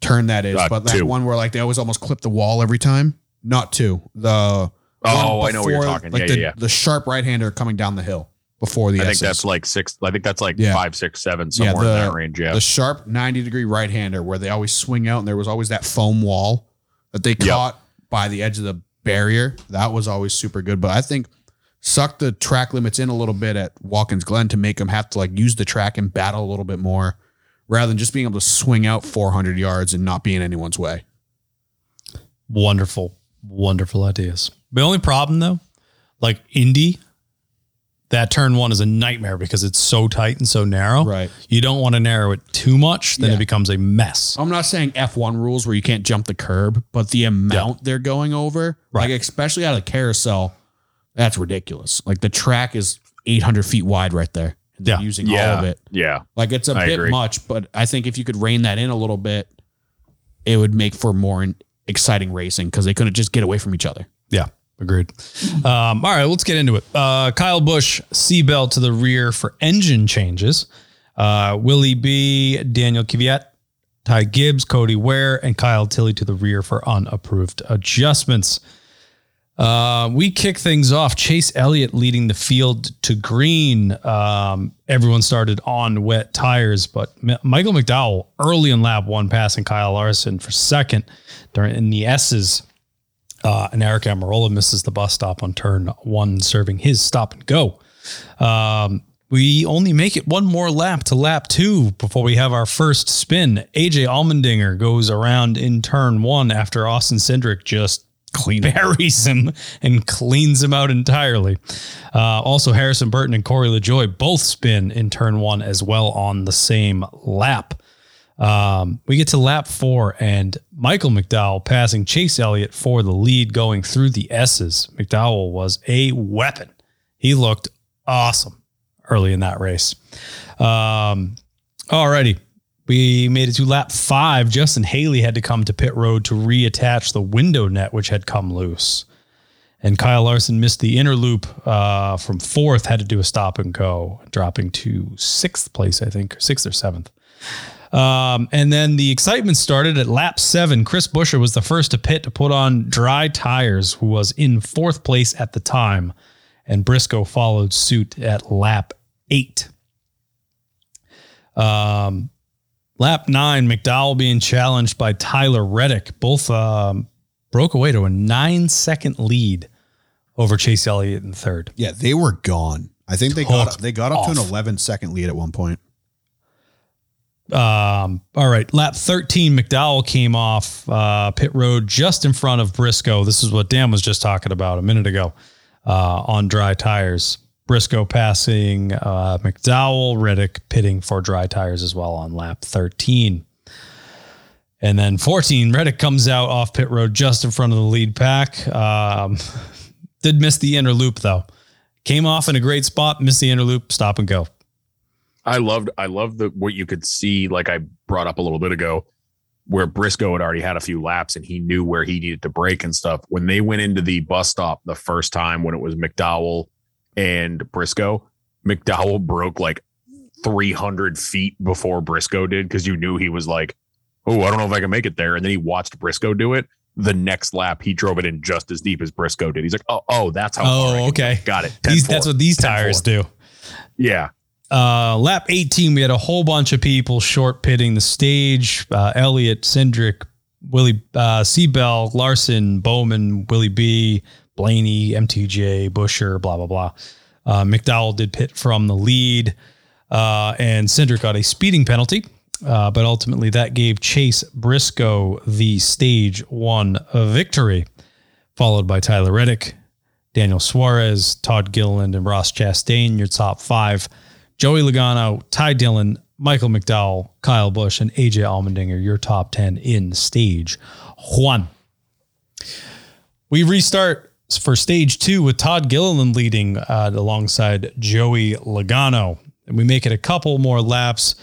Speaker 2: turn that is,
Speaker 3: Uh,
Speaker 2: but that
Speaker 3: two.
Speaker 2: one where like they always almost clip the wall every time. Not two. The
Speaker 3: Oh,
Speaker 2: one
Speaker 3: I know what you're
Speaker 2: before,
Speaker 3: talking.
Speaker 2: Like
Speaker 3: yeah,
Speaker 2: the,
Speaker 3: yeah, yeah.
Speaker 2: the sharp right hander coming down the hill before the.
Speaker 3: I think
Speaker 2: S's.
Speaker 3: that's like six. I think that's like
Speaker 2: Yeah.
Speaker 3: five, six, seven,
Speaker 2: Yeah,
Speaker 3: somewhere
Speaker 2: the-
Speaker 3: in that range. Yeah,
Speaker 2: the sharp ninety degree right hander where they always swing out, and there was always that foam wall that they
Speaker 3: Yep.
Speaker 2: caught by the edge of the barrier. That was always super good. But I think suck the track limits in a little bit at Watkins Glen to make them have to like use the track and battle a little bit more rather than just being able to swing out four hundred yards and not be in anyone's way.
Speaker 1: Wonderful, wonderful ideas. The only problem though, like Indy, that turn one is a nightmare because it's so tight and so
Speaker 3: Oh,
Speaker 1: narrow.
Speaker 2: Right.
Speaker 1: You don't want to narrow it too much, then
Speaker 2: Yeah.
Speaker 1: it becomes a mess.
Speaker 2: I'm not saying F1 rules where you can't jump the curb, but the amount they're going over, like especially out of carousel, that's ridiculous. Like the track is 800 feet wide right there. and They're
Speaker 1: Yeah.
Speaker 2: using
Speaker 3: yeah,
Speaker 2: all of it.
Speaker 3: yeah.
Speaker 2: Like it's a
Speaker 3: I
Speaker 2: bit
Speaker 3: agree.
Speaker 2: much, but I think if you could rein that in a little bit, it would make for more in- exciting racing because they couldn't just get away from each other.
Speaker 1: Yeah, agreed. Um, all right, let's get into it. Uh, Kyle Bush, seatbelt to the rear for engine changes. Uh, Willie B, Daniel Kvyat, Ty Gibbs, Cody Ware, and Kyle Tilley to the rear for unapproved adjustments. Uh, we kick things off. Chase Elliott leading the field to green. Um, everyone started on wet tires, but M- Michael McDowell early in lap one passing Kyle Larson for second during in the S's. Uh, and Eric Amarola misses the bus stop on turn one, serving his stop and go. Um, we only make it one more lap to lap two before we have our first spin. AJ Allmendinger goes around in turn one after Austin Cindric just clean buries him and cleans him out entirely. Uh, also, Harrison Burton and Corey LaJoy both spin in turn one as well on the same lap. Um, we get to lap four and Michael McDowell passing Chase Elliott for the lead going through the S's. McDowell was a weapon. He looked awesome early in that race. Um, alrighty. We made it to lap five. Justin Haley had to come to pit road to reattach the window net, which had come loose. And Kyle Larson missed the inner loop uh, from fourth, had to do a stop and go, dropping to sixth place, I think, or sixth or seventh. Um, and then the excitement started at lap seven. Chris Busher was the first to pit to put on dry tires, who was in fourth place at the time. And Briscoe followed suit at lap eight. Um, lap nine, McDowell being challenged by Tyler Reddick. Both um, broke away to a nine second lead over Chase Elliott in third.
Speaker 2: Yeah, they were gone. I think they
Speaker 1: got-
Speaker 2: they got
Speaker 1: up to an
Speaker 2: eleven second lead at one point.
Speaker 1: Um, all right, lap 13, McDowell came off uh, pit road just in front of Briscoe. This is what Dan was just talking about a minute ago uh, on dry tires. Briscoe passing uh, McDowell, Reddick pitting for dry tires as well on lap 13. And then 14, Reddick comes out off pit road just in front of the lead pack. Um, did miss the inner loop though. Came off in a great spot, missed the inner loop, stop and go.
Speaker 3: I loved I loved the what you could see, like I brought up a little bit ago, where Briscoe had already had a few laps and he knew where he needed to break and stuff. When they went into the bus stop the first time when it was McDowell and Briscoe, McDowell broke like 300 feet before Briscoe did because you knew he was like, oh, I don't know if I can make it there. And then he watched Briscoe do it. The next lap, he drove it in just as deep as Briscoe did. He's like, oh, oh, that's how. far I
Speaker 1: Oh,
Speaker 3: can
Speaker 1: okay.
Speaker 3: go. got it.
Speaker 1: These,
Speaker 3: 10-4.
Speaker 1: that's what these
Speaker 3: 10-4.
Speaker 1: tires do.
Speaker 3: Yeah,
Speaker 1: Uh, lap 18, we had a whole bunch of people short pitting the stage. Uh, Elliot, Cindric, Willie uh, Seabell, Larson, Bowman, Willie B, Blaney, MTJ, Busher, blah, blah, blah. Uh, McDowell did pit from the lead, uh, and Cindric got a speeding penalty. Uh, but ultimately, that gave Chase Briscoe the stage one victory, followed by Tyler Reddick, Daniel Suarez, Todd Gilliland, and Ross Chastain, your top five. Joey Logano, Ty Dillon, Michael McDowell, Kyle Bush, and AJ Allmendinger, your top 10 in stage one. We restart for stage two with Todd Gilliland leading uh, alongside Joey Logano. And we make it a couple more laps.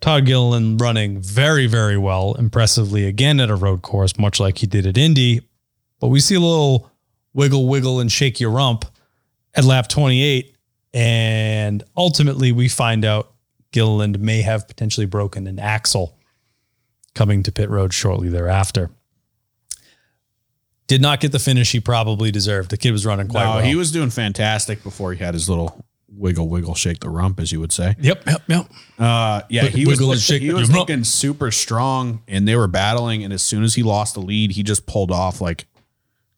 Speaker 1: Todd Gilliland running very, very well, impressively again at a road course, much like he did at Indy. But we see a little wiggle, wiggle, and shake your rump at lap 28. And ultimately, we find out Gilliland may have potentially broken an axle coming to pit road shortly thereafter. Did not get the finish he probably deserved. The kid was running quite
Speaker 2: Wow,
Speaker 1: well.
Speaker 2: he was doing fantastic before he had his little wiggle, wiggle, shake the rump, as you would say.
Speaker 1: yep, yep, yep.
Speaker 2: Uh, yeah,
Speaker 1: Quick
Speaker 2: he was,
Speaker 1: wiggle and shake
Speaker 2: he
Speaker 1: the
Speaker 2: was
Speaker 1: rump.
Speaker 2: looking super strong, and they were battling. And as soon as he lost the lead, he just pulled off. Like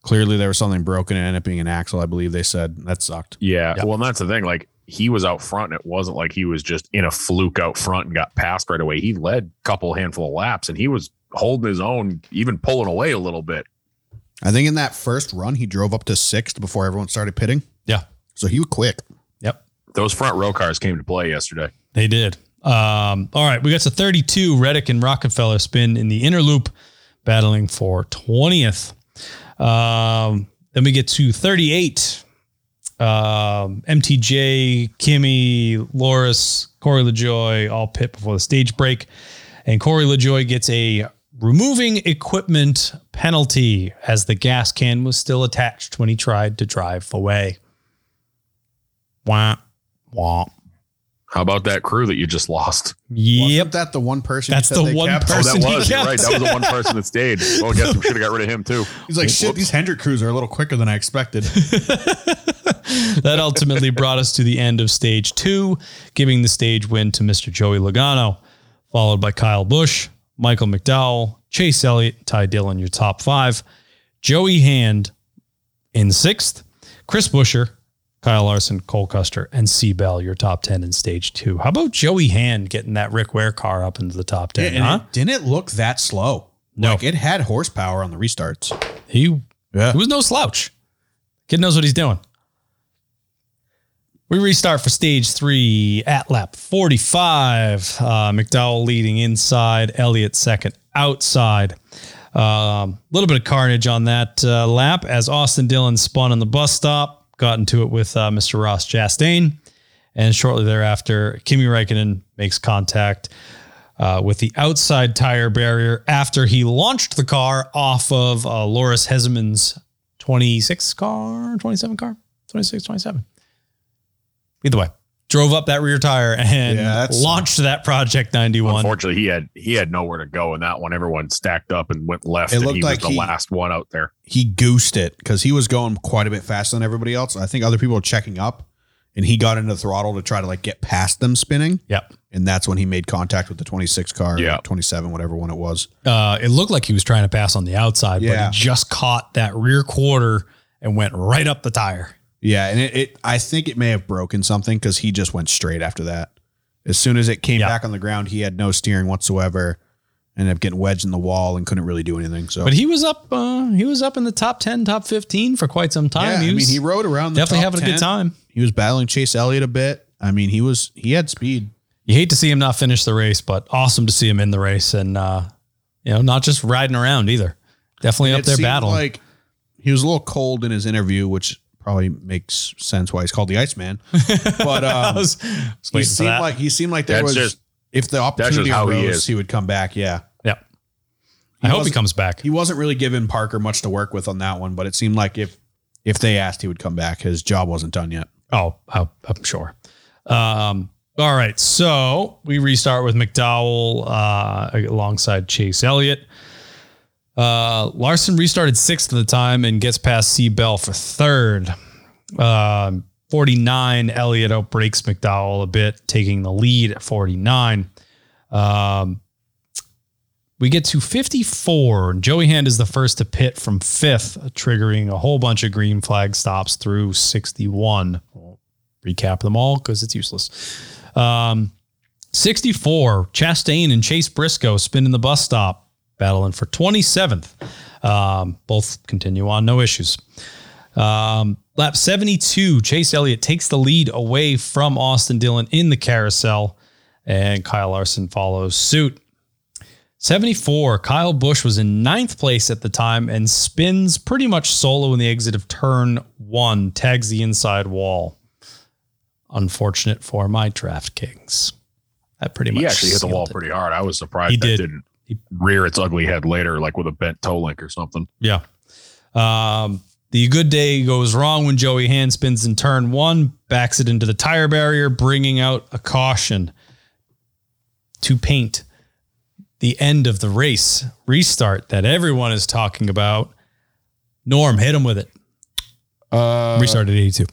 Speaker 2: clearly, there was something broken. It ended up being an axle, I believe they said. That sucked.
Speaker 3: Yeah. Well, and that's the thing. Like he was out front, and it wasn't like he was just in a fluke out front and got passed right away. He led a couple handful of laps, and he was holding his own, even pulling away a little bit.
Speaker 2: I think in that first run, he drove up to sixth before everyone started pitting.
Speaker 1: Yeah.
Speaker 2: So he was quick.
Speaker 1: Yep.
Speaker 3: Those front row cars came to play yesterday.
Speaker 1: They did. Um, all right, we got to 32. Reddick and Rockefeller spin in the inner loop, battling for 20th. Um, then we get to 38. Um, MTJ, Kimmy, Loris, Corey LaJoy all pit before the stage break. And Corey LaJoy gets a removing equipment penalty as the gas can was still attached when he tried to drive away. Wah, wah.
Speaker 3: How about that crew that you just lost?
Speaker 1: Yep.
Speaker 2: Wasn't that the one person? you
Speaker 1: That's
Speaker 2: said
Speaker 1: the
Speaker 2: they
Speaker 1: one
Speaker 2: kept?
Speaker 1: person.
Speaker 3: Oh, that
Speaker 1: he
Speaker 3: was you're
Speaker 1: kept.
Speaker 3: right. That was the one person that stayed. Well, I guess we should have got rid of him too.
Speaker 2: He's like, shit, these Hendrick crews are a little quicker than I expected.
Speaker 1: that ultimately brought us to the end of stage two, giving the stage win to Mr. Joey Logano, followed by Kyle Bush, Michael McDowell, Chase Elliott, Ty Dillon, your top five, Joey Hand in sixth, Chris Busher, Kyle Larson, Cole Custer, and C Bell, your top 10 in stage two. How about Joey Hand getting that Rick Ware car up into the top 10?
Speaker 2: And
Speaker 1: huh?
Speaker 2: it didn't look that slow.
Speaker 1: No.
Speaker 2: Like it had horsepower on the restarts.
Speaker 1: He
Speaker 2: Yeah.
Speaker 1: He was no slouch. Kid knows what he's doing. We restart for stage three at lap 45. Uh, McDowell leading inside, Elliott second outside. A little bit of carnage on that uh, lap as Austin Dillon spun on the bus stop, got into it with uh, Mr. Ross Chastain. And shortly thereafter, Kimi Räikkönen makes contact uh, with the outside tire barrier after he launched the car off of uh, Loris Heseman's 26 car, 27 car, 26, 27. Either way, drove up that rear tire and
Speaker 2: Yeah, that's-
Speaker 1: launched that Project 91.
Speaker 3: Unfortunately, he had he had nowhere to go in that one. Everyone stacked up and went left,
Speaker 2: It
Speaker 3: and
Speaker 2: looked
Speaker 3: he
Speaker 2: like
Speaker 3: was the
Speaker 2: he-
Speaker 3: last one out there.
Speaker 2: He goosed it because he was going quite a bit faster than everybody else. I think other people were checking up and he got into the throttle to try to like get past them spinning.
Speaker 1: Yep.
Speaker 2: And that's when he made contact with the 26 car,
Speaker 3: Yeah.
Speaker 2: yeah. 27, whatever one it was.
Speaker 1: Uh, it looked like he was trying to pass on the outside,
Speaker 2: Yeah.
Speaker 1: but he just caught that rear quarter and went right up the tire.
Speaker 2: Yeah. And it, it I think it may have broken something because he just went straight after that.
Speaker 6: As soon as it came
Speaker 1: Yeah.
Speaker 6: back on the ground, he had no steering whatsoever. Ended up getting wedged in the wall and couldn't really do anything. So,
Speaker 1: But he was up. Uh, he was up in the top ten, top fifteen for quite some
Speaker 6: yeah,
Speaker 1: time.
Speaker 6: I
Speaker 1: he
Speaker 6: mean,
Speaker 1: was
Speaker 6: he rode around. The
Speaker 1: definitely
Speaker 6: top
Speaker 1: having a
Speaker 6: 10.
Speaker 1: good time.
Speaker 6: He was battling Chase Elliott a bit. I mean, he was he had speed.
Speaker 1: You hate to see him not finish the race, but awesome to see him in the race and uh, you know not just riding around either. Definitely up
Speaker 6: It
Speaker 1: there
Speaker 6: seemed
Speaker 1: battling.
Speaker 6: Like he was a little cold in his interview, which probably makes sense why he's called the Iceman. But
Speaker 1: I
Speaker 6: um,
Speaker 1: was, was
Speaker 6: he
Speaker 1: waiting for
Speaker 6: seemed
Speaker 1: that.
Speaker 6: like he seemed like there
Speaker 3: That's
Speaker 6: was
Speaker 3: just-
Speaker 6: if the
Speaker 3: just
Speaker 6: opportunity
Speaker 3: how he
Speaker 6: arose,
Speaker 3: is.
Speaker 6: he, would come back. Yeah,
Speaker 1: yeah. I hope he
Speaker 6: wasn't-
Speaker 1: comes back.
Speaker 6: he wasn't really giving Parker much to work with on that one, but it seemed like if if they asked, he would come back. His job wasn't done yet.
Speaker 1: Oh, I- I'm sure. Um, all right. So we restart with McDowell uh, alongside Chase Elliott. Uh, Larson restarted sixth at the time and gets past C. Bell for third. Um, 49, Elliott outbreaks McDowell a bit, taking the lead at 49. Um, we get to 54. and Joey Hand is the first to pit from fifth, triggering a whole bunch of green flag stops through 61. We'll recap them all because it's useless. Um, 64, Chastain and Chase Briscoe spinning the bus stop, battling for 27th. Um, both continue on, no issues. Um, lap 72, Chase Elliott takes the lead away from Austin Dillon in the carousel, and Kyle Larson follows suit. 74, Kyle Bush was in ninth place at the time and spins pretty much solo in the exit of turn one, tags the inside wall. Unfortunate for my DraftKings. That pretty much
Speaker 3: He actually hit the
Speaker 1: sealed
Speaker 3: wall
Speaker 1: it.
Speaker 3: pretty hard. I was surprised
Speaker 1: He
Speaker 3: that
Speaker 1: did.
Speaker 3: didn't
Speaker 1: He-
Speaker 3: rear its ugly head later, like with a bent toe link or something.
Speaker 1: Yeah. Um, the good day goes wrong when Joey Hand spins in turn one, backs it into the tire barrier, bringing out a caution to paint the end of the race restart that everyone is talking about. Norm, hit him with it.
Speaker 6: Uh,
Speaker 1: Restart at 82.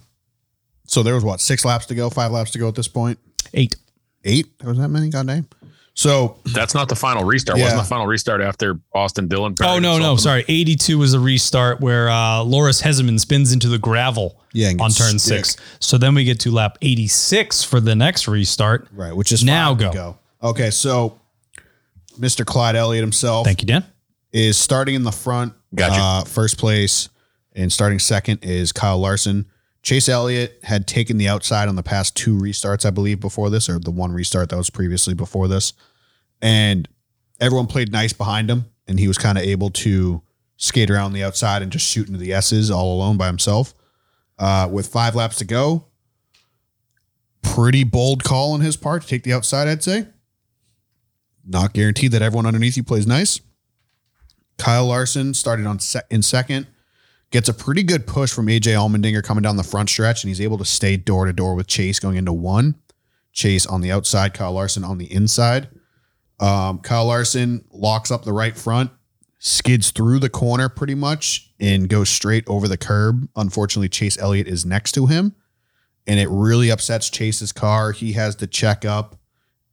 Speaker 6: So there was what six laps to go, five laps to go at this point.
Speaker 1: Eight.
Speaker 6: Eight? There was that many? God damn. So
Speaker 3: That's not the final restart.
Speaker 6: Yeah.
Speaker 3: Wasn't the final restart after Austin Dillon?
Speaker 1: Oh,
Speaker 3: buried
Speaker 1: no, no.
Speaker 3: himself in-
Speaker 1: Sorry. 82 was a restart where uh, Loris Heseman spins into the gravel
Speaker 6: yeah, and
Speaker 1: on
Speaker 6: gets
Speaker 1: turn
Speaker 6: stick.
Speaker 1: six. So then we get to lap 86 for the next restart.
Speaker 6: right? Which is
Speaker 1: Now
Speaker 6: five to
Speaker 1: go.
Speaker 6: Okay, so Mr. Clyde Elliott himself
Speaker 1: Thank you, Dan.
Speaker 6: is starting in the front,
Speaker 3: Gotcha.
Speaker 6: uh, first place, and starting second is Kyle Larson. Chase Elliott had taken the outside on the past two restarts, I believe, before this, or the one restart that was previously before this, and everyone played nice behind him, and he was kind of able to skate around the outside and just shoot into the S's all alone by himself. Uh, with five laps to go, pretty bold call on his part to take the outside, I'd say. Not guaranteed that everyone underneath you plays nice. Kyle Larson started on se- in second, gets a pretty good push from AJ Allmendinger coming down the front stretch, and he's able to stay door to door with Chase going into one. Chase on the outside, Kyle Larson on the inside. Um, Kyle Larson locks up the right front, skids through the corner pretty much, and goes straight over the curb. Unfortunately, Chase Elliott is next to him, and it really upsets Chase's car. He has to check up,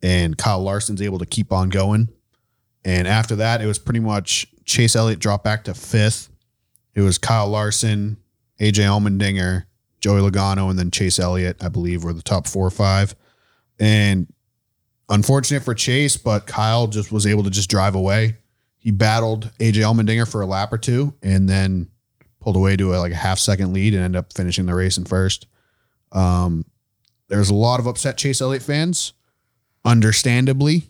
Speaker 6: and Kyle Larson's able to keep on going. And after that, it was pretty much Chase Elliott dropped back to fifth. It was Kyle Larson, AJ Allmendinger, Joey Logano, and then Chase Elliott, I believe, were the top four or five. And unfortunate for Chase, but Kyle just was able to just drive away. He battled AJ Allmendinger for a lap or two and then pulled away to a, like a half second lead and ended up finishing the race in first. Um, there's a lot of upset Chase Elliott fans, understandably.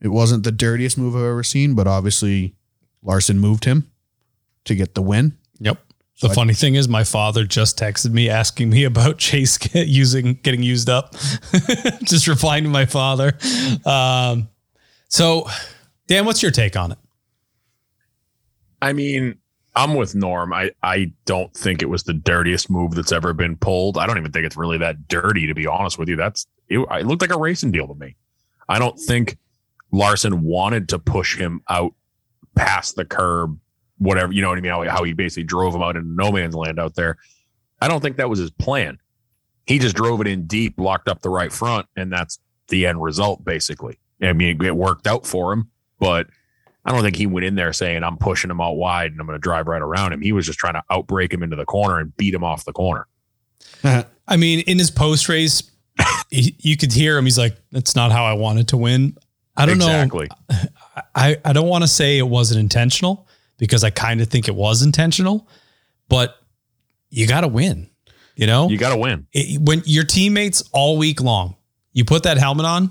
Speaker 6: It wasn't the dirtiest move I've ever seen, but obviously Larson moved him to get the win.
Speaker 1: Yep. The
Speaker 6: So I-
Speaker 1: funny thing is, my father just texted me asking me about Chase get using getting used up. just replying to my father. Um, so, Dan, what's your take on it?
Speaker 3: I mean, I'm with Norm. I, I don't think it was the dirtiest move that's ever been pulled. I don't even think it's really that dirty, to be honest with you. That's it, it looked like a racing deal to me. I don't think Larson wanted to push him out past the curb, whatever, you know what I mean? How, how he basically drove him out into no man's land out there. I don't think that was his plan. He just drove it in deep, locked up the right front, and that's the end result, basically. I mean, it worked out for him, but I don't think he went in there saying, I'm pushing him out wide and I'm going to drive right around him. He was just trying to outbreak him into the corner and beat him off the corner.
Speaker 1: I mean, in his post race he, you could hear him. He's like, "That's not how I wanted to win." I don't know.
Speaker 3: exactly.
Speaker 1: I, I don't want to say it wasn't intentional because I kind of think it was intentional, but you got to win. You know,
Speaker 3: You got to win.
Speaker 1: it, when your teammates all week long, you put that helmet on,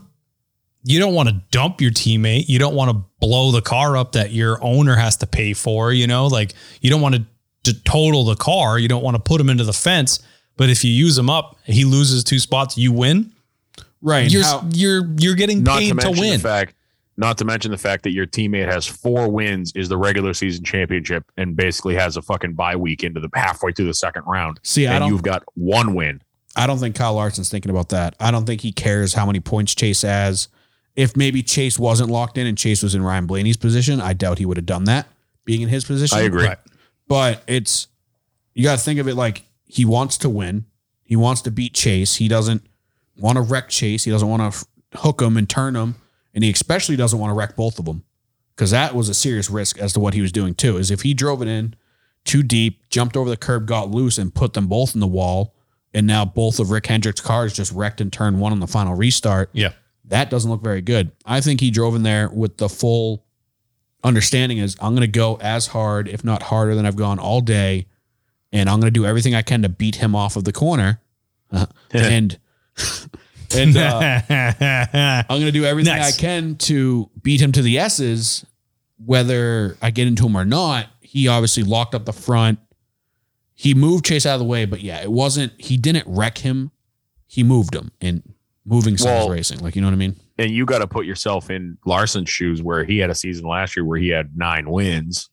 Speaker 1: you don't want to dump your teammate. You don't want to blow the car up that your owner has to pay for. You know, like you don't want to, to total the car. You don't want to put him into the fence. But if you use him up, he loses two spots. You win.
Speaker 2: Right.
Speaker 1: You're
Speaker 2: How-
Speaker 1: you're you're getting
Speaker 3: Not to
Speaker 1: paid to,
Speaker 3: mention
Speaker 1: win.
Speaker 3: the fact. Not to mention the fact that your teammate has four wins, is the regular season championship, and basically has a fucking bye week into the halfway through the second round,
Speaker 2: see, I
Speaker 3: and
Speaker 2: don't
Speaker 3: you've got one win.
Speaker 2: I don't think Kyle Larson's thinking about that. I don't think he cares how many points Chase has. If maybe Chase wasn't locked in and Chase was in Ryan Blaney's position, I doubt he would have done that being in his position.
Speaker 3: I agree.
Speaker 1: Right.
Speaker 2: But it's you got to think of it like he wants to win. He wants to beat Chase. He doesn't want to wreck Chase. He doesn't want to hook him and turn him, and he especially doesn't want to wreck both of them because that was a serious risk as to what he was doing too. Is if he drove it in too deep, jumped over the curb, got loose, and put them both in the wall, and now both of Rick Hendrick's cars just wrecked in turn one on the final restart.
Speaker 1: Yeah.
Speaker 2: that doesn't look very good. I think he drove in there with the full understanding is I'm going to go as hard, if not harder than I've gone all day. And I'm going to do everything I can to beat him off of the corner. Uh, and, and, uh, I'm going to do everything
Speaker 1: Nice.
Speaker 2: I can to beat him to the S's, whether I get into him or not. He obviously locked up the front. He moved Chase out of the way, but yeah, it wasn't, he didn't wreck him. He moved him and moving signs
Speaker 3: Well-
Speaker 2: racing. Like, you know what I mean?
Speaker 3: and you got to put yourself in Larson's shoes where he had a season last year where he had nine wins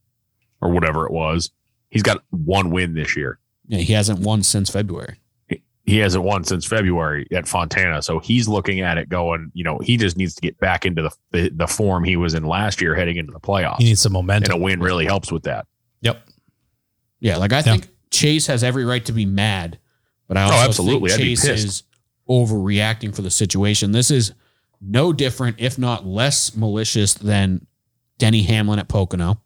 Speaker 3: or whatever it was. He's got one win this year.
Speaker 2: Yeah, he hasn't won since February.
Speaker 3: He hasn't won since February at Fontana. So he's looking at it going, you know, he just needs to get back into the the, the form he was in last year heading into the playoffs.
Speaker 1: you need some
Speaker 3: and
Speaker 1: momentum.
Speaker 3: a win really helps with that.
Speaker 1: Yep.
Speaker 2: Yeah, like I
Speaker 1: Yeah.
Speaker 2: think Chase has every right to be mad, but I also
Speaker 3: Oh, absolutely. I'd
Speaker 2: think
Speaker 3: be
Speaker 2: Chase
Speaker 3: pissed.
Speaker 2: is overreacting for the situation. This is no different, if not less malicious than Denny Hamlin at Pocono.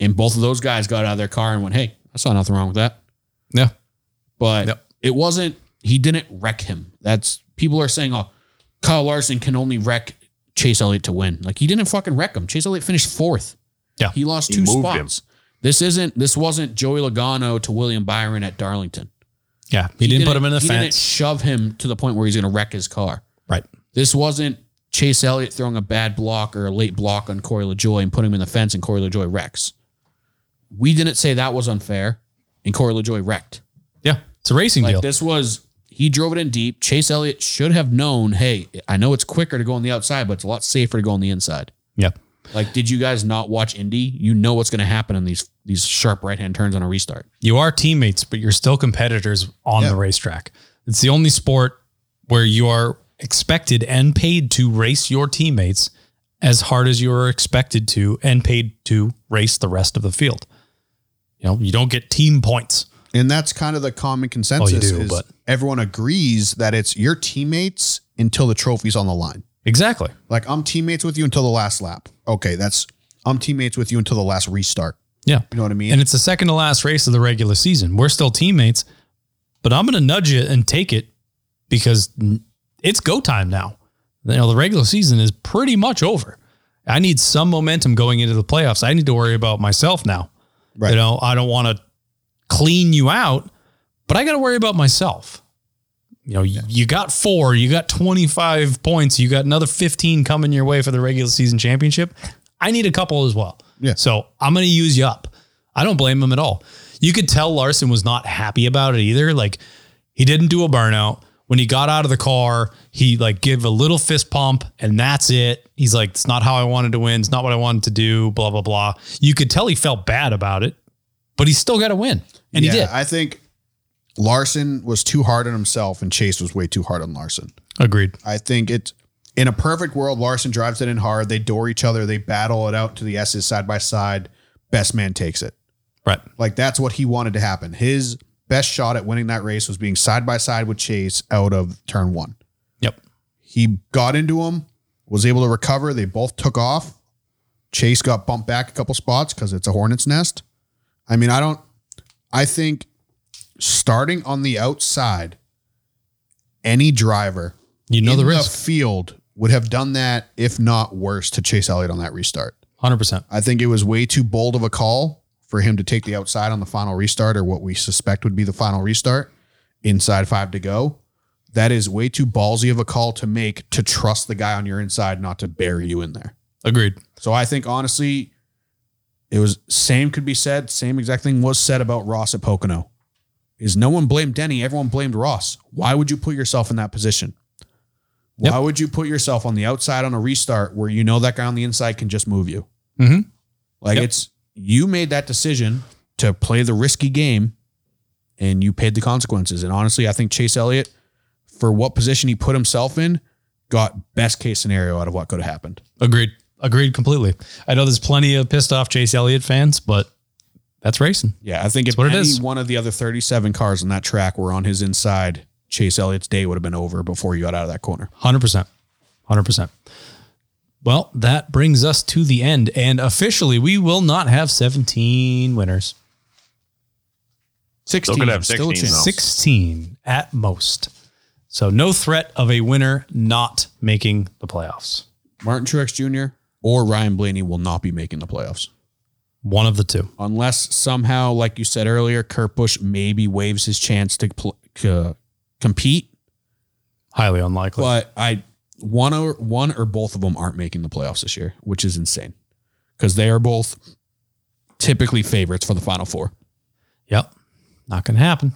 Speaker 2: And both of those guys got out of their car and went, Hey, I saw nothing wrong with that.
Speaker 1: Yeah.
Speaker 2: But
Speaker 1: Yep.
Speaker 2: it wasn't he didn't wreck him. That's people are saying, Oh, Kyle Larson can only wreck Chase Elliott to win. Like he didn't fucking wreck him. Chase Elliott finished fourth.
Speaker 1: Yeah.
Speaker 2: He lost
Speaker 3: He
Speaker 2: two
Speaker 3: moved him.
Speaker 2: spots. This isn't this wasn't Joey Logano to William Byron at Darlington.
Speaker 1: Yeah. He, didn't, put him in the
Speaker 2: he didn't
Speaker 1: fence.
Speaker 2: shove him to the point where he's gonna wreck his car.
Speaker 1: Right.
Speaker 2: This wasn't Chase Elliott throwing a bad block or a late block on Corey LaJoy and putting him in the fence and Corey LaJoy wrecks. We didn't say that was unfair and Corey LaJoy wrecked.
Speaker 1: Yeah. It's a racing
Speaker 2: Like
Speaker 1: deal.
Speaker 2: this was he drove it in deep. Chase Elliott should have known, hey, I know it's quicker to go on the outside, but it's a lot safer to go on the inside.
Speaker 1: Yeah.
Speaker 2: Like, did you guys not watch Indy? You know what's going to happen on these these sharp right hand turns on a restart.
Speaker 1: you are teammates, but you're still competitors on
Speaker 6: Yeah.
Speaker 1: the racetrack. It's the only sport where you are expected and paid to race your teammates as hard as you are expected to and paid to race the rest of the field. You know, you don't get team points.
Speaker 6: And that's kind of the common consensus
Speaker 1: Oh, do,
Speaker 6: is
Speaker 1: but-
Speaker 6: everyone agrees that it's your teammates until the trophy's on the line.
Speaker 1: Exactly.
Speaker 6: Like I'm teammates with you until the last lap. Okay, that's I'm teammates with you until the last restart.
Speaker 1: Yeah.
Speaker 6: You know what I mean?
Speaker 1: And it's the second to last race of the regular season. We're still teammates, but I'm going to nudge it and take it because n- it's go time now. You know, the regular season is pretty much over. I need some momentum going into the playoffs. I need to worry about myself now.
Speaker 6: Right.
Speaker 1: You know, I don't want to clean you out, but I got to worry about myself. You know, y- you got four, you got 25 points, you got another 15 coming your way for the regular season championship. I need a couple as well.
Speaker 6: Yeah.
Speaker 1: So I'm going to use you up. I don't blame him at all. You could tell Larson was not happy about it either. Like he didn't do a burnout. When he got out of the car, he like give a little fist pump and that's it. He's like, it's not how I wanted to win. It's not what I wanted to do, blah, blah, blah. You could tell he felt bad about it, but he still got to win. And he did.
Speaker 6: I think Larson was too hard on himself and Chase was way too hard on Larson.
Speaker 1: Agreed.
Speaker 6: I think it's in a perfect world, Larson drives it in hard. They door each other. They battle it out to the S's side by side. Best man takes it.
Speaker 1: Right.
Speaker 6: Like that's what he wanted to happen. His best shot at winning that race was being side by side with Chase out of turn one.
Speaker 1: Yep.
Speaker 6: He got into him, was able to recover. They both took off. Chase got bumped back a couple spots because it's a hornet's nest. I mean, I don't, I think starting on the outside, any driver
Speaker 1: You know
Speaker 6: in
Speaker 1: the
Speaker 6: the
Speaker 1: risk.
Speaker 6: field would have done that, if not worse, to Chase Elliott on that restart.
Speaker 1: 100%.
Speaker 6: I think it was way too bold of a call for him to take the outside on the final restart or what we suspect would be the final restart inside five to go. That is way too ballsy of a call to make to trust the guy on your inside not to bury you in there.
Speaker 1: Agreed.
Speaker 6: So I think honestly, it was same could be said, same exact thing was said about Ross at Pocono. Is no one blamed Denny, everyone blamed Ross. Why would you put yourself in that position? Why
Speaker 1: Yep.
Speaker 6: would you put yourself on the outside on a restart where you know that guy on the inside can just move you?
Speaker 1: Mhm.
Speaker 6: Like
Speaker 1: Yep.
Speaker 6: it's you made that decision to play the risky game and you paid the consequences. And honestly, I think Chase Elliott, for what position he put himself in, got best case scenario out of what could have happened.
Speaker 1: Agreed. Agreed completely. I know there's plenty of pissed off Chase Elliott fans, but that's racing.
Speaker 6: Yeah, I think if
Speaker 1: what it
Speaker 6: any
Speaker 1: is.
Speaker 6: one of the other 37 cars on that track were on his inside, Chase Elliott's day would have been over before he got out of that corner.
Speaker 1: 100%. 100%. Well, that brings us to the end. And officially, we will not have 17 winners,
Speaker 6: 16.
Speaker 3: could have
Speaker 6: still
Speaker 3: 16,
Speaker 6: a chance.
Speaker 3: though.
Speaker 1: 16 at most. So, no threat of a winner not making the playoffs.
Speaker 6: Martin Truex Jr. or Ryan Blaney will not be making the playoffs.
Speaker 1: One of the two.
Speaker 6: unless somehow, like you said earlier, Kurt Busch maybe waives his chance to pl- c- compete.
Speaker 1: Highly unlikely.
Speaker 6: But I one or one or both of them aren't making the playoffs this year, which is insane because they are both typically favorites for the final four.
Speaker 1: Yep. Not going to happen.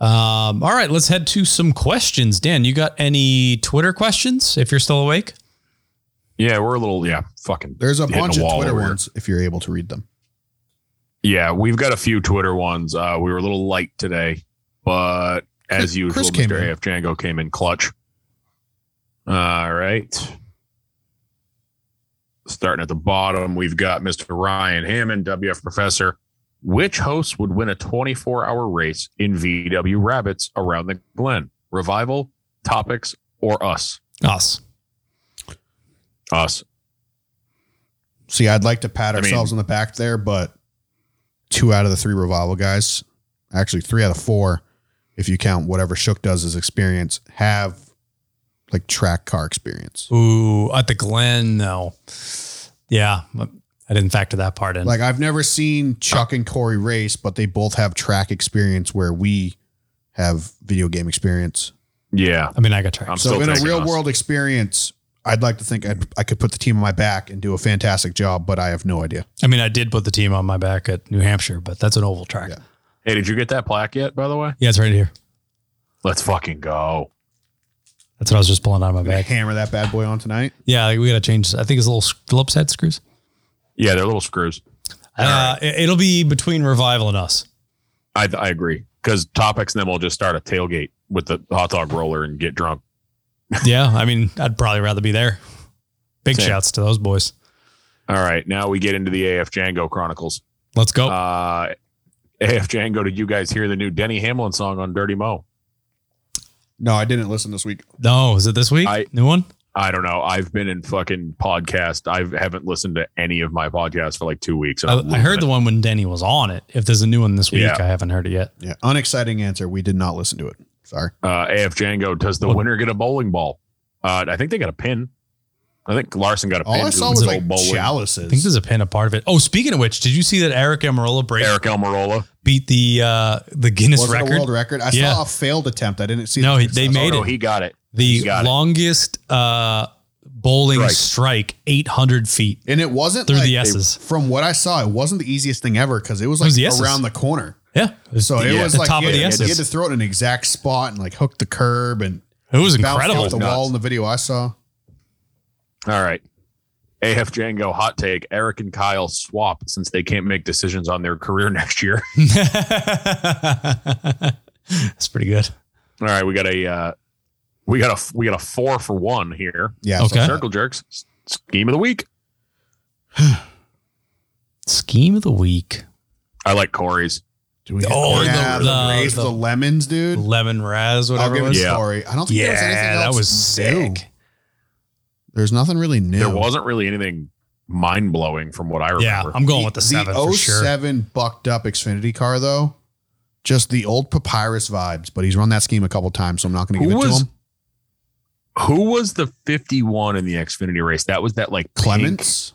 Speaker 1: Um, all right, let's head to some questions. Dan, you got any Twitter questions if you're still awake?
Speaker 3: Yeah, we're a little yeah, fucking
Speaker 6: There's a
Speaker 3: Hitting bunch the of wall Twitter over here.
Speaker 6: ones if you're able to read them.
Speaker 3: yeah. We've got a few Twitter ones. Uh, we were a little light today, but as usual,
Speaker 6: Chris came
Speaker 3: Mr.
Speaker 6: in.
Speaker 3: AF Django came in clutch. All right. Starting at the bottom, we've got Mr. Ryan Hammond, WF Professor. Which host would win a 24 hour race in VW Rabbits around the Glen? Revival, Topics, or Us?
Speaker 1: Us.
Speaker 3: Us.
Speaker 6: See, I'd like to pat
Speaker 3: I mean-
Speaker 6: ourselves on the back there, but two out of the three revival guys, actually three out of four, if you count whatever Shook does as experience, have like track car experience.
Speaker 1: Ooh, at the Glen, though. Yeah, I didn't factor that part in.
Speaker 6: Like I've never seen Chuck and Corey race, but they both have track experience where we have video game experience.
Speaker 3: Yeah.
Speaker 1: I mean, I got tracked.
Speaker 3: I'm
Speaker 6: so
Speaker 3: still
Speaker 6: in a
Speaker 3: taking
Speaker 6: real
Speaker 3: us.
Speaker 6: world experience, I'd like to think I'd, I could put the team on my back and do a fantastic job, but I have no idea.
Speaker 1: I mean, I did put the team on my back at New Hampshire, but that's an oval track.
Speaker 6: Yeah.
Speaker 1: Yeah,
Speaker 3: Hey, did you get that plaque yet, by the way?
Speaker 1: it's right here.
Speaker 3: Let's fucking go.
Speaker 1: That's what I was just pulling out of my
Speaker 6: Gonna
Speaker 1: back.
Speaker 6: hammer that bad boy on tonight.
Speaker 1: Yeah, like, we got to change. I think it's a little Phillips head screws.
Speaker 3: Yeah, they're little screws. All
Speaker 1: Uh, it- It'll be between Revival and us.
Speaker 3: I, I agree. Because topics, and then we'll just start a tailgate with the hot dog roller and get drunk.
Speaker 1: yeah, I mean, I'd probably rather be there. Big
Speaker 3: Same.
Speaker 1: shouts to those boys.
Speaker 3: All right, now we get into the AF Django Chronicles.
Speaker 1: Let's go.
Speaker 3: Uh, AF Django, did you guys hear the new Denny Hamlin song on Dirty Mo?
Speaker 6: No, I didn't listen this week.
Speaker 1: no, is it this week?
Speaker 3: I-
Speaker 1: New one?
Speaker 3: I don't know. I've been in fucking podcast. I haven't listened to any of my podcasts for like two weeks.
Speaker 1: I, I heard the one when Denny was on it. If there's a new one this week,
Speaker 3: Yeah.
Speaker 1: I haven't heard it yet.
Speaker 6: Yeah, unexciting answer. We did not listen to it. Sorry.
Speaker 3: uh, AF Django. Does the
Speaker 1: Well-
Speaker 3: winner get a bowling ball? Uh, I think they got a pin. I think Larson got a
Speaker 6: All
Speaker 3: pin.
Speaker 6: I
Speaker 3: too.
Speaker 6: saw
Speaker 3: It
Speaker 6: was
Speaker 3: a
Speaker 6: like
Speaker 3: bowling.
Speaker 6: chalices.
Speaker 1: I think there's a pin a part of it. Oh, speaking of which, did you see that Eric Amarola break,
Speaker 3: Eric Almirola.
Speaker 1: beat the uh, the Guinness
Speaker 6: was it a
Speaker 1: record?
Speaker 6: world record? I
Speaker 1: Yeah.
Speaker 6: saw a failed attempt. I didn't see.
Speaker 1: No,
Speaker 6: the
Speaker 1: he- they
Speaker 6: success.
Speaker 1: made
Speaker 3: oh, no,
Speaker 1: it.
Speaker 3: he got it.
Speaker 1: the
Speaker 3: He got it.
Speaker 1: longest uh, bowling
Speaker 3: Strike.
Speaker 1: strike. 800 feet
Speaker 6: and it wasn't
Speaker 1: through
Speaker 6: like-
Speaker 1: the S's.
Speaker 6: From what I saw, it wasn't the easiest thing ever because it was
Speaker 1: It was
Speaker 6: like
Speaker 1: the S's.
Speaker 6: around the corner.
Speaker 1: yeah. It was,
Speaker 6: So it
Speaker 3: Yeah.
Speaker 6: was
Speaker 1: The
Speaker 6: like
Speaker 1: top
Speaker 6: you,
Speaker 1: of the
Speaker 6: had, you had
Speaker 1: S's.
Speaker 6: to throw it in an exact spot and like hook the curb and
Speaker 1: it was
Speaker 6: bounce off the
Speaker 1: incredible.
Speaker 6: wall in the video I saw.
Speaker 3: All right. AF Django hot take. Eric and Kyle swap since they can't make decisions on their career next year.
Speaker 1: That's pretty good.
Speaker 3: All right, we got a uh, we got a we got a four for one here.
Speaker 6: Yeah.
Speaker 1: Okay.
Speaker 3: Circle jerks S- scheme of the week.
Speaker 1: Scheme of the week.
Speaker 3: I like Corey's.
Speaker 6: Do we
Speaker 1: Oh,
Speaker 6: oh,
Speaker 1: the-
Speaker 6: yeah, the,
Speaker 1: the-
Speaker 6: raise the,
Speaker 1: the-
Speaker 6: lemons, dude.
Speaker 1: Lemon Raz,
Speaker 6: I'll
Speaker 1: whatever it
Speaker 6: give it
Speaker 1: was.
Speaker 3: Yeah.
Speaker 6: story. I don't think there was anything
Speaker 1: Yeah,
Speaker 6: else.
Speaker 1: that was
Speaker 6: new.
Speaker 1: sick.
Speaker 6: There's nothing really new.
Speaker 3: There wasn't really anything mind blowing from what I remember.
Speaker 1: Yeah, I'm going with the, seven for sure.
Speaker 6: 07 bucked up Xfinity car though. Just the old papyrus vibes, but he's run that scheme a couple times, so I'm not going to
Speaker 3: Who
Speaker 6: give it
Speaker 3: was-
Speaker 6: to him.
Speaker 3: Who was the 51 in the Xfinity race? That was that like pink-
Speaker 6: Clements.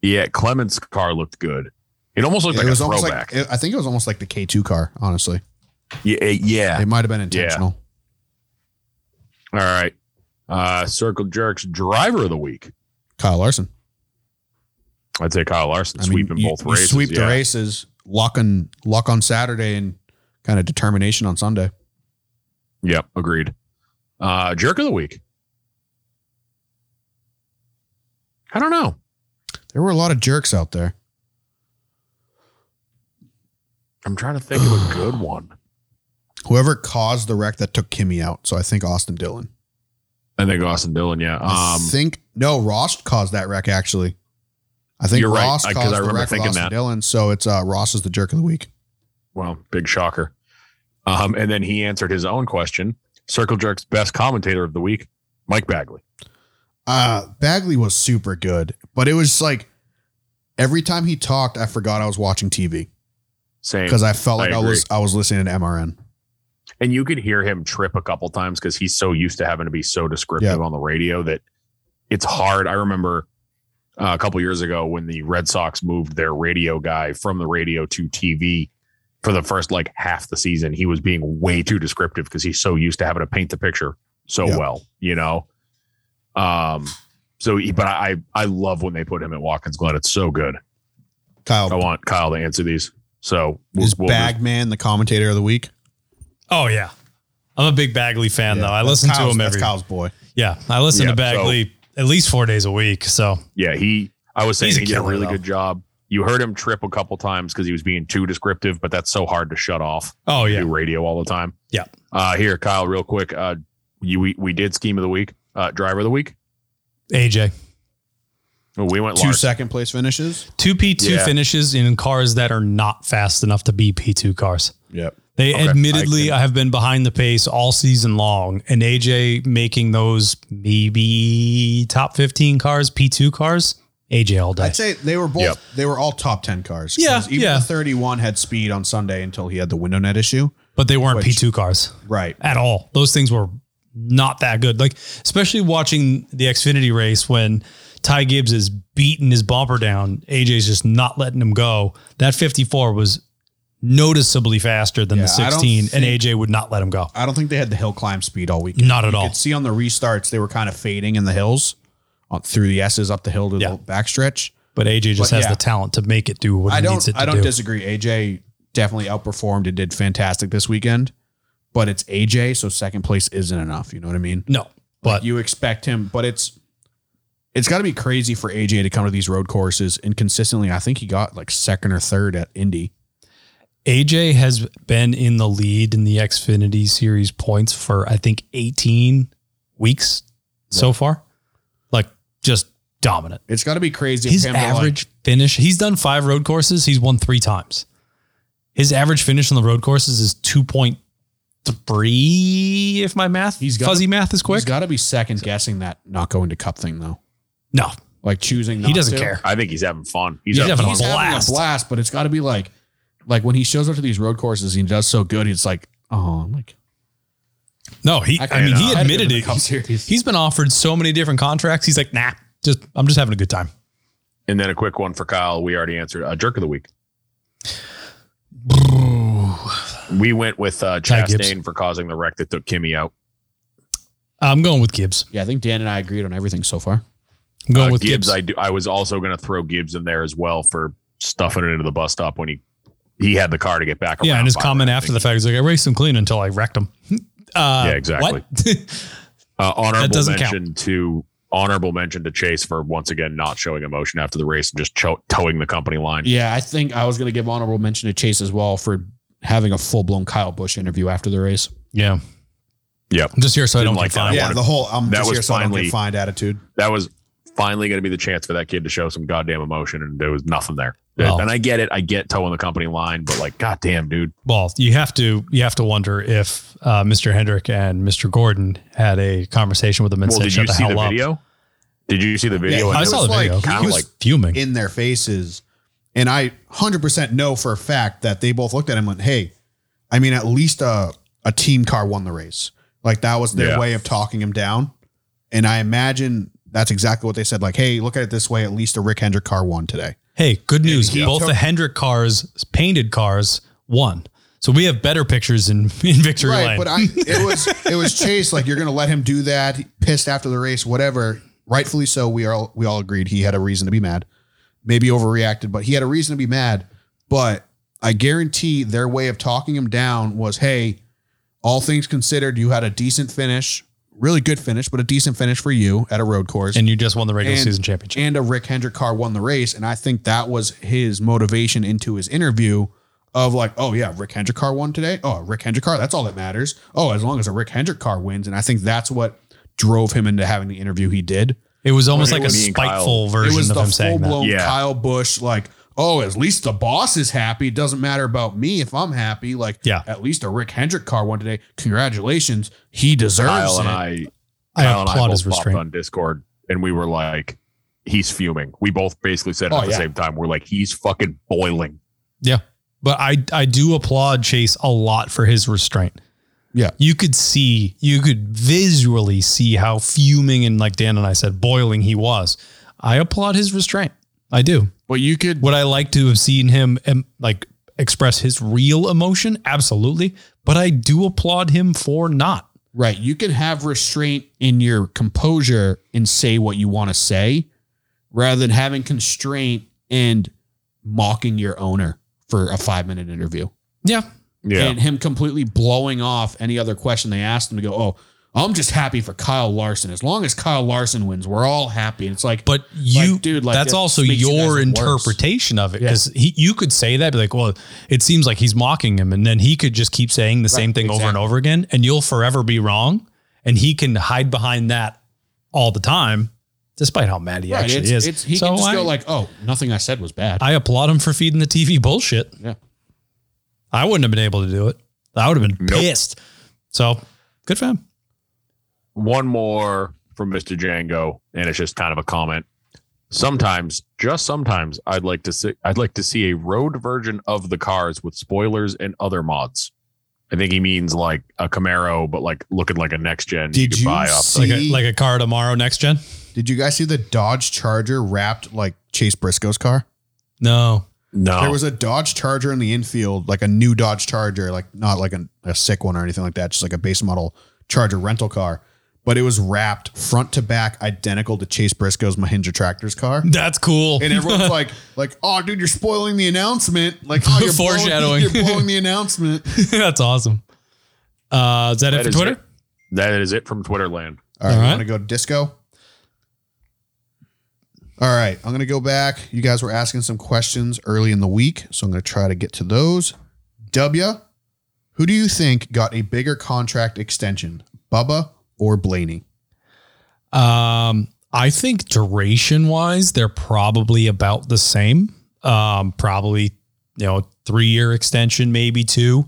Speaker 3: Yeah, Clements' car looked good. It almost looked
Speaker 6: it
Speaker 3: like a
Speaker 6: was almost
Speaker 3: throwback.
Speaker 6: like it- I think it was almost like the K two car. Honestly,
Speaker 3: yeah, eh, yeah.
Speaker 6: it might have been intentional.
Speaker 3: All right. Uh, Circle Jerks driver of the week.
Speaker 6: Kyle Larson.
Speaker 3: I'd say Kyle Larson
Speaker 6: I mean,
Speaker 3: sweeping
Speaker 6: you-
Speaker 3: both
Speaker 6: you
Speaker 3: races.
Speaker 6: sweep
Speaker 3: yeah.
Speaker 6: the races, luck on luck on Saturday, and kind of determination on Sunday.
Speaker 3: Yep, agreed. Uh, jerk of the week. I don't know.
Speaker 6: There were a lot of jerks out there.
Speaker 3: I'm trying to think of a good one.
Speaker 6: Whoever caused the wreck that took Kimmy out, so I think Austin Dillon.
Speaker 3: I think Austin Dillon. Yeah.
Speaker 6: I
Speaker 3: Um,
Speaker 6: think no, Ross caused that wreck actually. I think
Speaker 3: You're right,
Speaker 6: Ross
Speaker 3: I- 'cause
Speaker 6: caused
Speaker 3: I
Speaker 6: the
Speaker 3: remember
Speaker 6: wreck
Speaker 3: thinking
Speaker 6: with Austin
Speaker 3: that.
Speaker 6: Dillon, so it's uh, Ross is the jerk of the week.
Speaker 3: well, big shocker. Um, and then he answered his own question. Circle Jerk's best commentator of the week, Mike Bagley.
Speaker 6: Uh, Bagley was super good, but it was like every time he talked, I forgot I was watching TV
Speaker 3: Same.
Speaker 6: because I felt
Speaker 3: I
Speaker 6: like I,
Speaker 3: agree.
Speaker 6: was I was listening to MRN.
Speaker 3: And you could hear him trip a couple times because he's so used to having to be so descriptive on the radio that it's hard. I remember uh, a couple years ago when the Red Sox moved their radio guy from the radio to TV for the first like half the season. He was being way too descriptive because he's so used to having to paint the picture so
Speaker 6: Yeah.
Speaker 3: well, you know. Um. So, he- but I I love when they put him at Watkins Glen. It's so good.
Speaker 6: Kyle
Speaker 3: I want Kyle to answer these. So
Speaker 6: is Bagman the commentator of the week.
Speaker 1: Oh yeah, I'm a big Bagley fan
Speaker 6: Yeah,
Speaker 1: though. I
Speaker 6: that's
Speaker 1: listen to
Speaker 6: Kyle's-
Speaker 1: him
Speaker 6: that's
Speaker 1: every.
Speaker 6: Kyle's boy.
Speaker 1: Yeah, I listen
Speaker 3: Yeah,
Speaker 1: to Bagley at least four days a week. So
Speaker 3: Yeah, he. I was saying
Speaker 1: He's a
Speaker 3: he did a
Speaker 1: killer,
Speaker 3: really
Speaker 1: though.
Speaker 3: good job. You heard him trip a couple times because he was being too descriptive, but that's so hard to shut off.
Speaker 1: oh
Speaker 3: You
Speaker 1: yeah,
Speaker 3: Do radio all the time.
Speaker 1: Yeah.
Speaker 3: Uh, here, Kyle, real quick. Uh, you we, we did scheme of the week, uh, driver of the week.
Speaker 1: AJ
Speaker 3: Oh, We went
Speaker 6: Two
Speaker 3: Larson.
Speaker 6: second place finishes.
Speaker 1: two P two
Speaker 3: Yeah.
Speaker 1: finishes in cars that are not fast enough to be P two cars.
Speaker 6: Yep.
Speaker 1: They
Speaker 3: Okay, I
Speaker 1: admittedly have been behind the pace all season long, and AJ making those maybe top fifteen cars, P two cars, AJ all day.
Speaker 6: I'd say they were both
Speaker 3: Yep.
Speaker 6: they were all top ten cars. 'Cause
Speaker 1: Yeah,
Speaker 6: Even
Speaker 1: yeah.
Speaker 6: the thirty one had speed on Sunday until he had the window net issue.
Speaker 1: but they weren't
Speaker 6: which-
Speaker 1: P two cars.
Speaker 6: Right.
Speaker 1: at all. Those things were not that good. Like especially watching the Xfinity race when Ty Gibbs is beating his bumper down, AJ's just not letting him go. That 54 was noticeably faster than the
Speaker 6: Yeah, I don't
Speaker 1: 16 and
Speaker 6: think-
Speaker 1: AJ would not let him go.
Speaker 6: I don't think they had the hill climb speed all weekend.
Speaker 1: Not at
Speaker 6: you
Speaker 1: all.
Speaker 6: could see on the restarts they were kind of fading in the hills on, through the S's up the hill to
Speaker 1: Yeah.
Speaker 6: the backstretch.
Speaker 1: But AJ just
Speaker 6: But
Speaker 1: has
Speaker 6: yeah.
Speaker 1: the talent to make it do what
Speaker 6: I
Speaker 1: he needs
Speaker 6: don't
Speaker 1: it to
Speaker 6: I don't
Speaker 1: do.
Speaker 6: disagree. AJ definitely outperformed and did fantastic this weekend. But it's AJ, so second place isn't enough. You know what I mean?
Speaker 1: no. But
Speaker 6: you expect him, but it's it's got to be crazy for AJ to come to these road courses and consistently. I think he got like second or third at Indy.
Speaker 1: AJ has been in the lead in the Xfinity series points for I think 18 weeks so far. Like just dominant.
Speaker 6: It's got to be crazy.
Speaker 1: his
Speaker 6: for him to, like-
Speaker 1: average finish he's done five road courses he's won three times his average finish on the road courses is 2.3 if my math
Speaker 6: He's got-
Speaker 1: fuzzy math is
Speaker 6: he's
Speaker 1: quick
Speaker 6: got to be second guessing that not going to Cup thing though.
Speaker 1: no
Speaker 6: Like choosing.
Speaker 1: he
Speaker 6: not
Speaker 1: doesn't
Speaker 6: to.
Speaker 1: care
Speaker 3: I think he's having fun. He's,
Speaker 1: He's
Speaker 3: having,
Speaker 1: having
Speaker 6: He's
Speaker 1: a
Speaker 3: fun.
Speaker 1: blast.
Speaker 6: having a blast, but it's got to be like, like when he shows up to these road courses, he does so good. He's like, oh, I'm like
Speaker 1: no he i,
Speaker 6: can't-
Speaker 1: mean he
Speaker 6: I had him in
Speaker 1: admitted
Speaker 6: the
Speaker 1: it
Speaker 6: Cup Series.
Speaker 1: he's been offered so many different contracts he's like nah just i'm just having a good time
Speaker 3: And then a quick one for Kyle. We already answered uh, jerk of the week. We went with uh,
Speaker 1: Ty Gibbs.
Speaker 3: Chastain for causing the wreck that took Kimmy out.
Speaker 1: i'm going with gibbs
Speaker 6: yeah. I think Dan and I agreed on everything so far.
Speaker 1: i'm going
Speaker 3: Uh,
Speaker 1: with gibbs,
Speaker 3: Gibbs, I do. I was also going to throw Gibbs in there as well for stuffing it into the bus stop when he he had the car to get back.
Speaker 1: yeah
Speaker 3: around
Speaker 1: and his
Speaker 3: by
Speaker 1: comment
Speaker 3: her, I
Speaker 1: after the
Speaker 3: think.
Speaker 1: fact is like i raced him clean until i wrecked him uh,
Speaker 3: Yeah, exactly.
Speaker 1: what?
Speaker 3: uh, honorable
Speaker 1: That doesn't count.
Speaker 3: mention to honorable mention to Chase for once again not showing emotion after the race and just cho- towing the company line.
Speaker 6: Yeah, I think I was going to give honorable mention to Chase as well for having a full blown Kyle Bush interview after the race.
Speaker 1: yeah
Speaker 3: Yep.
Speaker 1: i'm just here so i
Speaker 3: Didn't
Speaker 1: don't
Speaker 3: like
Speaker 1: like that
Speaker 3: that. Yeah,
Speaker 6: Yeah,
Speaker 3: wanted-
Speaker 6: the whole I'm
Speaker 3: that
Speaker 6: just
Speaker 3: was
Speaker 6: here so I don't
Speaker 3: finally-
Speaker 6: get fined attitude.
Speaker 3: That was finally going to be the chance for that kid to show some goddamn emotion, and there was nothing there.
Speaker 1: Well.
Speaker 3: And I get it. I get towing the company line, but like, goddamn, dude.
Speaker 1: Well, you have to you have to wonder if uh, Mr. Hendrick and Mr. Gordon had a conversation with him and
Speaker 3: Well,
Speaker 1: said,
Speaker 3: did
Speaker 1: "Shut
Speaker 3: you
Speaker 1: the
Speaker 3: see
Speaker 1: hell
Speaker 3: the
Speaker 1: up."
Speaker 3: video? Did you see the video?
Speaker 6: Yeah,
Speaker 1: I
Speaker 3: And it
Speaker 1: saw
Speaker 3: was
Speaker 1: the video.
Speaker 3: Like, kind of
Speaker 6: he was-
Speaker 3: like,
Speaker 1: Fuming.
Speaker 6: in their faces. And I 100% know for a
Speaker 2: uh,
Speaker 6: fact that they both looked at him and went, hey, I mean, at least a, a team car won the race.
Speaker 2: Like that was their
Speaker 3: Yeah.
Speaker 2: way of talking him down. And I imagine that's exactly what they said. Like, hey, look at it this way. At least a Rick Hendrick car won today.
Speaker 1: Hey, good news.
Speaker 2: he
Speaker 1: Both
Speaker 2: took-
Speaker 1: the Hendrick cars, painted cars, won. So we have better pictures in, in Victory Lane.
Speaker 2: but I, it was it was Chase. Like you're going to let him do that. Pissed after the race, whatever. Rightfully so. We are all- we all agreed he had a reason to be mad. Maybe overreacted, but he had a reason to be mad. But I guarantee their way of talking him down was, hey, all things considered, you had a decent finish, really good finish, but a decent finish for you at a road course.
Speaker 1: and you just won the regular season championship.
Speaker 2: And a Rick Hendrick car won the race. And I think that was his motivation into his interview of like, oh yeah, Rick Hendrick car won today. Oh, Rick Hendrick car, that's all that matters. Oh, as long as a Rick Hendrick car wins. And I think that's what drove him into having the interview he did.
Speaker 1: It was almost
Speaker 3: Well, it
Speaker 1: like
Speaker 3: was
Speaker 1: a
Speaker 3: me and Kyle.
Speaker 1: spiteful
Speaker 2: It
Speaker 1: version
Speaker 2: was
Speaker 1: of
Speaker 2: the
Speaker 1: him
Speaker 2: full
Speaker 1: saying that.
Speaker 2: blown
Speaker 3: Yeah.
Speaker 2: Kyle Bush, like, oh, at least the boss is happy. It doesn't matter about me if I'm happy. Like,
Speaker 1: Yeah.
Speaker 2: at least a Rick Hendrick car won today. Congratulations. He deserves
Speaker 3: Kyle
Speaker 2: it.
Speaker 3: and I, Kyle
Speaker 1: I
Speaker 3: and I
Speaker 1: applaud
Speaker 3: both
Speaker 1: his
Speaker 3: popped
Speaker 1: restraint.
Speaker 3: on Discord and we were like, he's fuming. We both basically said it
Speaker 2: Oh,
Speaker 3: at the
Speaker 2: yeah.
Speaker 3: same time. We're like, he's fucking boiling.
Speaker 1: But I I do applaud Chase a lot for his restraint.
Speaker 2: Yeah.
Speaker 1: You could see, you could visually see how fuming and like Dan and I said, boiling he was. I applaud his restraint. I do.
Speaker 2: but you could
Speaker 1: Would I like to have seen him um, like express his real emotion? Absolutely. But I do applaud him for not.
Speaker 2: Right. You can have restraint in your composure and say what you want to say rather than having constraint and mocking your owner for a five minute interview
Speaker 1: Yeah.
Speaker 3: Yeah.
Speaker 2: and him completely blowing off any other question they asked him to go, Oh, I'm just happy for Kyle Larson. As long as Kyle Larson wins, we're all happy. And it's like,
Speaker 1: But you,
Speaker 2: dude, like,
Speaker 1: that's
Speaker 2: that
Speaker 1: also
Speaker 2: makes you
Speaker 1: your
Speaker 2: guys worse.
Speaker 1: interpretation of it because he you could say that, be like, well, it seems like he's mocking him, and then he could just keep saying the same thing over and
Speaker 2: exactly.
Speaker 1: over again, and you'll forever be wrong, and he can hide behind that all the time, despite how mad he
Speaker 2: Right,
Speaker 1: actually
Speaker 2: it's,
Speaker 1: is.
Speaker 2: it's- he
Speaker 1: so
Speaker 2: can just
Speaker 1: I,
Speaker 2: go like, Oh, nothing I said was bad.
Speaker 1: I applaud him for feeding the TV bullshit.
Speaker 2: Yeah.
Speaker 1: I wouldn't have been able to do it. I would have been
Speaker 3: Nope.
Speaker 1: pissed. So good for him.
Speaker 3: One more from Mr. Django, and it's just kind of a comment. Sometimes, just sometimes, I'd like to see I'd like to see a road version of the cars with spoilers and other mods. I think he means like a Camaro, but like looking like a next gen.
Speaker 6: Did
Speaker 3: could
Speaker 6: you
Speaker 3: buy off-
Speaker 1: Like
Speaker 6: see?
Speaker 1: a, like a car tomorrow, next gen.
Speaker 6: did you guys see the Dodge Charger wrapped like Chase Briscoe's car?
Speaker 1: No,
Speaker 3: No,
Speaker 6: There was a Dodge Charger in the infield, like a new Dodge Charger, like not like an, a sick one or anything like that, just like a base model Charger rental car. But it was wrapped front to back, identical to Chase Briscoe's Mahindra Tractors car.
Speaker 1: that's cool.
Speaker 6: And everyone's like, like, oh, dude, you're spoiling the announcement. Like, oh, you're blowing-
Speaker 1: Foreshadowing.
Speaker 6: you're blowing the announcement.
Speaker 1: That's awesome. Uh, is that,
Speaker 3: That
Speaker 1: it for
Speaker 3: is
Speaker 1: Twitter?
Speaker 3: it. that is it from Twitterland.
Speaker 6: All
Speaker 1: All
Speaker 6: right, right.
Speaker 1: right.
Speaker 6: I'm gonna go to disco. All right, I'm gonna go back. You guys were asking some questions early in the week, so I'm gonna try to get to those. W, who do you think got a bigger contract extension, Bubba or Blaney?
Speaker 1: Um, I think duration wise, they're probably about the same. Um, probably, you know, three year extension, maybe two.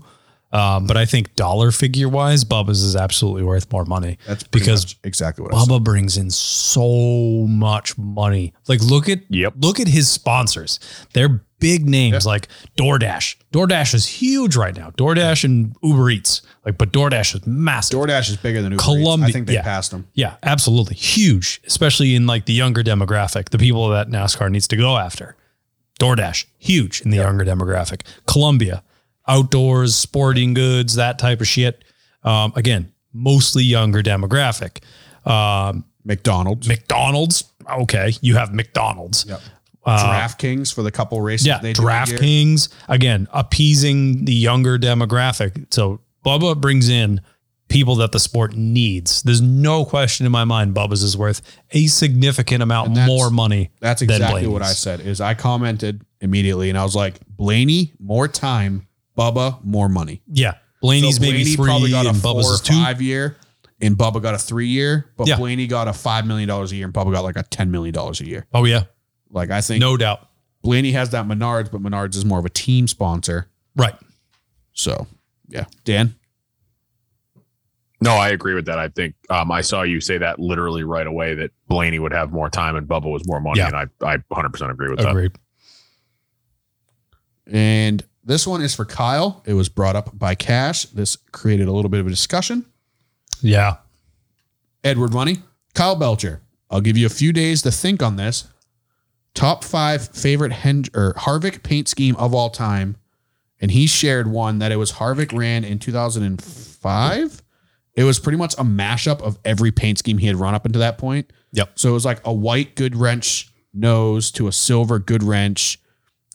Speaker 1: Um, but I think dollar figure wise, Bubba's is absolutely worth more money.
Speaker 6: That's pretty
Speaker 1: Because
Speaker 6: much exactly what I said.
Speaker 1: Bubba brings in so much money. Like, look at
Speaker 3: Yep.
Speaker 1: look at his sponsors. They're big names like DoorDash. DoorDash is huge right now. DoorDash and Uber Eats. Like, but DoorDash is massive.
Speaker 6: DoorDash is bigger than Uber. Columbia.
Speaker 1: Columbia-
Speaker 6: I think they
Speaker 1: yeah.
Speaker 6: passed him.
Speaker 1: Yeah, absolutely. Huge, especially in like the younger demographic, the people that NASCAR needs to go after. DoorDash, huge in the younger demographic. Columbia, outdoors, sporting goods, that type of shit. Um, again, mostly younger demographic. Um,
Speaker 6: McDonald's,
Speaker 1: McDonald's, okay, you have McDonald's.
Speaker 6: Yep.
Speaker 1: Uh,
Speaker 6: DraftKings for the couple races.
Speaker 1: yeah,
Speaker 6: do a year.
Speaker 1: DraftKings again appeasing the younger demographic. So Bubba brings in people that the sport needs. There's no question in my mind. Bubba's is worth a significant amount
Speaker 2: And that's-
Speaker 1: more money.
Speaker 2: That's
Speaker 1: than
Speaker 2: exactly what I
Speaker 1: Blaney's.
Speaker 2: said. Is I commented immediately and I was like, Blaney, more time, Bubba, more money.
Speaker 1: Yeah, Blaney's
Speaker 2: So
Speaker 1: maybe
Speaker 2: Blaney
Speaker 1: three, and
Speaker 2: four
Speaker 1: Bubba's
Speaker 2: or
Speaker 1: is two.
Speaker 2: five year, and Bubba got a three year, but
Speaker 1: Yeah.
Speaker 2: Blaney got a five million dollars a year, and Bubba got like a ten million dollars a year.
Speaker 1: Oh yeah,
Speaker 2: Like I think
Speaker 1: no doubt.
Speaker 2: Blaney has that Menards, but Menards is more of a team sponsor.
Speaker 1: Right.
Speaker 2: So yeah, Dan,
Speaker 3: No, I agree with that. I think um, I saw you say that literally right away that Blaney would have more time and Bubba was more money,
Speaker 1: Yeah.
Speaker 3: and I, I 100% agree with
Speaker 1: Agreed.
Speaker 2: and this one is for Kyle. It was brought up by Cash. This created a little bit of a discussion.
Speaker 1: Yeah.
Speaker 2: Edward Money, Kyle Belcher. I'll give you a few days to think on this. Top five favorite Hen- or Harvick paint scheme of all time. And he shared one that it was Harvick ran in 2005. It was pretty much a mashup of every paint scheme he had run up until that point.
Speaker 6: Yep.
Speaker 2: So it was like a white good wrench nose to a silver good wrench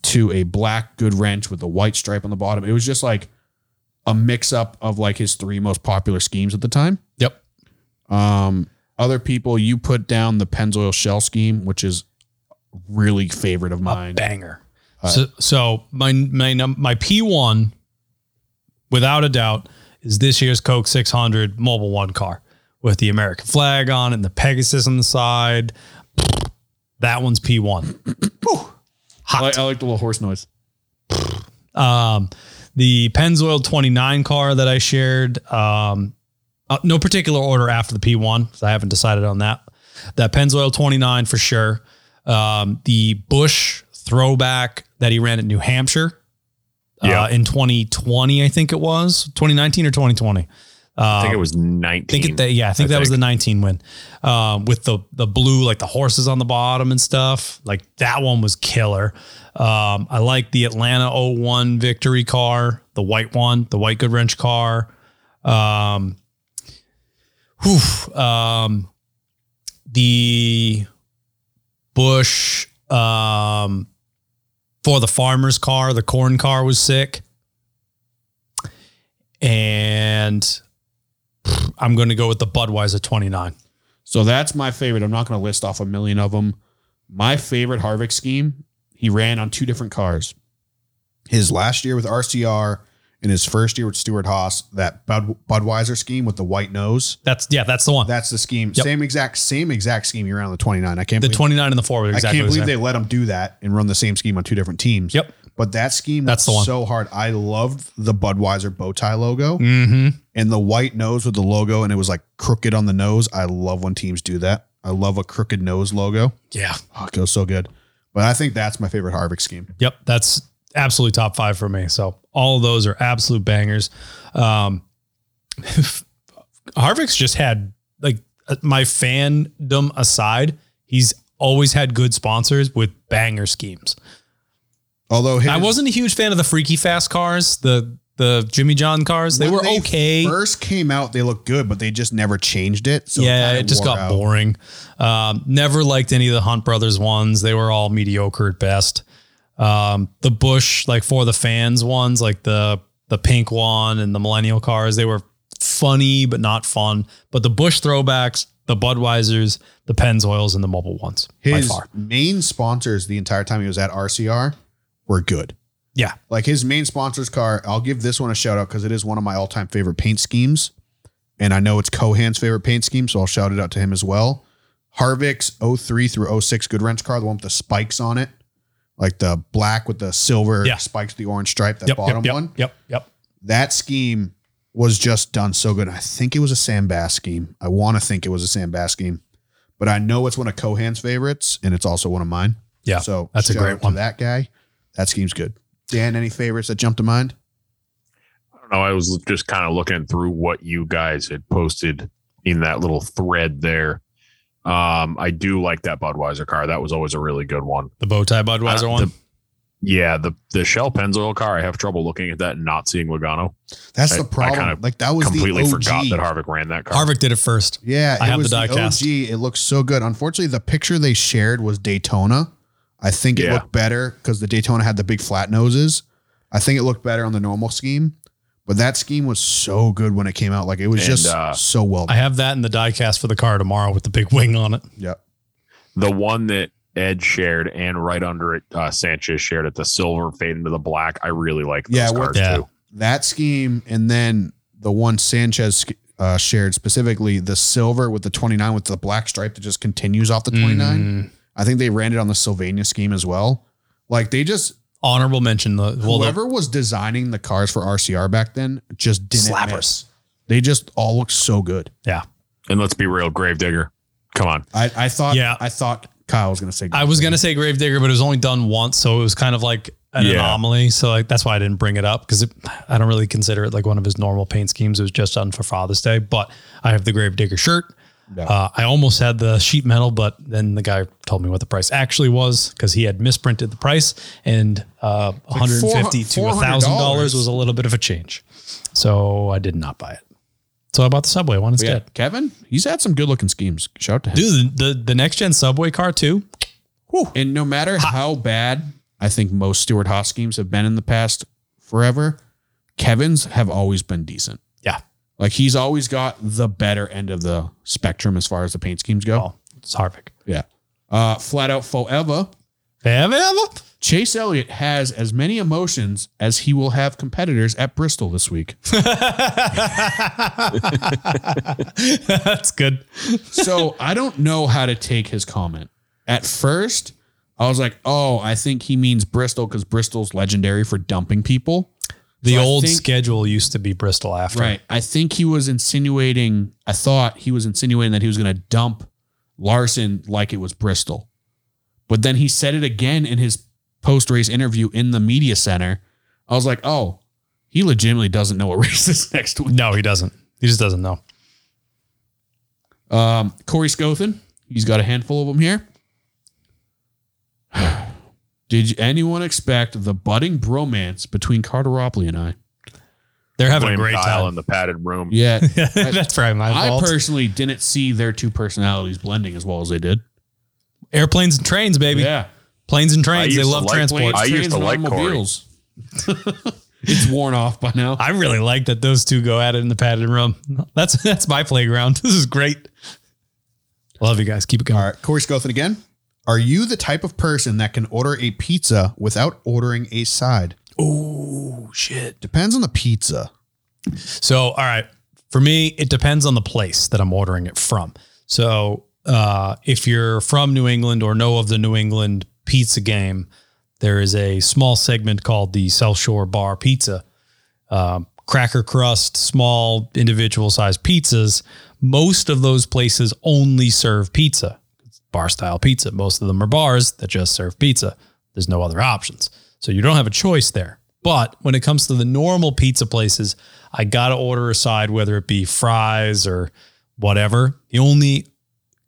Speaker 2: to a black good wrench with a white stripe on the bottom. It was just like a mix up of like his three most popular schemes at the time.
Speaker 1: Yep.
Speaker 2: Um, other people, you put down the Pennzoil shell scheme, which is really favorite of mine.
Speaker 1: Banger. so, so my my num- my P one, without a doubt, is this year's Coke 600 Mobile One car with the American flag on it and the Pegasus on the side. That one's P one.
Speaker 2: I like, I like the little horse noise.
Speaker 1: Um, the Pennzoil 29 car that I shared, um, uh, no particular order after the P1. So I haven't decided on that. That Pennzoil 29 for sure. Um, the Bush throwback that he ran at New Hampshire
Speaker 3: Yeah.
Speaker 1: uh, in 2020, I think it was 2019 or 2020. Um,
Speaker 3: I think it was 19.
Speaker 1: think it, that, yeah, I think
Speaker 3: I
Speaker 1: that was
Speaker 3: think.
Speaker 1: the 19 win um, with the the blue, like the horses on the bottom and stuff. Like that one was killer. Um, I like the Atlanta 01 victory car, the white one, the white Goodwrench car. Um, whew, um, the Bush um, for the farmer's car, the corn car was sick. And I'm going to go with the Budweiser 29.
Speaker 2: So that's my favorite. I'm not going to list off a million of them. My favorite Harvick scheme, he ran on two different cars.
Speaker 6: His last year with RCR and his first year with Stuart Haas, that Bud, Budweiser scheme with the white nose.
Speaker 1: That's yeah, that's the one.
Speaker 6: That's the scheme.
Speaker 1: Yep.
Speaker 6: Same exact same exact scheme you ran on the 29. I can't
Speaker 1: the
Speaker 6: believe,
Speaker 1: 29 and the 4 were exactly
Speaker 6: I can't
Speaker 1: the same.
Speaker 6: believe they let him do that and run the same scheme on two different teams.
Speaker 1: Yep.
Speaker 6: But that scheme
Speaker 1: That's
Speaker 6: that's
Speaker 1: the one.
Speaker 6: so hard. I loved the Budweiser bow tie logo
Speaker 1: Mm-hmm.
Speaker 6: and the white nose with the logo and it was like crooked on the nose. I love when teams do that. I love a crooked nose logo.
Speaker 1: Yeah.
Speaker 6: Oh, it goes so good. But I think that's my favorite Harvick scheme.
Speaker 1: Yep. That's absolutely top five for me. So all of those are absolute bangers. Um, Harvick's just had like uh, my fandom aside, he's always had good sponsors with banger schemes.
Speaker 6: Although his
Speaker 1: I wasn't a huge fan of the freaky fast cars, the the Jimmy John cars. They
Speaker 6: when
Speaker 1: were okay.
Speaker 6: First came out, they looked good, but they just never changed it. So
Speaker 1: yeah,
Speaker 6: kinda
Speaker 1: it just
Speaker 6: wore
Speaker 1: got
Speaker 6: out.
Speaker 1: boring. Um, never liked any of the Hunt Brothers ones. They were all mediocre at best. Um, the Bush, like for the fans ones, like the the pink one and the millennial cars, they were funny but not fun. But the Bush throwbacks, the Budweisers, the Pennzoils, and the Mobile ones
Speaker 6: His
Speaker 1: by far.
Speaker 6: main sponsors the entire time he was at RCR were good.
Speaker 1: Yeah.
Speaker 6: Like his main sponsor's car, I'll give this one a shout out because it is one of my all time favorite paint schemes. And I know it's Cohan's favorite paint scheme, so I'll shout it out to him as well. Harvick's 03 through 06 Good Wrench car, the one with the spikes on it, like the black with the silver
Speaker 1: Yeah.
Speaker 6: spikes, the orange stripe, that
Speaker 1: Yep,
Speaker 6: bottom
Speaker 1: yep, yep,
Speaker 6: one.
Speaker 1: Yep, yep.
Speaker 6: that scheme was just done so good. I think it was a Sam Bass scheme. I want to think it was a Sam Bass scheme, but I know it's one of Cohan's favorites, and it's also one of mine.
Speaker 1: Yeah,
Speaker 6: so
Speaker 1: that's a
Speaker 6: shout
Speaker 1: great
Speaker 6: out to
Speaker 1: one.
Speaker 6: that guy, that scheme's good. Dan, any favorites that jump to mind?
Speaker 3: I don't know. I was just kind of looking through what you guys had posted in that little thread there. Um, I do like that Budweiser car. That was always a really good one.
Speaker 1: The Bowtie Budweiser
Speaker 3: Uh,
Speaker 1: one.
Speaker 3: the- yeah, the the Shell Pennzoil car. I have trouble looking at that and not seeing Logano.
Speaker 6: That's
Speaker 3: I-
Speaker 6: the
Speaker 3: I
Speaker 6: problem.
Speaker 3: kinda
Speaker 6: like that was
Speaker 3: Completely
Speaker 6: the OG.
Speaker 3: forgot that Harvick ran that car.
Speaker 1: Harvick did it first.
Speaker 6: Yeah, it
Speaker 1: I have
Speaker 6: was
Speaker 1: the
Speaker 6: the,
Speaker 1: diecast.
Speaker 6: OG. It looks so good. Unfortunately, the picture they shared was Daytona. I think it
Speaker 3: Yeah.
Speaker 6: looked better because the Daytona had the big flat noses. I think it looked better on the normal scheme, but that scheme was so good when it came out. Like it was
Speaker 3: And,
Speaker 6: just
Speaker 3: uh,
Speaker 6: so well.
Speaker 1: I have that in the diecast for the car tomorrow with the big wing on it.
Speaker 6: yep.
Speaker 3: the one that Ed shared and right under it, uh, Sanchez shared it. The silver fade into the black. I really like those
Speaker 6: Yeah, it
Speaker 3: cars
Speaker 6: worked.
Speaker 1: Yeah.
Speaker 3: too.
Speaker 6: That scheme, and then the one Sanchez uh, shared specifically, the silver with the 29 with the black stripe that just continues off the 29.
Speaker 1: Mm.
Speaker 6: I think they ran it on the Sylvania scheme as well. Like they just
Speaker 1: Honorable mention. The, well, the-
Speaker 6: whoever was designing the cars for RCR back then just didn't
Speaker 1: Slappers.
Speaker 6: miss. They just all looked so good.
Speaker 3: And let's be real, Gravedigger. Come on.
Speaker 6: I, I thought
Speaker 1: Yeah.
Speaker 6: I thought Kyle was gonna say
Speaker 1: I was gonna say Gravedigger, but it was only done once, so it was kind of like an
Speaker 3: Yeah.
Speaker 1: anomaly. So like that's why I didn't bring it up because I don't really consider it like one of his normal paint schemes. It was just done for Father's Day, but I have the Gravedigger shirt. Uh, I almost had the sheet metal, but then the guy told me what the price actually was because he had misprinted the price, and uh, one hundred and fifty to
Speaker 2: $400.
Speaker 1: thousand dollars was a little bit of a change. So I did not buy it. So I bought the Subway one
Speaker 2: Yeah,
Speaker 1: instead.
Speaker 2: Kevin, he's had some good looking schemes. Shout out to him.
Speaker 1: Dude, the, the the next gen Subway car too.
Speaker 2: And no matter how bad I think most Stuart Haas schemes have been in the past forever, Kevin's have always been decent.
Speaker 1: Yeah.
Speaker 2: Like he's always got the better end of the spectrum as far as the paint schemes go.
Speaker 1: Oh, it's Harvick.
Speaker 2: Yeah. Uh, flat out forever.
Speaker 1: Have it ever?
Speaker 2: Chase Elliott has as many emotions as he will have competitors at Bristol this week.
Speaker 1: That's good.
Speaker 2: so I don't know how to take his comment. At first, I was like, oh, I think he means Bristol because Bristol's legendary for dumping people.
Speaker 1: The
Speaker 2: So I
Speaker 1: old
Speaker 2: think-
Speaker 1: schedule used to be Bristol after.
Speaker 2: Right. I think he was insinuating, I thought he was insinuating that he was going to dump Larson like it was Bristol. But then he said it again in his post race interview in the media center. I was like, oh, he legitimately doesn't know what race is next week.
Speaker 1: No, he doesn't. He just doesn't know.
Speaker 2: Um, Corey Scothen, he's got a handful of them here. Did anyone expect the budding bromance between Carteropoly and I?
Speaker 1: They're having
Speaker 3: Blame
Speaker 1: a great
Speaker 3: Kyle
Speaker 1: time.
Speaker 3: in the padded room.
Speaker 2: Yeah,
Speaker 1: That's probably my
Speaker 2: I
Speaker 1: fault.
Speaker 2: personally didn't see their two personalities blending as well as they did.
Speaker 1: Airplanes and trains, baby.
Speaker 2: Yeah.
Speaker 1: Planes and
Speaker 3: I
Speaker 1: trains.
Speaker 3: used
Speaker 1: They
Speaker 3: to
Speaker 1: love
Speaker 3: like
Speaker 1: transport.
Speaker 3: planes. I used
Speaker 2: trains,
Speaker 3: to
Speaker 2: and
Speaker 3: like Corey.
Speaker 2: automobiles. it's worn off by now.
Speaker 1: I really like that those two go at it in the padded room. That's that's my playground. This is great. Love you guys. Keep it going.
Speaker 6: All right, Corey Scothen again. Are you the type of person that can order a pizza without ordering a side?
Speaker 1: Oh shit.
Speaker 6: Depends on the pizza.
Speaker 1: So, all right. For me, it depends on the place that I'm ordering it from. So, uh, if you're from New England or know of the New England pizza game, there is a small segment called the South Shore Bar Pizza. Um, cracker crust, small individual sized pizzas. Most of those places only serve pizza, It's bar style pizza. Most of them are bars that just serve pizza. There's no other options. So you don't have a choice there. But when it comes to the normal pizza places, I got to order a side, whether it be fries or whatever. The only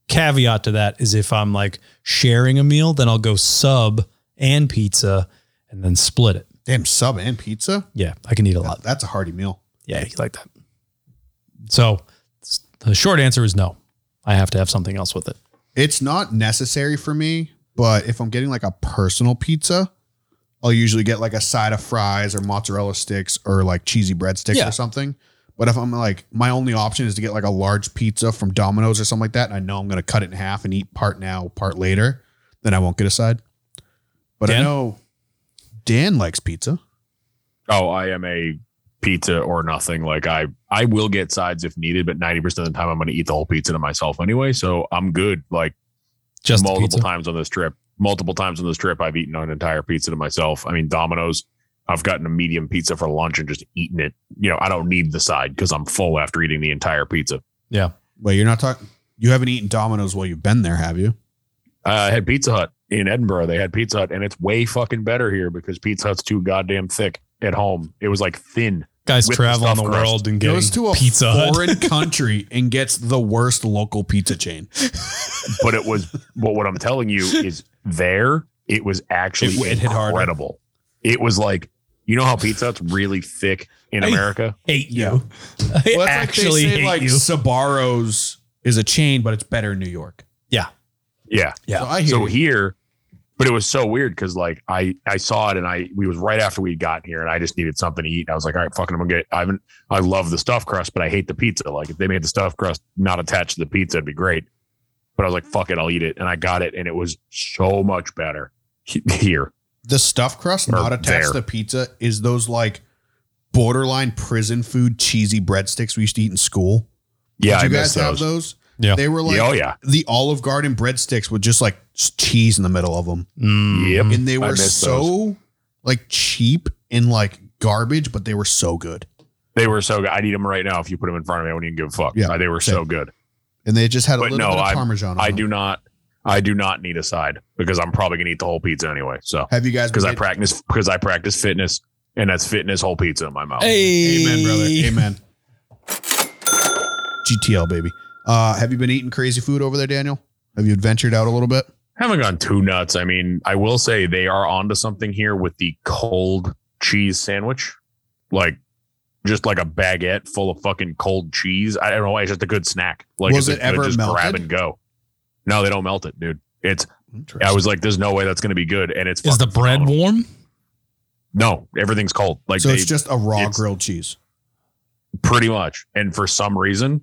Speaker 1: caveat to that is if I'm like sharing a meal, then I'll go sub and pizza and then split it.
Speaker 6: Damn, sub and pizza?
Speaker 1: Yeah, I can eat a lot.
Speaker 6: That- That's a hearty meal.
Speaker 1: Yeah, you like that. So s- the short answer is no. I have to have something else with it.
Speaker 6: It's not necessary for me, but if I'm getting like a personal pizza, I'll usually get like a side of fries or mozzarella sticks or like cheesy breadsticks
Speaker 1: Yeah.
Speaker 6: or something. But if I'm like, my only option is to get like a large pizza from Domino's or something like that, and I know I'm going to cut it in half and eat part now, part later, then I won't get a side. But I
Speaker 1: Dan?
Speaker 6: know Dan likes pizza.
Speaker 3: Oh, I am a pizza or nothing. Like I, I will get sides if needed, but ninety percent of the time I'm going to eat the whole pizza to myself anyway. So I'm good. Like
Speaker 1: Just the
Speaker 3: multiple
Speaker 1: pizza.
Speaker 3: times on this trip, multiple times on this trip, I've eaten an entire pizza to myself. I mean, Domino's. I've gotten a medium pizza for lunch and just eaten it. You know, I don't need the side because I'm full after eating the entire pizza.
Speaker 6: Wait, you're not talking, you haven't eaten Domino's while you've been there, have you?
Speaker 3: Uh, I had Pizza Hut in Edinburgh. They had Pizza Hut, and it's way fucking better here because Pizza Hut's too goddamn thick. At home, it was like thin.
Speaker 1: Guys
Speaker 3: with
Speaker 1: traveling the
Speaker 3: stuffed crust.
Speaker 1: world and getting
Speaker 2: Goes to a
Speaker 1: pizza Hut.
Speaker 2: foreign country and gets the worst local pizza chain.
Speaker 3: but it was but what I'm telling you is there it was actually
Speaker 2: It- it hit harder.
Speaker 3: incredible. It was like you know how Pizza Hut's really thick in
Speaker 1: I-
Speaker 3: America?
Speaker 1: hate you.
Speaker 2: Yeah.
Speaker 1: I
Speaker 2: Well, that's
Speaker 1: actually
Speaker 2: like they say
Speaker 1: hate
Speaker 2: like
Speaker 1: you.
Speaker 2: Sabaro's is a chain, but it's better in New York.
Speaker 3: Yeah.
Speaker 1: Yeah.
Speaker 2: So I hear
Speaker 3: So
Speaker 2: you.
Speaker 3: here but it was so weird because like I I saw it and I we was right after we got here and I just needed something to eat. I was like, all right, fucking I'm gonna get I haven't I love the stuffed crust, but I hate the pizza. Like if they made the stuffed crust not attached to the pizza, it'd be great. But I was like, fuck it, I'll eat it. And I got it and it was so much better he- here.
Speaker 6: the stuffed crust
Speaker 3: Or
Speaker 6: not attached
Speaker 3: there.
Speaker 6: to pizza is those like borderline prison food cheesy breadsticks we used to eat in school.
Speaker 3: Yeah,
Speaker 6: Did you
Speaker 3: I
Speaker 6: guys
Speaker 3: miss
Speaker 6: have
Speaker 3: those.
Speaker 6: those?
Speaker 1: Yeah.
Speaker 6: They were like
Speaker 3: yeah, oh yeah.
Speaker 6: the Olive Garden breadsticks with just like s- cheese in the middle of them.
Speaker 1: Mm.
Speaker 3: Yep.
Speaker 6: And they were
Speaker 3: miss
Speaker 6: so like cheap and like garbage, but they were so good.
Speaker 3: They were so good. I need them right now. If you put them in front of me, I wouldn't even give a fuck.
Speaker 6: Yeah,
Speaker 3: Uh, they were
Speaker 6: same. Uh-huh.
Speaker 3: so good.
Speaker 6: And they just had a
Speaker 3: But
Speaker 6: little
Speaker 3: no,
Speaker 6: bit of
Speaker 3: I-
Speaker 6: parmesan on
Speaker 3: I
Speaker 6: them.
Speaker 3: do not. I do not need a side because I'm probably gonna eat the whole pizza anyway. So
Speaker 6: Have you guys?
Speaker 3: because I
Speaker 6: made-
Speaker 3: practice because I practice fitness and that's fitness whole pizza in my mouth.
Speaker 1: Hey,
Speaker 6: Amen, brother. Amen. GTL baby. Uh, have you been eating crazy food over there, Daniel? Have you adventured out a little bit?
Speaker 3: haven't gone too nuts. I mean, I will say they are onto something here with the cold cheese sandwich, like just like a baguette full of fucking cold cheese. I don't know why it's just a good snack. Like
Speaker 6: Was
Speaker 3: it's
Speaker 6: it
Speaker 3: a good
Speaker 6: ever
Speaker 3: just grab
Speaker 6: melted?
Speaker 3: and go. No, they don't melt it, dude. It's I was like, there's no way that's gonna be good, and it's
Speaker 1: is the
Speaker 3: fucking
Speaker 1: bread
Speaker 3: phenomenal.
Speaker 1: warm?
Speaker 3: No, everything's cold. Like
Speaker 6: so
Speaker 3: they
Speaker 6: it's just a raw
Speaker 3: it's-
Speaker 6: grilled cheese.
Speaker 3: pretty much, and for some reason,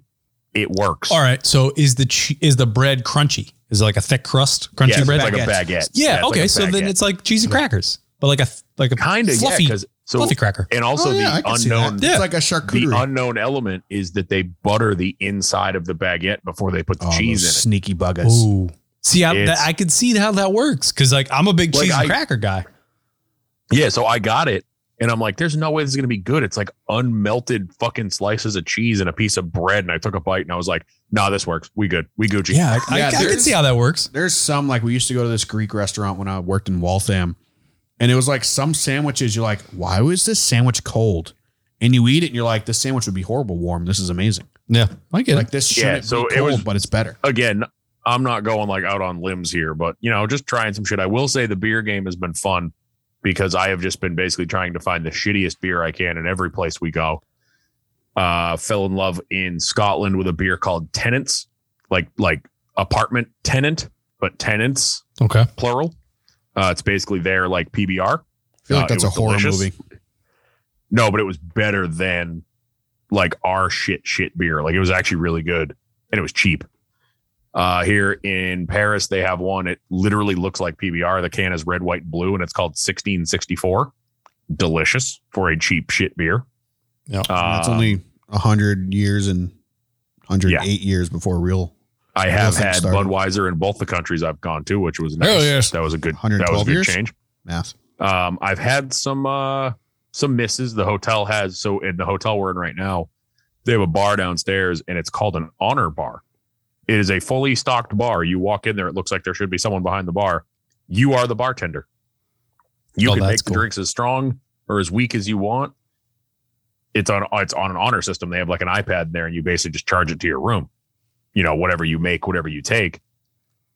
Speaker 3: it works.
Speaker 1: All right. So is the che- is the bread crunchy? Is it like a thick crust, crunchy
Speaker 3: yeah, it's
Speaker 1: bread?
Speaker 3: like a
Speaker 6: Baguette.
Speaker 3: baguette.
Speaker 1: yeah.
Speaker 3: it's
Speaker 1: Okay.
Speaker 3: like a
Speaker 1: so then
Speaker 3: baguette.
Speaker 1: it's like cheese and crackers, but like a th- like a
Speaker 3: kind of
Speaker 1: fluffy
Speaker 3: yeah, 'cause- so
Speaker 1: fluffy cracker.
Speaker 3: and also
Speaker 6: Oh, yeah, I
Speaker 3: the
Speaker 6: can see that.
Speaker 3: unknown
Speaker 1: Yeah.
Speaker 6: It's like a
Speaker 3: the
Speaker 6: charcuterie.
Speaker 3: unknown element is that they butter the inside of the baguette before they put the
Speaker 6: Oh,
Speaker 3: cheese
Speaker 6: those
Speaker 3: in
Speaker 6: Sneaky buggers.
Speaker 1: Ooh. See, I, that,
Speaker 3: It's-
Speaker 1: I could see how that works because like I'm a big
Speaker 3: Like,
Speaker 1: cheese and
Speaker 3: I-
Speaker 1: cracker guy.
Speaker 3: it. Yeah, so I got it, and I'm like, "There's no way this is gonna be good." It's like unmelted fucking slices of cheese and a piece of bread, and I took a bite, and I was like, "Nah, this works. We good. We Gucci."
Speaker 1: Yeah, I,
Speaker 6: Yeah,
Speaker 1: I, I could
Speaker 6: there's-
Speaker 1: see how that works.
Speaker 6: There's some like we used to go to this Greek restaurant when I worked in Waltham, and it was like some sandwiches. You're like, why was this sandwich cold? And you eat it, and you're like, this sandwich would be horrible warm. This is amazing.
Speaker 1: Yeah, I get
Speaker 6: Like this
Speaker 3: Yeah,
Speaker 6: shouldn't
Speaker 3: so
Speaker 6: be
Speaker 3: it
Speaker 6: cold,
Speaker 3: was-
Speaker 6: but it's better.
Speaker 3: Again, I'm not going like out on limbs here, but you know, just trying some shit. I will say the beer game has been fun because I have just been basically trying to find the shittiest beer I can in every place we go. Uh, fell in love in Scotland with a beer called Tenants, like like apartment tenant, but tenants
Speaker 1: it. Okay.
Speaker 3: plural. Uh, it's basically their like PBR.
Speaker 6: I feel
Speaker 3: Uh,
Speaker 6: like that's
Speaker 3: it
Speaker 6: a
Speaker 3: was
Speaker 6: horror
Speaker 3: delicious.
Speaker 6: movie.
Speaker 3: No, but it was better than like our shit shit beer. Like it was actually really good and it was cheap. Uh, here in Paris, they have one. It literally looks like PBR. The can is red, white, and blue, and it's called 1664. Delicious for a cheap shit beer.
Speaker 1: Yeah.
Speaker 3: Uh,
Speaker 6: that's only hundred years and hundred eight years before real.
Speaker 3: I have
Speaker 6: Nothing
Speaker 3: had
Speaker 6: started.
Speaker 3: Budweiser in both the countries I've gone to, which was nice.
Speaker 1: Hell yes.
Speaker 3: That was a good. That was a
Speaker 6: 112
Speaker 3: good
Speaker 6: years?
Speaker 3: change.
Speaker 6: Math.
Speaker 3: Um, I've had some uh some misses. The hotel has so in the hotel we're in right now, they have a bar downstairs and it's called an honor bar. It is a fully stocked bar. You walk in there, it looks like there should be someone behind the bar. You are the bartender. You
Speaker 1: Oh,
Speaker 3: can make
Speaker 1: that's
Speaker 3: the
Speaker 1: cool.
Speaker 3: drinks as strong or as weak as you want. It's on it's on an honor system. They have like an iPad in there and you basically just charge it to your room. You know, whatever you make, whatever you take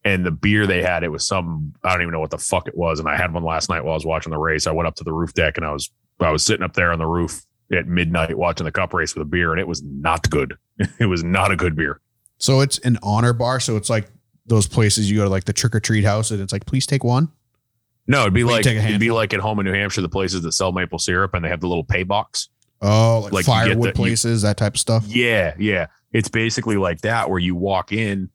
Speaker 3: and the beer they had it was some i don't even know what the fuck it was and i had one last night while i was watching the race i went up to the roof deck and i was i was sitting up there on the roof at midnight watching the cup race with a beer and it was not good it was not a good beer
Speaker 6: So it's an honor bar. So it's like those places you go to, like the trick or treat house, and it's like, please take one.
Speaker 3: no it'd be
Speaker 6: Well, you
Speaker 3: like
Speaker 6: take a
Speaker 3: it'd be like at home in new hampshire the places that sell maple syrup and they have the little pay box
Speaker 6: Oh,
Speaker 3: Like,
Speaker 6: like,
Speaker 3: you get
Speaker 6: firewood
Speaker 3: the- you-
Speaker 6: places, that type of stuff.
Speaker 3: yeah yeah it's basically like that where you walk in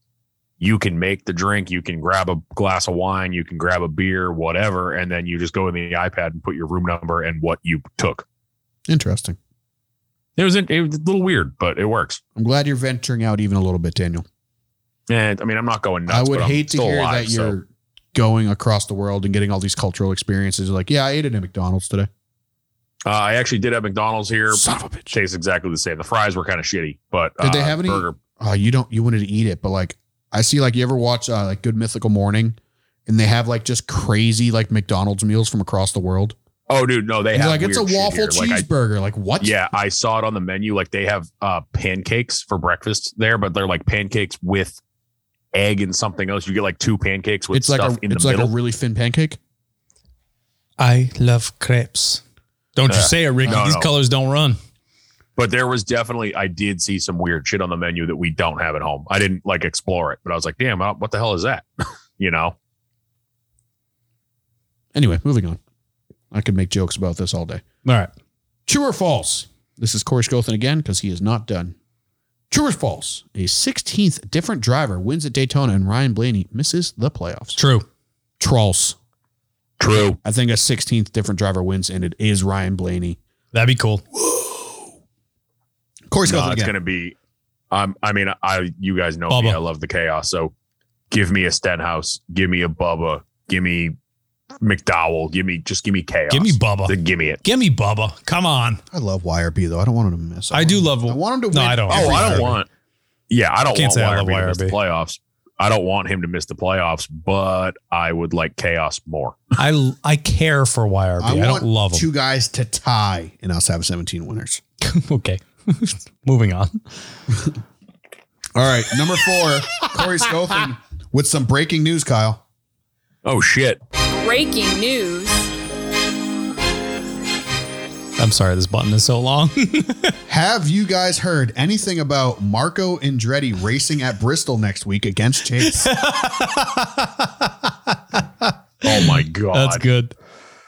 Speaker 3: you can make the drink you can grab a glass of wine you can grab a beer whatever and then you just go in the ipad and put your room number and what you took
Speaker 6: Interesting.
Speaker 3: It was, it was a little weird, but it works.
Speaker 6: I'm glad you're venturing out even a little bit, Daniel.
Speaker 3: And I mean, I'm not going nuts.
Speaker 6: I would
Speaker 3: but I'm
Speaker 6: hate to
Speaker 3: still
Speaker 6: hear
Speaker 3: alive,
Speaker 6: that you're going across the world and getting all these cultural experiences. Like, yeah, I ate it at McDonald's today.
Speaker 3: So. Uh, I actually did have McDonald's here.
Speaker 6: Son of a bitch.
Speaker 3: Tastes exactly the same. The fries were kind of shitty, but
Speaker 6: Did they
Speaker 3: uh,
Speaker 6: have any-
Speaker 3: burger?
Speaker 6: Oh, you don't. You wanted to eat it, but like, I see, like, you ever watch uh, like Good Mythical Morning, and they have like just crazy like McDonald's meals from across the world.
Speaker 3: Oh, dude, no, they
Speaker 6: You're
Speaker 3: have
Speaker 6: like, it's a
Speaker 3: weird shit
Speaker 6: waffle
Speaker 3: here. Like, I-
Speaker 6: cheeseburger. Like, what?
Speaker 3: yeah, I saw it on the menu. Like they have uh, pancakes for breakfast there, but they're like pancakes with egg and something else. You get like two pancakes with
Speaker 6: it's like
Speaker 3: stuff
Speaker 6: a
Speaker 3: in the
Speaker 6: it's like
Speaker 3: middle.
Speaker 6: a really thin pancake.
Speaker 1: I love crepes. Don't you
Speaker 3: Uh,
Speaker 1: say it, Ricky.
Speaker 3: no,
Speaker 1: These
Speaker 3: no.
Speaker 1: colors don't run.
Speaker 3: but there was definitely I did see some weird shit on the menu that we don't have at home. I didn't like explore it, but I was like, damn, I don't- what the hell is that? you know.
Speaker 6: Anyway, moving on. I could make jokes about this all day.
Speaker 1: All right.
Speaker 6: True or false? This is Corey Scothan again because he is not done. True or false? A 16th different driver wins at Daytona and Ryan Blaney misses the playoffs.
Speaker 1: True.
Speaker 6: Trolls.
Speaker 3: True.
Speaker 6: I think a 16th different driver wins and it is Ryan Blaney.
Speaker 1: That'd be cool.
Speaker 6: Corey
Speaker 3: No,
Speaker 6: Scothan
Speaker 3: it's
Speaker 6: again.
Speaker 3: going to be. Um, I mean, I you guys know me.
Speaker 1: Bubba.
Speaker 3: I love the chaos. So, give me a Stenhouse. Give me a Bubba. Give me McDowell. Give me just give me chaos.
Speaker 1: Give me Bubba.
Speaker 3: Then give me it.
Speaker 1: Give me Bubba. Come on.
Speaker 6: I love YRB though. I don't want him to miss.
Speaker 1: I do love-
Speaker 6: I want him to win.
Speaker 1: No, I don't.
Speaker 3: Oh, I don't want. Yeah, I don't
Speaker 1: Can't
Speaker 3: want
Speaker 1: say I
Speaker 3: YRB
Speaker 1: love
Speaker 3: to miss the
Speaker 1: YRB.
Speaker 3: playoffs. I don't want him to miss the playoffs, but I would like chaos more.
Speaker 1: I I care for YRB. I, don't love them.
Speaker 6: two guys to tie and us have 17 winners.
Speaker 1: okay, moving on.
Speaker 6: All right, number four, Corey Schofield with some breaking news, Kyle.
Speaker 3: Oh shit.
Speaker 5: Breaking news.
Speaker 1: I'm sorry, this button is so long.
Speaker 6: Have you guys heard anything about Marco Andretti racing at Bristol next week against Chase?
Speaker 3: Oh my god.
Speaker 1: That's good.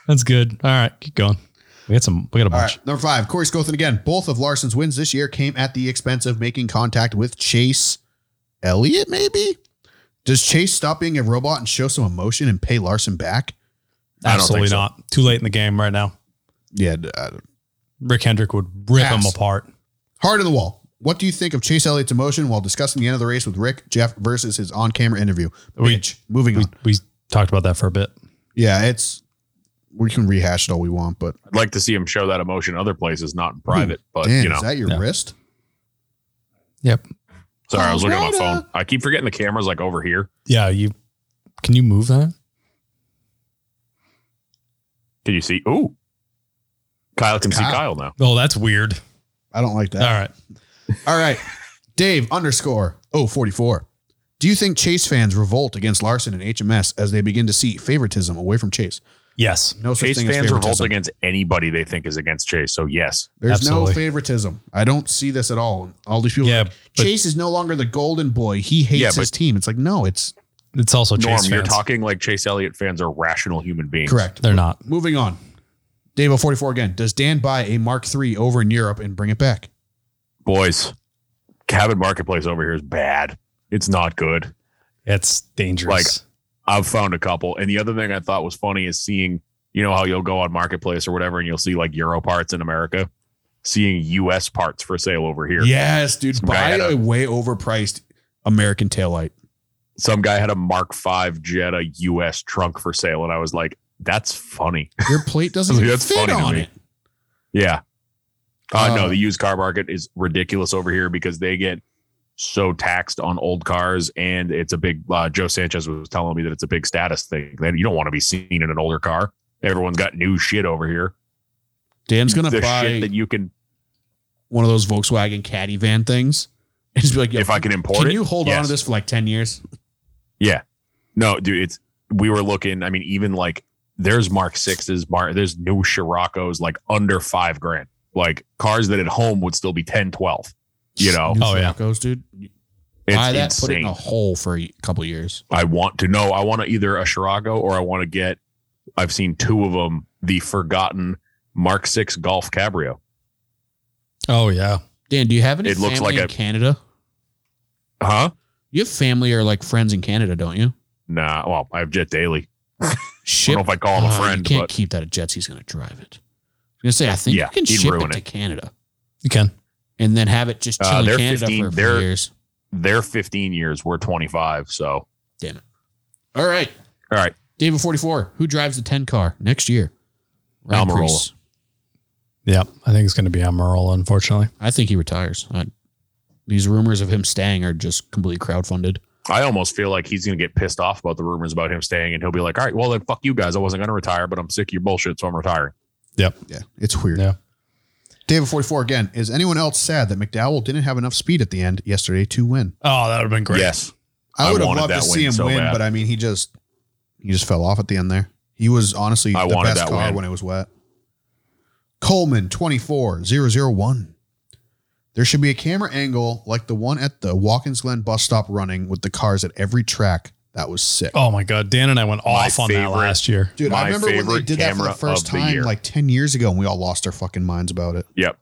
Speaker 1: That's good. All right, keep going. We got some. We got a
Speaker 6: All
Speaker 1: bunch.
Speaker 6: right, number five, Corey Scothen again. Both of Larson's wins this year came at the expense of making contact with Chase Elliott, maybe? Does Chase stop being a robot and show some emotion and pay Larson back?
Speaker 3: I don't
Speaker 1: Absolutely
Speaker 3: think so.
Speaker 1: not. Too late in the game right now.
Speaker 6: Yeah, d- I-
Speaker 1: Rick Hendrick would rip
Speaker 6: Pass.
Speaker 1: him apart.
Speaker 6: Hard in the wall. What do you think of Chase Elliott's emotion while discussing the end of the race with Rick Jeff versus his on-camera interview?
Speaker 1: We-
Speaker 6: Bitch. Moving
Speaker 1: We,
Speaker 6: on.
Speaker 1: we talked about that for a bit.
Speaker 6: Yeah, it's we can rehash it all we want, but
Speaker 3: I'd like to see him show that emotion other places, not in private. but
Speaker 6: damn,
Speaker 3: you know,
Speaker 6: is that your
Speaker 1: yeah.
Speaker 6: wrist?
Speaker 1: Yep.
Speaker 3: sorry, I was looking at my
Speaker 6: Alrighta.
Speaker 3: phone. I keep forgetting the camera's like over here.
Speaker 1: Yeah. You can you move that?
Speaker 3: Can you see? Ooh, Kyle can see Kyle
Speaker 6: Kyle.
Speaker 3: now.
Speaker 1: Oh, that's weird.
Speaker 6: I don't like that.
Speaker 1: All right.
Speaker 6: All right. Dave underscore 044. Do you think Chase fans revolt against Larson and HMS as they begin to see favoritism away from Chase?
Speaker 1: Yes.
Speaker 6: No such
Speaker 3: Chase
Speaker 6: thing as
Speaker 3: fans
Speaker 6: favoritism.
Speaker 3: revolt against anybody they think is against Chase. So yes,
Speaker 6: There's
Speaker 1: Absolutely.
Speaker 6: no favoritism. I don't see this at all. All these people, are
Speaker 1: Yeah,
Speaker 6: like,
Speaker 1: but-
Speaker 6: Chase is no longer the golden boy. He hates
Speaker 3: Yeah,
Speaker 6: his team. It's like no, it's
Speaker 1: It's also
Speaker 3: Norm,
Speaker 1: Chase
Speaker 3: you're
Speaker 1: fans.
Speaker 3: talking like Chase Elliott fans are rational human beings.
Speaker 6: correct.
Speaker 1: They're not.
Speaker 6: Moving on. Dave 044 again. Does Dan buy a Mark III over in Europe and bring it back?
Speaker 3: boys. Cabin marketplace over here is bad. It's not good.
Speaker 1: It's dangerous.
Speaker 3: I've found a couple. And the other thing I thought was funny is seeing, you know, how you'll go on marketplace or whatever, and you'll see like Euro parts in America, seeing U.S. parts for sale over here.
Speaker 6: Yes, dude.
Speaker 3: Some guy had a-
Speaker 6: way overpriced American taillight.
Speaker 3: Some guy had a Mark V Jetta U.S. trunk for sale, and I was like, "That's funny."
Speaker 6: Your plate doesn't
Speaker 3: Dude,
Speaker 6: even
Speaker 3: that's
Speaker 6: fit
Speaker 3: funny to
Speaker 6: on
Speaker 3: me.
Speaker 6: it.
Speaker 3: Yeah. Uh, no,
Speaker 6: Uh,
Speaker 3: the used car market is ridiculous over here because they get so taxed on old cars, and it's a big. Uh, Joe Sanchez was telling me that it's a big status thing. That you don't want to be seen in an older car. Everyone's got new shit over here.
Speaker 6: Dan's gonna
Speaker 3: the
Speaker 6: buy
Speaker 3: shit that you can,
Speaker 6: one of those Volkswagen Caddy van things. And just be like, Yo,
Speaker 3: if I can import
Speaker 6: can
Speaker 3: it.
Speaker 6: you hold on
Speaker 3: Yes.
Speaker 6: to this for like 10 years?
Speaker 3: No, dude, it's we were looking. I mean, even like there's Mark Sixes, Mark. There's new Scirocco's like under five grand. Like cars that at home would still be 10, 12. You know,
Speaker 6: New
Speaker 1: Oh, yeah.
Speaker 6: Scirocco's, dude.
Speaker 3: it's
Speaker 6: buy that,
Speaker 3: insane.
Speaker 6: put it in a hole for a couple years.
Speaker 3: I want to know. I want to either a Scirocco or I want to get. I've seen two of them. The forgotten Mark Six Golf Cabrio.
Speaker 1: oh yeah.
Speaker 6: Dan, do you have any
Speaker 3: It looks
Speaker 6: family
Speaker 3: like
Speaker 6: in
Speaker 3: a-
Speaker 6: Canada?
Speaker 3: Huh?
Speaker 6: You have family or like friends in Canada, don't you?
Speaker 3: Nah. Well, I have Jet Daily. I
Speaker 6: Ship.
Speaker 3: don't know if I
Speaker 2: Uh,
Speaker 3: call him a
Speaker 6: Oh,
Speaker 3: friend,
Speaker 6: you can't
Speaker 3: but
Speaker 6: keep that at Jets. He's going to drive it. I was going to say, I think
Speaker 3: Yeah,
Speaker 6: you can
Speaker 3: he'd
Speaker 6: ship
Speaker 3: ruin
Speaker 6: it to
Speaker 3: it.
Speaker 6: Canada
Speaker 1: You can.
Speaker 6: and then have it just
Speaker 3: Uh,
Speaker 6: chill in
Speaker 3: they're
Speaker 6: Canada
Speaker 3: 15
Speaker 6: for a few
Speaker 3: they're-
Speaker 6: years.
Speaker 3: they're 15 years. We're 25. So all
Speaker 6: All right.
Speaker 3: right.
Speaker 6: David 44, who drives the 10 car next year? Ryan
Speaker 3: Almirola.
Speaker 6: Preece.
Speaker 1: Yeah. I think it's going to be Amarola, unfortunately.
Speaker 6: I think he retires. I, these rumors of him staying are just completely crowdfunded.
Speaker 3: I almost feel like he's going to get pissed off about the rumors about him staying, and he'll be like, "All right, well then, fuck you guys. I wasn't going to retire, but I'm sick of your bullshit, so I'm retiring."
Speaker 6: Yeah, it's weird.
Speaker 1: Yeah.
Speaker 6: David 44 again. Is anyone else sad that McDowell didn't have enough speed at the end yesterday to win?
Speaker 1: Oh, that would have been great.
Speaker 3: Yes,
Speaker 6: I
Speaker 3: I
Speaker 6: would have
Speaker 3: wanted
Speaker 6: loved to
Speaker 3: that
Speaker 6: see
Speaker 3: win
Speaker 6: him
Speaker 3: so
Speaker 6: win,
Speaker 3: bad.
Speaker 6: but I mean, he just he just fell off at the end there. He was honestly
Speaker 3: I
Speaker 6: the
Speaker 3: wanted
Speaker 6: best
Speaker 3: that
Speaker 6: car
Speaker 3: win.
Speaker 6: when it was wet. Coleman 24001. There should be a camera angle like the one at the Watkins Glen bus stop running with the cars at every track. That was sick.
Speaker 1: Oh my God. Dan and I went off on that
Speaker 3: favorite-
Speaker 1: last year.
Speaker 6: Dude,
Speaker 3: my
Speaker 6: I remember when they
Speaker 3: favorite
Speaker 6: did that for the
Speaker 3: camera
Speaker 6: first
Speaker 3: of the
Speaker 6: time
Speaker 3: year.
Speaker 6: like 10 years ago and we all lost our fucking minds about it.
Speaker 3: Yep.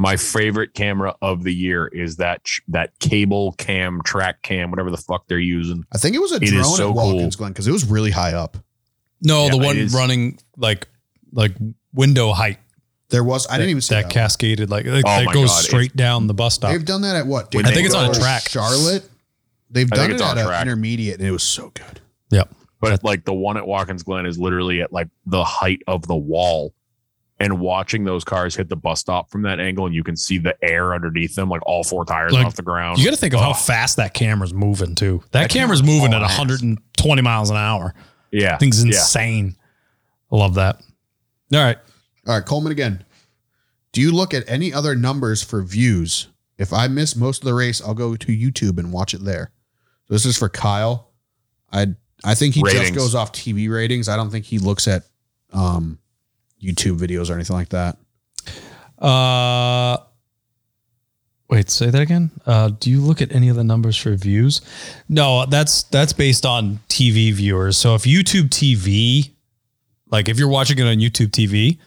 Speaker 3: My favorite camera of the year is that that cable cam, track cam, whatever the fuck they're using.
Speaker 6: I think it was a
Speaker 3: It is
Speaker 6: drone
Speaker 3: so
Speaker 6: at
Speaker 3: cool.
Speaker 6: Watkins Glen because it was really high up.
Speaker 1: No,
Speaker 3: Yeah,
Speaker 1: the
Speaker 3: it
Speaker 1: one
Speaker 3: is-
Speaker 1: running like like window height.
Speaker 6: There was I didn't even see
Speaker 1: that,
Speaker 6: that.
Speaker 1: cascaded like that,
Speaker 3: Oh
Speaker 1: that
Speaker 3: my
Speaker 1: goes
Speaker 3: God,
Speaker 1: straight down the bus stop.
Speaker 6: They've done that at what?
Speaker 3: When I think it's on
Speaker 6: Daytona
Speaker 3: a
Speaker 6: or
Speaker 1: track.
Speaker 6: Charlotte. They've
Speaker 3: I
Speaker 6: done
Speaker 3: think it's
Speaker 6: it
Speaker 3: on
Speaker 6: at
Speaker 3: a
Speaker 6: an
Speaker 3: track.
Speaker 6: intermediate, and it was so good.
Speaker 3: But like the one at Watkins Glen is literally at like the height of the wall and watching those cars hit the bus stop from that angle, and you can see the air underneath them, like all four tires
Speaker 1: Like,
Speaker 3: off the ground.
Speaker 1: You got to think of how
Speaker 3: Oh.
Speaker 1: fast that camera's moving too. That, camera's
Speaker 3: camera's
Speaker 1: moving at
Speaker 3: all ass.
Speaker 1: 120 miles an hour.
Speaker 3: yeah,
Speaker 1: Thing's
Speaker 3: yeah.
Speaker 1: insane. I love that. All right.
Speaker 2: All right, Coleman again. Do you look at any other numbers for views? If I miss most of the race, I'll go to YouTube and watch it there. So this is for Kyle. I I think he just
Speaker 3: Ratings.
Speaker 2: goes off TV ratings. I don't think he looks at um, YouTube videos or anything like that.
Speaker 1: Uh, wait, say that again. Uh, do you look at any of the numbers for views? No, that's that's based on TV viewers. So if YouTube TV, like if you're watching it on YouTube TV,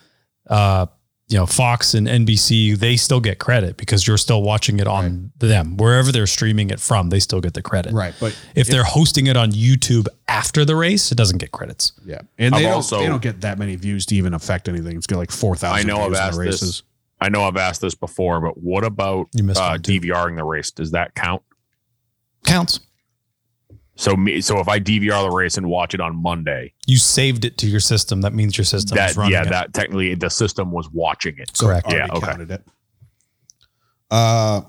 Speaker 1: uh, you know Fox and NBC, they still get credit because you're still watching it on them wherever they're streaming it from. They still get the credit.
Speaker 2: Right, but
Speaker 1: If they're hosting it on YouTube after the race, it doesn't get credits.
Speaker 2: yeah, and
Speaker 3: I've
Speaker 2: they don't,
Speaker 3: also-
Speaker 2: they don't get that many views to even affect anything. It's got like four
Speaker 3: I
Speaker 2: thousand.
Speaker 3: know I've asked this. I know I've asked this before, but what about
Speaker 1: You missed
Speaker 3: uh,
Speaker 1: one, too.
Speaker 3: DVRing the race? Does that count?
Speaker 1: Counts.
Speaker 3: So me, so if I DVR the race and watch it on Monday,
Speaker 1: You saved it to your system. That means your system is
Speaker 3: that
Speaker 1: running.
Speaker 3: yeah,
Speaker 1: it.
Speaker 3: that technically the system was watching it.
Speaker 1: correct.
Speaker 2: Yeah,
Speaker 3: Yeah, okay.
Speaker 2: counted it.
Speaker 6: Uh,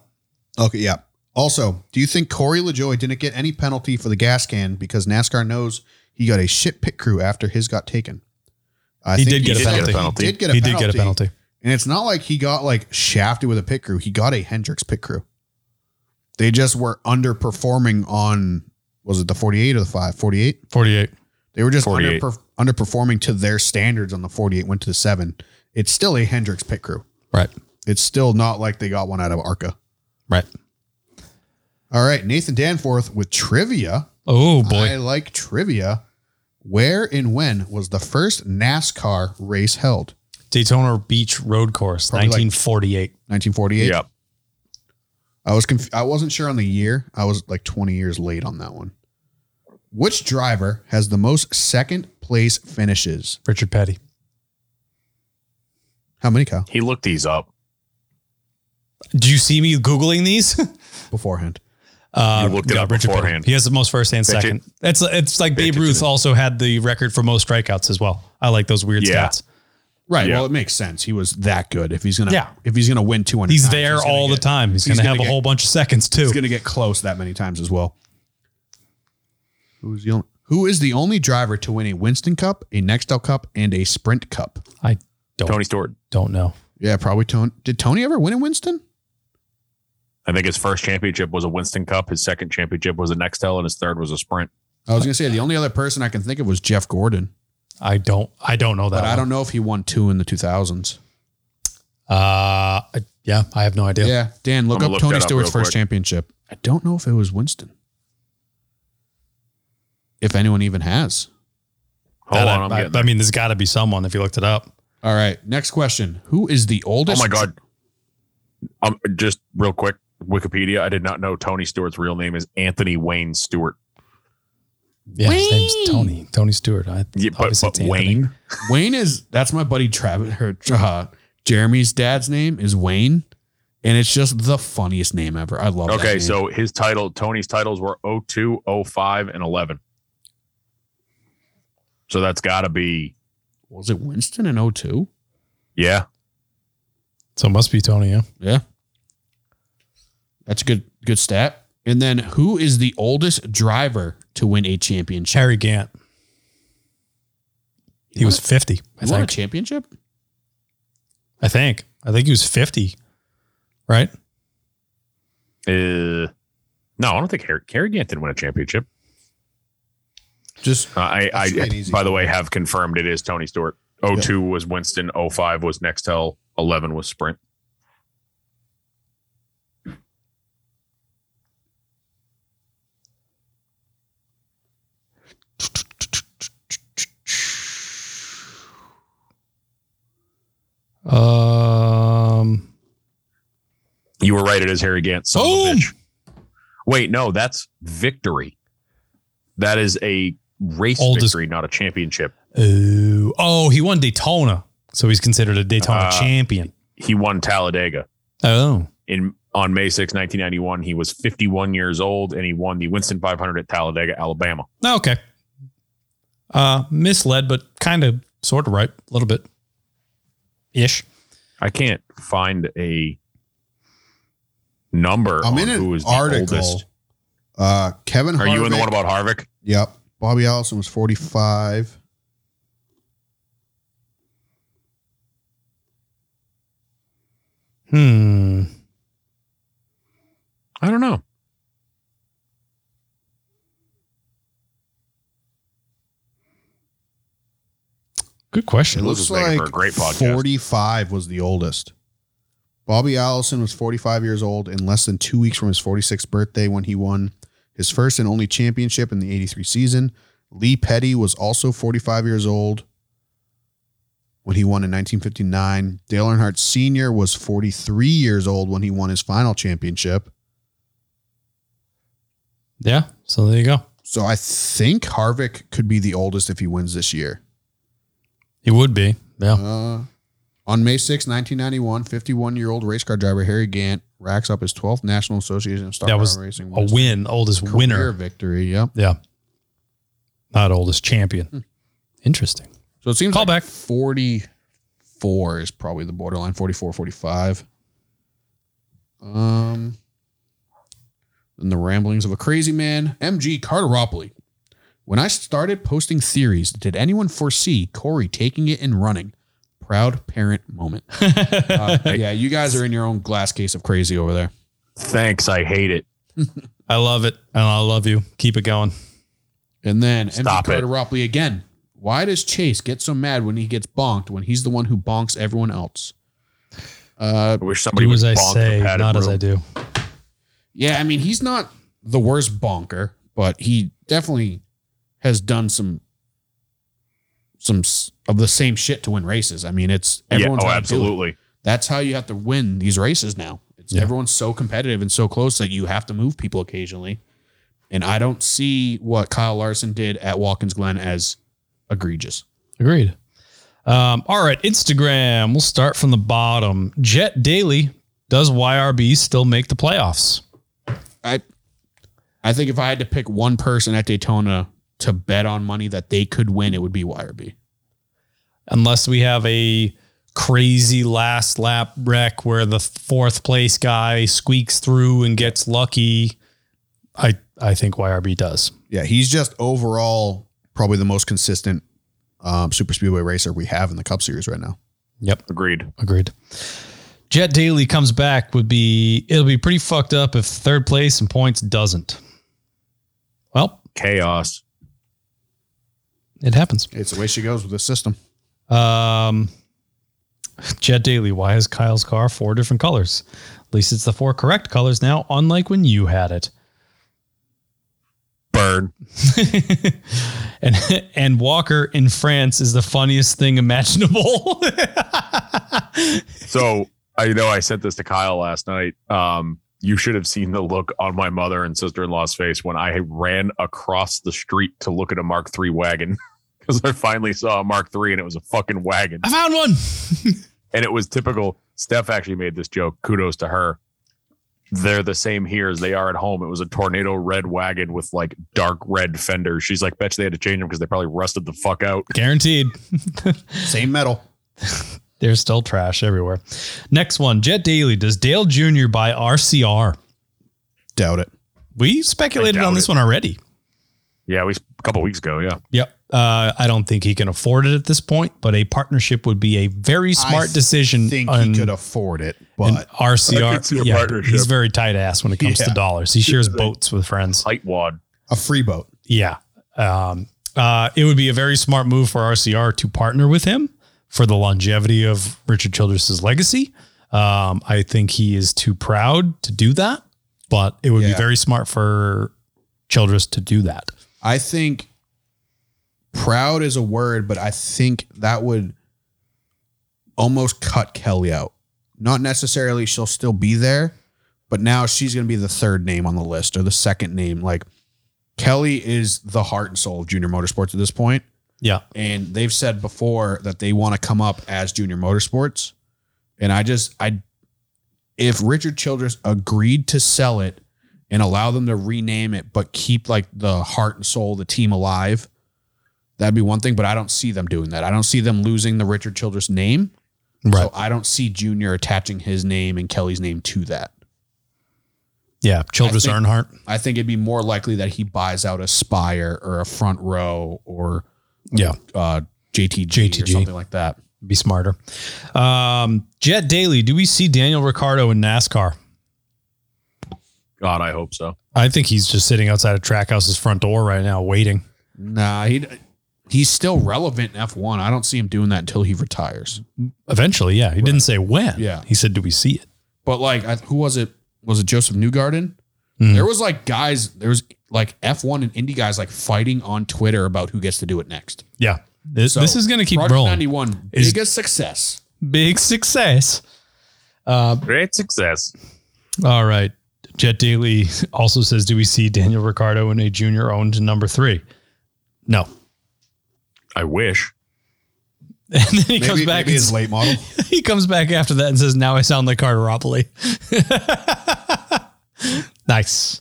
Speaker 6: okay, yeah. Also, do you think Corey LaJoy didn't get any penalty for the gas can because NASCAR knows he got a shit pit crew after his got taken? I
Speaker 1: He
Speaker 6: think
Speaker 1: did get a penalty.
Speaker 6: He did get a
Speaker 1: he
Speaker 6: penalty.
Speaker 1: did get a penalty.
Speaker 6: And it's not like he got like shafted with a pit crew. He got a Hendricks pit crew. They just were underperforming on was it the 48 or the 5? 48?
Speaker 1: 48.
Speaker 6: They were just
Speaker 3: 48.
Speaker 6: underper- underperforming to their standards on the 48 went to the 7. It's still a Hendricks pit crew.
Speaker 1: Right.
Speaker 6: It's still not like they got one out of ARCA.
Speaker 1: Right.
Speaker 6: All right, Nathan Danforth with trivia.
Speaker 1: Oh boy.
Speaker 6: I like trivia. Where and when was the first NASCAR race held?
Speaker 1: Daytona Beach Road Course,
Speaker 6: Probably like-
Speaker 1: 1948.
Speaker 6: 1948.
Speaker 3: Yep.
Speaker 6: I was conf- I wasn't sure on the year. I was like 20 years late on that one. Which driver has the most second place finishes?
Speaker 1: Richard Petty.
Speaker 6: How many, Kyle?
Speaker 3: He looked these up.
Speaker 1: Do you see me googling these?
Speaker 6: Beforehand.
Speaker 1: Uh,
Speaker 3: You looked it up beforehand.
Speaker 1: Petty. He has the most first and
Speaker 3: Pitch it.
Speaker 1: second. It's it's like Babe
Speaker 3: Pitch it
Speaker 1: Ruth
Speaker 3: to me.
Speaker 1: also had the record for most strikeouts as well. I like those weird
Speaker 3: Yeah.
Speaker 1: stats.
Speaker 2: Right.
Speaker 3: Yeah.
Speaker 2: Well, it makes sense. He was that good. If he's gonna,
Speaker 1: Yeah.
Speaker 2: if he's gonna win two hundred,
Speaker 1: He's there all the time. He's,
Speaker 2: he's
Speaker 1: going to
Speaker 2: gonna
Speaker 1: have a
Speaker 2: get-
Speaker 1: whole bunch of seconds too.
Speaker 2: He's gonna get close that many times as well.
Speaker 6: Who's the only Who is the only driver to win a Winston Cup, a Nextel Cup, and a Sprint Cup?
Speaker 1: I don't
Speaker 3: Tony Stewart.
Speaker 1: don't know.
Speaker 6: Yeah, probably Tony. Did Tony ever win in Winston?
Speaker 3: I think his first championship was a Winston Cup. His second championship was a Nextel, and his third was a Sprint.
Speaker 6: I was gonna say the only other person I can think of was Jeff Gordon,
Speaker 1: I don't I don't know that.
Speaker 6: but I
Speaker 1: one.
Speaker 6: don't know if he won two in the 2000s.
Speaker 1: Uh I- yeah, I have no idea.
Speaker 6: Yeah, Dan,
Speaker 3: I'm
Speaker 6: look up
Speaker 3: gonna look
Speaker 6: Tony
Speaker 3: that up
Speaker 6: Stewart's
Speaker 3: real
Speaker 6: first
Speaker 3: quick.
Speaker 6: championship. I don't know if it was Winston. If anyone even has.
Speaker 3: Hold
Speaker 1: That
Speaker 3: on, I'm
Speaker 1: I,
Speaker 3: getting
Speaker 1: I, I
Speaker 3: there.
Speaker 1: mean, there's got to be someone if you looked it up.
Speaker 6: All right. Next question. Who is the
Speaker 3: Oh
Speaker 6: oldest?
Speaker 3: my god! Um, just real quick, Wikipedia. I did not know Tony Stewart's real name is Anthony Wayne Stewart.
Speaker 1: Yeah, his name's Tony. Tony Stewart. I,
Speaker 3: Yeah,
Speaker 1: obviously
Speaker 3: but, but
Speaker 1: it's Anthony.
Speaker 3: Wayne.
Speaker 6: Wayne is that's my buddy Travis or uh, Jeremy's dad's name is Wayne. And it's just the funniest name ever. I love that
Speaker 3: Okay,
Speaker 6: name.
Speaker 3: so his title, Tony's titles were 02, 05, and 11. So that's got to be,
Speaker 6: was it Winston in 02?
Speaker 3: yeah.
Speaker 1: So it must be Tony. Yeah.
Speaker 6: Yeah. That's a good good stat. And then who is the oldest driver to win a championship?
Speaker 1: Harry Gant. He was 50, I
Speaker 6: He won a
Speaker 1: think.
Speaker 6: championship?
Speaker 1: I think. I think he was 50, right?
Speaker 3: Uh, no, I don't think Harry, Harry Gant didn't win a championship.
Speaker 2: Just
Speaker 3: Uh, I, I,
Speaker 2: should be an easy
Speaker 3: by the way, have confirmed it is Tony Stewart. 02 was Winston, 05 was Nextel, 11 was Sprint.
Speaker 1: Um,
Speaker 3: You were right. It is Harry Gant. Son of a
Speaker 1: Boom!
Speaker 3: bitch. Wait, no, that's victory. That is a race
Speaker 1: Oldest-
Speaker 3: victory, not a championship.
Speaker 1: oh, oh, he won Daytona. So he's considered a Daytona
Speaker 3: Uh,
Speaker 1: champion.
Speaker 3: He won Talladega.
Speaker 1: Oh,
Speaker 3: in on May 6, 1991. He was 51 years old and he won the Winston 500 at Talladega, Alabama.
Speaker 1: okay. Uh, misled, but kind of sort of right a little bit. ish.
Speaker 3: I can't find a number.
Speaker 2: I'm in
Speaker 3: on who
Speaker 2: an
Speaker 3: is the
Speaker 2: article.
Speaker 3: oldest.
Speaker 2: Uh, Kevin.
Speaker 3: Are you in the
Speaker 2: Harvick-
Speaker 3: one about Harvick?
Speaker 2: Yep. Bobby Allison was 45.
Speaker 1: Hmm.
Speaker 3: I don't know.
Speaker 1: Good
Speaker 2: It
Speaker 1: question.
Speaker 3: This
Speaker 2: looks
Speaker 3: is making
Speaker 2: like
Speaker 3: for a great podcast.
Speaker 2: 45 was the oldest. Bobby Allison was 45 years old and less than two weeks from his 46th birthday when he won his first and only championship in the 83 season. Lee Petty was also 45 years old when he won in 1959. Dale Earnhardt Sr. was 43 years old when he won his final championship.
Speaker 1: Yeah. So there you go.
Speaker 2: So I think Harvick could be the oldest if he wins this year.
Speaker 1: It would be. Yeah.
Speaker 2: Uh, on May 6, 1991, 51 year old race car driver Harry Gant racks up his 12th National Association of Stock
Speaker 1: That
Speaker 2: Car
Speaker 1: was
Speaker 2: Racing
Speaker 1: a
Speaker 2: wins.
Speaker 1: win, oldest
Speaker 2: Career
Speaker 1: winner.
Speaker 2: victory. Yep.
Speaker 1: Yeah. Not oldest champion. Interesting.
Speaker 2: So it seems
Speaker 1: Call back.
Speaker 2: like 44 is probably the borderline 44, 45. Um, and the ramblings of a crazy man, MG Carteropoli. When I started posting theories, did anyone foresee Corey taking it and running? Proud parent moment. Uh, yeah, you guys are in your own glass case of crazy over there.
Speaker 3: Thanks. I hate it.
Speaker 1: I love it. And I love you. Keep it going.
Speaker 2: And then MG
Speaker 3: Stop it.
Speaker 2: Carter Ropley again. Why does Chase get so mad when he gets bonked when he's the one who bonks everyone else? Uh,
Speaker 3: I wish somebody
Speaker 1: Do
Speaker 3: was
Speaker 1: as I say, not as I do.
Speaker 2: yeah, I mean he's not the worst bonker, but he definitely has done some some s- of the same shit to win races. I mean, it's
Speaker 3: Yeah.
Speaker 2: everyone's
Speaker 3: Oh,
Speaker 2: gotta do it.
Speaker 3: absolutely.
Speaker 2: That's how you have to win these races now. It's
Speaker 1: Yeah.
Speaker 2: everyone's so competitive and so close that you have to move people occasionally. And I don't see what Kyle Larson did at Watkins Glen as egregious.
Speaker 1: Agreed. Um, all right, Instagram. We'll start from the bottom. Jet Daily. Does YRB still make the playoffs?
Speaker 2: I I think if I had to pick one person at Daytona to bet on money that they could win, it would be YRB.
Speaker 1: Unless we have a crazy last lap wreck where the fourth place guy squeaks through and gets lucky. I I think YRB does.
Speaker 6: Yeah, he's just overall probably the most consistent um, super speedway racer we have in the Cup Series right now.
Speaker 3: Agreed.
Speaker 1: Agreed. Jet Daily comes back would be it'll be pretty fucked up if third place and points doesn't. Well,
Speaker 3: Chaos.
Speaker 1: it happens.
Speaker 2: It's the way she goes with the system.
Speaker 1: Um, Jet Daily, why is Kyle's car four different colors? At least it's the four correct colors now, unlike when you had it.
Speaker 3: Bird.
Speaker 1: and and Walker in France is the funniest thing imaginable.
Speaker 3: So I know I sent this to Kyle last night. Um, you should have seen the look on my mother and sister in law's face when I ran across the street to look at a Mark III wagon because I finally saw a Mark III and it was a fucking wagon.
Speaker 1: I found one.
Speaker 3: and it was typical. Steph actually made this joke. Kudos to her. They're the same here as they are at home. It was a tornado red wagon with like dark red fenders. She's like, bet you they had to change them because they probably rusted the fuck out.
Speaker 1: Guaranteed.
Speaker 6: Same metal.
Speaker 1: There's still trash everywhere. Next one, Jet Daily. Does Dale Jr. buy RCR?
Speaker 6: Doubt it.
Speaker 1: We speculated
Speaker 3: I doubt
Speaker 1: on this
Speaker 3: it.
Speaker 1: one already.
Speaker 3: Yeah, we a couple weeks ago. Yeah,
Speaker 1: Yep. Uh, I don't think he can afford it at this point, but a partnership would be a very smart decision.
Speaker 6: Think
Speaker 1: on-
Speaker 6: he could afford it,
Speaker 1: an
Speaker 6: but
Speaker 3: I could see
Speaker 1: RCR,
Speaker 3: a
Speaker 1: yeah,
Speaker 3: partnership.
Speaker 1: he's very tight ass when it comes to
Speaker 6: Yeah.
Speaker 1: dollars. He shares boats with friends.
Speaker 3: tight wad.
Speaker 6: a free boat.
Speaker 1: Yeah. Um, uh, it would be a very smart move for RCR to partner with him for the longevity of Richard Childress's legacy. Um, I think he is too proud to do that, but it would be
Speaker 6: Yeah.
Speaker 1: very smart for Childress to do that.
Speaker 2: I think
Speaker 6: Proud is a word, but I think that would almost cut Kelly out. Not necessarily she'll still be there, but now she's going to be the third name on the list or the second name. Like Kelly is the heart and soul of junior motorsports at this point.
Speaker 1: Yeah.
Speaker 6: and they've said before that they want to come up as junior motorsports and i just i if richard childress agreed to sell it and allow them to rename it but keep like the heart and soul of the team alive that'd be one thing but i don't see them doing that i don't see them losing the richard childress name
Speaker 1: Right.
Speaker 2: So I don't see Junior attaching his name and Kelly's name to that.
Speaker 1: yeah. Childress
Speaker 2: think-
Speaker 1: Earnhardt.
Speaker 2: I think it'd be more likely that he buys out a Spire or a Front Row or
Speaker 1: Yeah.
Speaker 2: uh, JTG, or
Speaker 1: JTG.
Speaker 2: something like that.
Speaker 1: Be smarter. Um, Jet Daily. Do we see Daniel Ricciardo in NASCAR?
Speaker 3: God, I hope so.
Speaker 1: I think he's just sitting outside of Trackhouse's front door right now, waiting.
Speaker 2: Nah, he he's still relevant in F one. I don't see him doing that until he retires.
Speaker 1: Eventually, yeah. He didn't say when.
Speaker 2: Yeah.
Speaker 1: He said, "Do we see it?"
Speaker 2: But like, I, who was it? Was it Joseph Newgarden?
Speaker 1: Mhm.
Speaker 2: There was like guys. There was like F one and indie guys like fighting on Twitter about who gets to do it next.
Speaker 1: Yeah. This,
Speaker 2: So,
Speaker 1: this is going to keep
Speaker 2: Project
Speaker 1: rolling.
Speaker 2: ninety one
Speaker 1: Is-
Speaker 2: biggest success.
Speaker 1: Big success. Uh,
Speaker 3: Great success.
Speaker 1: all right. Jet Daily also says, "Do we see Daniel Ricciardo in a junior-owned number three? No.
Speaker 3: I wish.
Speaker 1: And then he comes
Speaker 6: Maybe,
Speaker 1: back.
Speaker 6: maybe
Speaker 1: and
Speaker 6: his late model.
Speaker 1: he comes back after that and says, "Now I sound like Carteropoly." nice.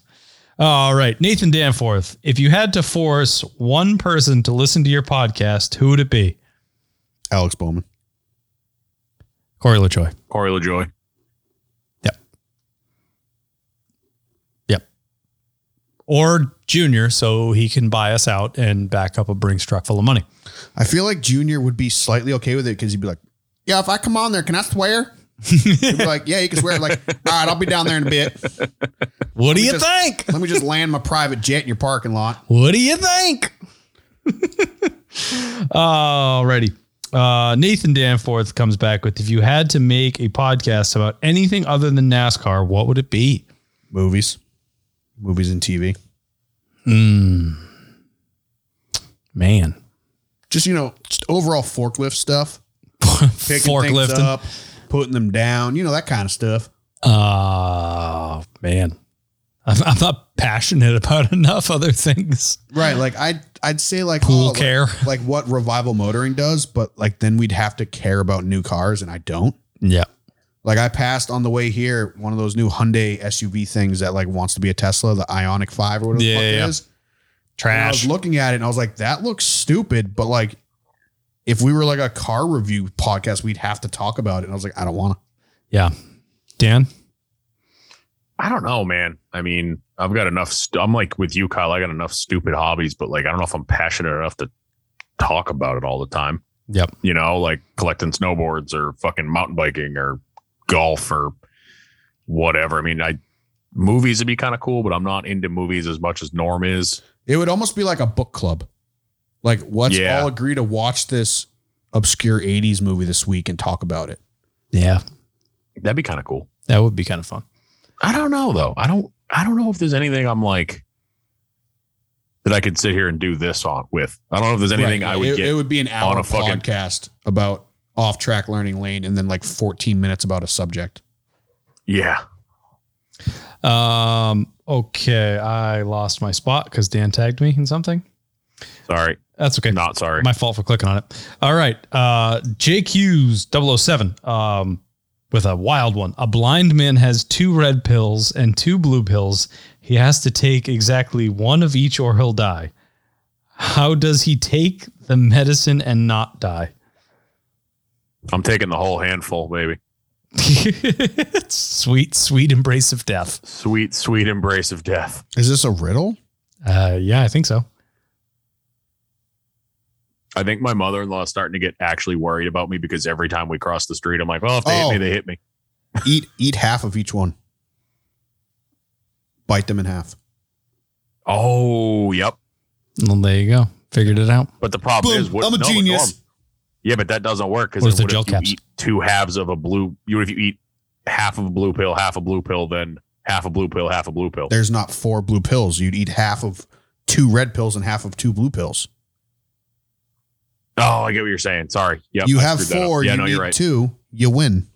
Speaker 1: All right, Nathan Danforth. If you had to force one person to listen to your podcast, who would it be?
Speaker 6: Alex Bowman.
Speaker 1: Corey LaJoy.
Speaker 3: Corey LaJoy.
Speaker 1: Or Junior, so he can buy us out and back up a Brinks truck full of money.
Speaker 6: I feel like Junior would be slightly okay with it because he'd be like, "Yeah, if I come on there, can I swear?" he'd be like, "Yeah, you can swear." Like, all right, I'll be down there in a bit.
Speaker 1: What do you
Speaker 6: just-
Speaker 1: think?
Speaker 6: Let me just land my private jet in your parking lot.
Speaker 1: What do you think? Alrighty. Uh, Nathan Danforth comes back with if you had to make a podcast about anything other than NASCAR, what would it be?
Speaker 6: Movies, movies and TV.
Speaker 1: Hmm. Man.
Speaker 6: Just you know, just overall forklift stuff. Picking things
Speaker 1: Forklifting.
Speaker 6: up, putting them down. You know that kind of stuff.
Speaker 1: Oh, man. I'm, I'm not passionate about enough other things.
Speaker 6: Right. Like I, would I'd say like
Speaker 1: Pool
Speaker 6: Oh, like-
Speaker 1: care.
Speaker 6: like what revival motoring does, but like then we'd have to care about new cars, and I don't.
Speaker 1: Yeah.
Speaker 6: Like I passed on the way here one of those new Hyundai SUV things that like wants to be a Tesla, the Ionic Five or whatever
Speaker 1: Yeah,
Speaker 6: the fuck
Speaker 1: yeah, yeah.
Speaker 6: it is. And I was looking at it and I was like, that looks stupid, but like if we were like a car review podcast, we'd have to talk about it. And I was like, I don't wanna.
Speaker 1: Dan?
Speaker 3: I don't know, man. I mean, I've got enough. St- I'm like with you, Kyle. I got enough stupid hobbies, but like, I don't know if I'm passionate enough to talk about it all the time.
Speaker 1: Yep.
Speaker 3: You know, like collecting snowboards or fucking mountain biking or golf or whatever. I mean, I movies would be kind of cool, but I'm not into movies as much as Norm is.
Speaker 2: It would almost be like a book club. Like, let's
Speaker 3: Yeah.
Speaker 2: all agree to watch this obscure 80s movie this week and talk about it.
Speaker 1: Yeah.
Speaker 3: That'd be kind of cool.
Speaker 1: That would be kind of fun.
Speaker 3: I don't know though. I don't. I don't know if there's anything I'm like that I could sit here and do this on with. I don't know if there's anything
Speaker 2: Right.
Speaker 3: I would
Speaker 2: it,
Speaker 3: get.
Speaker 2: it would be an hour
Speaker 3: on a fucking-
Speaker 2: podcast about off track learning lane and then like 14 minutes about a subject.
Speaker 3: yeah.
Speaker 1: Um, okay. I lost my spot because Dan tagged me in something.
Speaker 3: Sorry.
Speaker 1: That's okay.
Speaker 3: Not sorry.
Speaker 1: My fault for clicking on it. All right. Uh, JQ's 007 um, with a wild one. A blind man has two red pills and two blue pills. He has to take exactly one of each or he'll die. How does he take the medicine and not die?
Speaker 3: I'm taking the whole handful, baby.
Speaker 1: sweet, sweet embrace of death.
Speaker 3: Sweet, sweet embrace of death.
Speaker 6: Is this a riddle?
Speaker 1: Uh, yeah, I think so.
Speaker 3: I think my mother in law is starting to get actually worried about me because every time we cross the street, I'm like, well, if they
Speaker 6: Oh.
Speaker 3: hit me, they hit me.
Speaker 6: eat eat half of each one. Bite them in half.
Speaker 3: Oh, yep.
Speaker 1: Well, there you go. Figured it out.
Speaker 3: But the problem
Speaker 6: Boom,
Speaker 3: is, what,
Speaker 6: I'm a
Speaker 3: no,
Speaker 6: genius.
Speaker 3: Norm- yeah, but that doesn't work because
Speaker 1: Where's the
Speaker 3: what
Speaker 1: gel
Speaker 3: if you
Speaker 1: caps?
Speaker 3: eat two halves of a blue? You if you eat half of a blue pill, half a blue pill, then half a blue pill, half a blue pill.
Speaker 6: There's not four blue pills. You'd eat half of two red pills and half of two blue pills.
Speaker 3: Oh, I get what you're saying. Sorry. Yep,
Speaker 6: you
Speaker 3: I
Speaker 6: have
Speaker 3: screwed that up.
Speaker 6: four,
Speaker 3: Yeah,
Speaker 6: you
Speaker 3: no,
Speaker 6: need
Speaker 3: you're right.
Speaker 6: two, you win.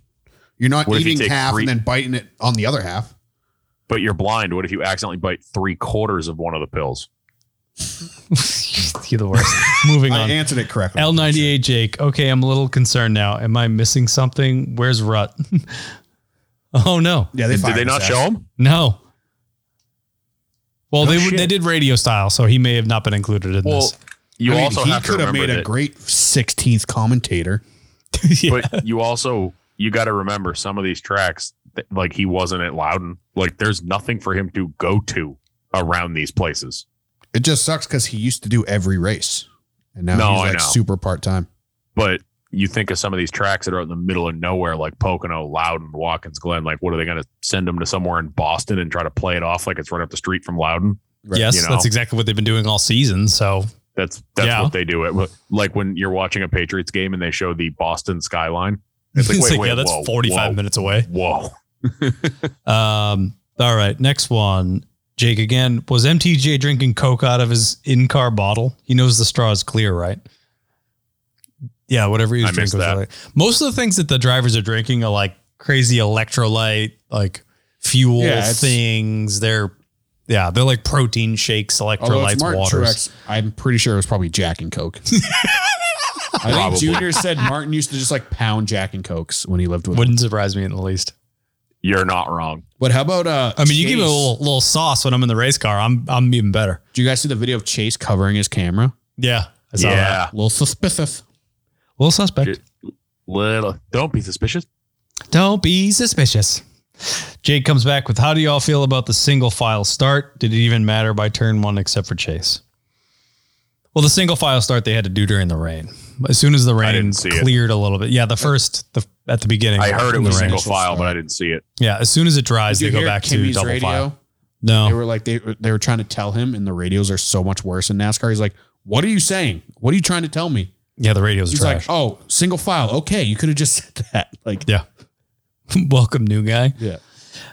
Speaker 6: You're not
Speaker 3: What if you
Speaker 6: eating
Speaker 3: take
Speaker 6: half
Speaker 3: three-
Speaker 6: and then biting it on the other half.
Speaker 3: But you're blind. What if you accidentally bite three quarters of one of the pills?
Speaker 1: You're the worst. Moving
Speaker 6: I
Speaker 1: on.
Speaker 6: answered it correctly.
Speaker 1: L98 Jake. Okay, I'm a little concerned now. Am I missing something? Where's Rut? oh no.
Speaker 6: Yeah,
Speaker 3: Did they not show them?
Speaker 1: No. Well,
Speaker 3: No
Speaker 1: they
Speaker 3: shit.
Speaker 1: they did radio style, so he may have not been included in
Speaker 3: Well,
Speaker 1: this.
Speaker 3: you
Speaker 6: I mean,
Speaker 3: also
Speaker 6: he
Speaker 3: have to
Speaker 6: could have
Speaker 3: remember
Speaker 6: made a
Speaker 3: that
Speaker 6: great 16th commentator.
Speaker 1: yeah.
Speaker 3: But you also you got to remember some of these tracks. th- Like he wasn't at Loudon. Like there's nothing for him to go to around these places.
Speaker 2: It just sucks because he used to do every race, and now
Speaker 3: No,
Speaker 2: he's
Speaker 3: I
Speaker 2: like
Speaker 3: know.
Speaker 2: super part time.
Speaker 3: But you think of some of these tracks that are in the middle of nowhere, like Pocono, Loudon, Watkins Glen. Like what are they going to send him to somewhere in Boston and try to play it off like it's right up the street from Loudon?
Speaker 1: yes,
Speaker 3: you know.
Speaker 1: that's exactly what they've been doing all season. So
Speaker 3: That's that's
Speaker 1: Yeah.
Speaker 3: what they do. It like when you're watching a Patriots game and they show the Boston skyline. It's like, wait, wait,
Speaker 1: yeah, that's
Speaker 3: whoa,
Speaker 1: 45
Speaker 3: whoa,
Speaker 1: minutes away.
Speaker 3: Whoa.
Speaker 1: Um, all right, next one. Jake again was MTJ drinking Coke out of his in-car bottle. He knows the straw is clear, right? Yeah, whatever he was
Speaker 3: I missed
Speaker 1: drinking. Was
Speaker 3: that.
Speaker 1: like- Most of the things that the drivers are drinking are like crazy electrolyte, like fuel
Speaker 2: Yeah, it's-
Speaker 1: things. They're yeah, they're like protein shakes,
Speaker 2: Although it's
Speaker 1: electrolytes,
Speaker 2: Martin
Speaker 1: waters.
Speaker 2: Truex, I'm pretty sure it was probably Jack and Coke. I think
Speaker 3: Probably.
Speaker 2: Junior said Martin used to just like pound Jack and Cokes when he lived with.
Speaker 1: Wouldn't surprise me in the least.
Speaker 3: You're not wrong.
Speaker 2: But how about uh?
Speaker 1: I mean, you give me a
Speaker 2: Chase?
Speaker 1: little, little sauce when I'm in the race car. I'm I'm even better.
Speaker 2: Do you guys see the video of Chase covering his camera?
Speaker 1: Yeah, I saw that.
Speaker 3: yeah.
Speaker 2: A little suspicious.
Speaker 1: Little suspect.
Speaker 3: Ju- Little don't be suspicious.
Speaker 1: Don't be suspicious. Jake comes back with How do y'all feel about the single file start? Did it even matter by turn one except for Chase? Well, the single file start they had to do during the rain. As soon as the rain
Speaker 3: didn't see it.
Speaker 1: cleared a little bit. Yeah, the first the at the beginning.
Speaker 3: I heard it
Speaker 1: in the
Speaker 3: was
Speaker 1: rain.
Speaker 3: single
Speaker 2: Initial
Speaker 3: file, but
Speaker 2: start.
Speaker 3: I didn't see it.
Speaker 1: Yeah, as soon as it dries,
Speaker 2: Did
Speaker 1: they
Speaker 2: you
Speaker 1: go
Speaker 2: hear
Speaker 1: back to
Speaker 2: Kimmy's
Speaker 1: double Oh.
Speaker 2: radio?
Speaker 1: file.
Speaker 2: They
Speaker 1: No.
Speaker 2: were like they they were trying to tell him, and the radios are so much worse in NASCAR. He's like, "What are you saying? What are you trying to tell me?"
Speaker 1: Yeah, the radio's
Speaker 2: He's
Speaker 1: trash.
Speaker 2: like, "Oh, single file. Okay, you could have just said that." Like,
Speaker 1: yeah. Welcome, new guy.
Speaker 2: yeah.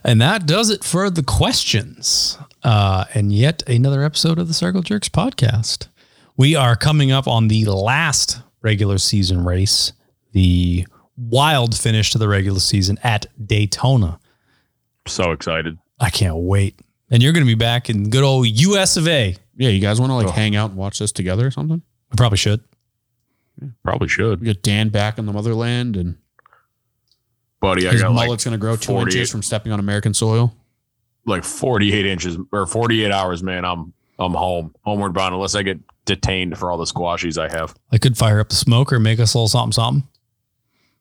Speaker 1: And that does it for the questions. Uh, and yet another episode of the Circle Jerks podcast. We are coming up on the last regular season race, the wild finish to the regular season at Daytona.
Speaker 3: So excited.
Speaker 1: I can't wait. And you're going to be back in good old US of A.
Speaker 2: Yeah, you guys want to like hang out and watch this together or something?
Speaker 1: We probably should.
Speaker 3: Probably should.
Speaker 2: We got Dan back in the motherland, and
Speaker 3: Buddy, I
Speaker 2: his
Speaker 3: got
Speaker 2: mullet's
Speaker 3: like,
Speaker 2: gonna grow two
Speaker 3: 48.
Speaker 2: inches from stepping on American soil.
Speaker 3: like 48 inches or 48 hours, man. I'm I'm home. Homeward bound unless I get detained for all the squashies I have.
Speaker 1: I could fire up the smoker, make us a little something, something.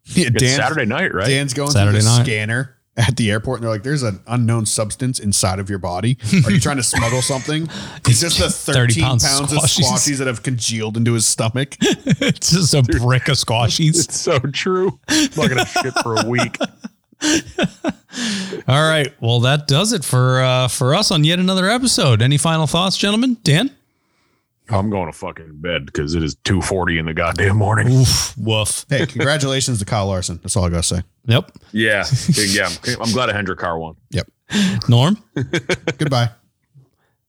Speaker 2: Yeah,
Speaker 3: It's Saturday night, right?
Speaker 2: Dan's
Speaker 6: going
Speaker 1: Saturday
Speaker 6: through the
Speaker 1: night.
Speaker 6: scanner at the airport and they're like, there's an unknown substance inside of your body. Are you trying to smuggle something? It's just the
Speaker 1: 30
Speaker 6: 13
Speaker 1: pounds
Speaker 6: pounds,
Speaker 1: squashies.
Speaker 6: of squashies that have congealed into his stomach.
Speaker 1: it's just a brick of squashies.
Speaker 3: It's so true. I'm not gonna shit for a week.
Speaker 1: All right. Well, that does it for uh, for us on yet another episode. Any final thoughts, gentlemen? Dan?
Speaker 3: I'm going to fucking bed because it is 2:40 in the goddamn morning.
Speaker 1: Oof, woof.
Speaker 6: Hey, congratulations to Kyle Larson. That's all I gotta say.
Speaker 1: Yep.
Speaker 3: Yeah, yeah. I'm, I'm glad a Hendrick car won.
Speaker 1: Norm?
Speaker 6: Goodbye.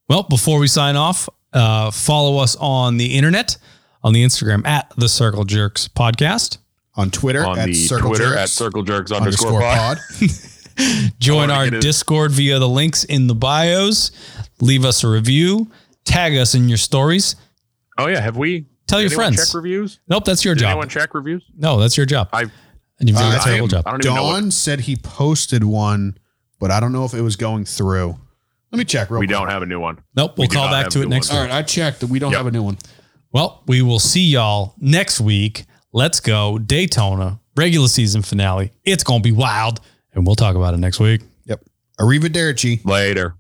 Speaker 1: Well, before we sign off, uh, follow us on the internet, on the Instagram at the Circle Jerks Podcast.
Speaker 6: On Twitter
Speaker 3: On
Speaker 6: Er, at
Speaker 3: the
Speaker 6: Circle
Speaker 3: Twitter
Speaker 6: Jerks
Speaker 3: at Circle Jerks underscore,
Speaker 6: underscore
Speaker 3: pod.
Speaker 6: pod.
Speaker 1: Join
Speaker 3: Or
Speaker 1: our
Speaker 3: it is-
Speaker 1: Discord via the links in the bios. Leave us a review. Tag us in your stories.
Speaker 3: Oh yeah, have we?
Speaker 1: Tell your
Speaker 3: did anyone
Speaker 1: friends.
Speaker 3: Check reviews.
Speaker 1: Nope, that's your
Speaker 3: Did
Speaker 1: job.
Speaker 3: anyone check reviews?
Speaker 1: no, that's your job.
Speaker 3: I've- Uh,
Speaker 1: and you've done a
Speaker 6: I
Speaker 1: terrible
Speaker 6: am-
Speaker 1: job.
Speaker 3: I don't even know. What,
Speaker 6: Don said he posted one, but I don't know if it was going through. Let me check real
Speaker 3: we
Speaker 6: quick.
Speaker 3: don't have a new one.
Speaker 1: Nope, we'll
Speaker 3: do
Speaker 1: call
Speaker 3: not
Speaker 1: back
Speaker 3: have
Speaker 1: to it
Speaker 3: good
Speaker 1: next
Speaker 3: ones.
Speaker 2: All
Speaker 1: week.
Speaker 2: right, I checked. We don't
Speaker 3: Yep.
Speaker 2: have a new one.
Speaker 1: Well, we will see y'all next week. Let's go Daytona regular season finale. It's gonna be wild, and we'll talk about it next week.
Speaker 6: Yep. Arrivederci.
Speaker 3: Later.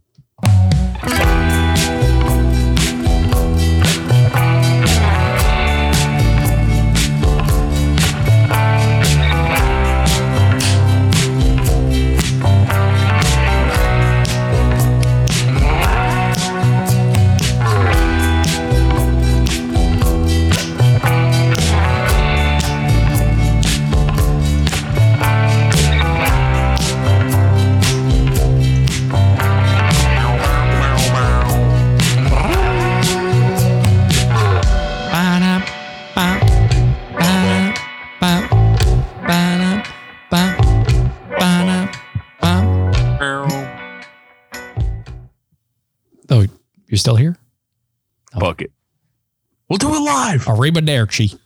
Speaker 1: Oh, you're still here?
Speaker 3: Bucket. We'll do it live.
Speaker 1: Arrivederci.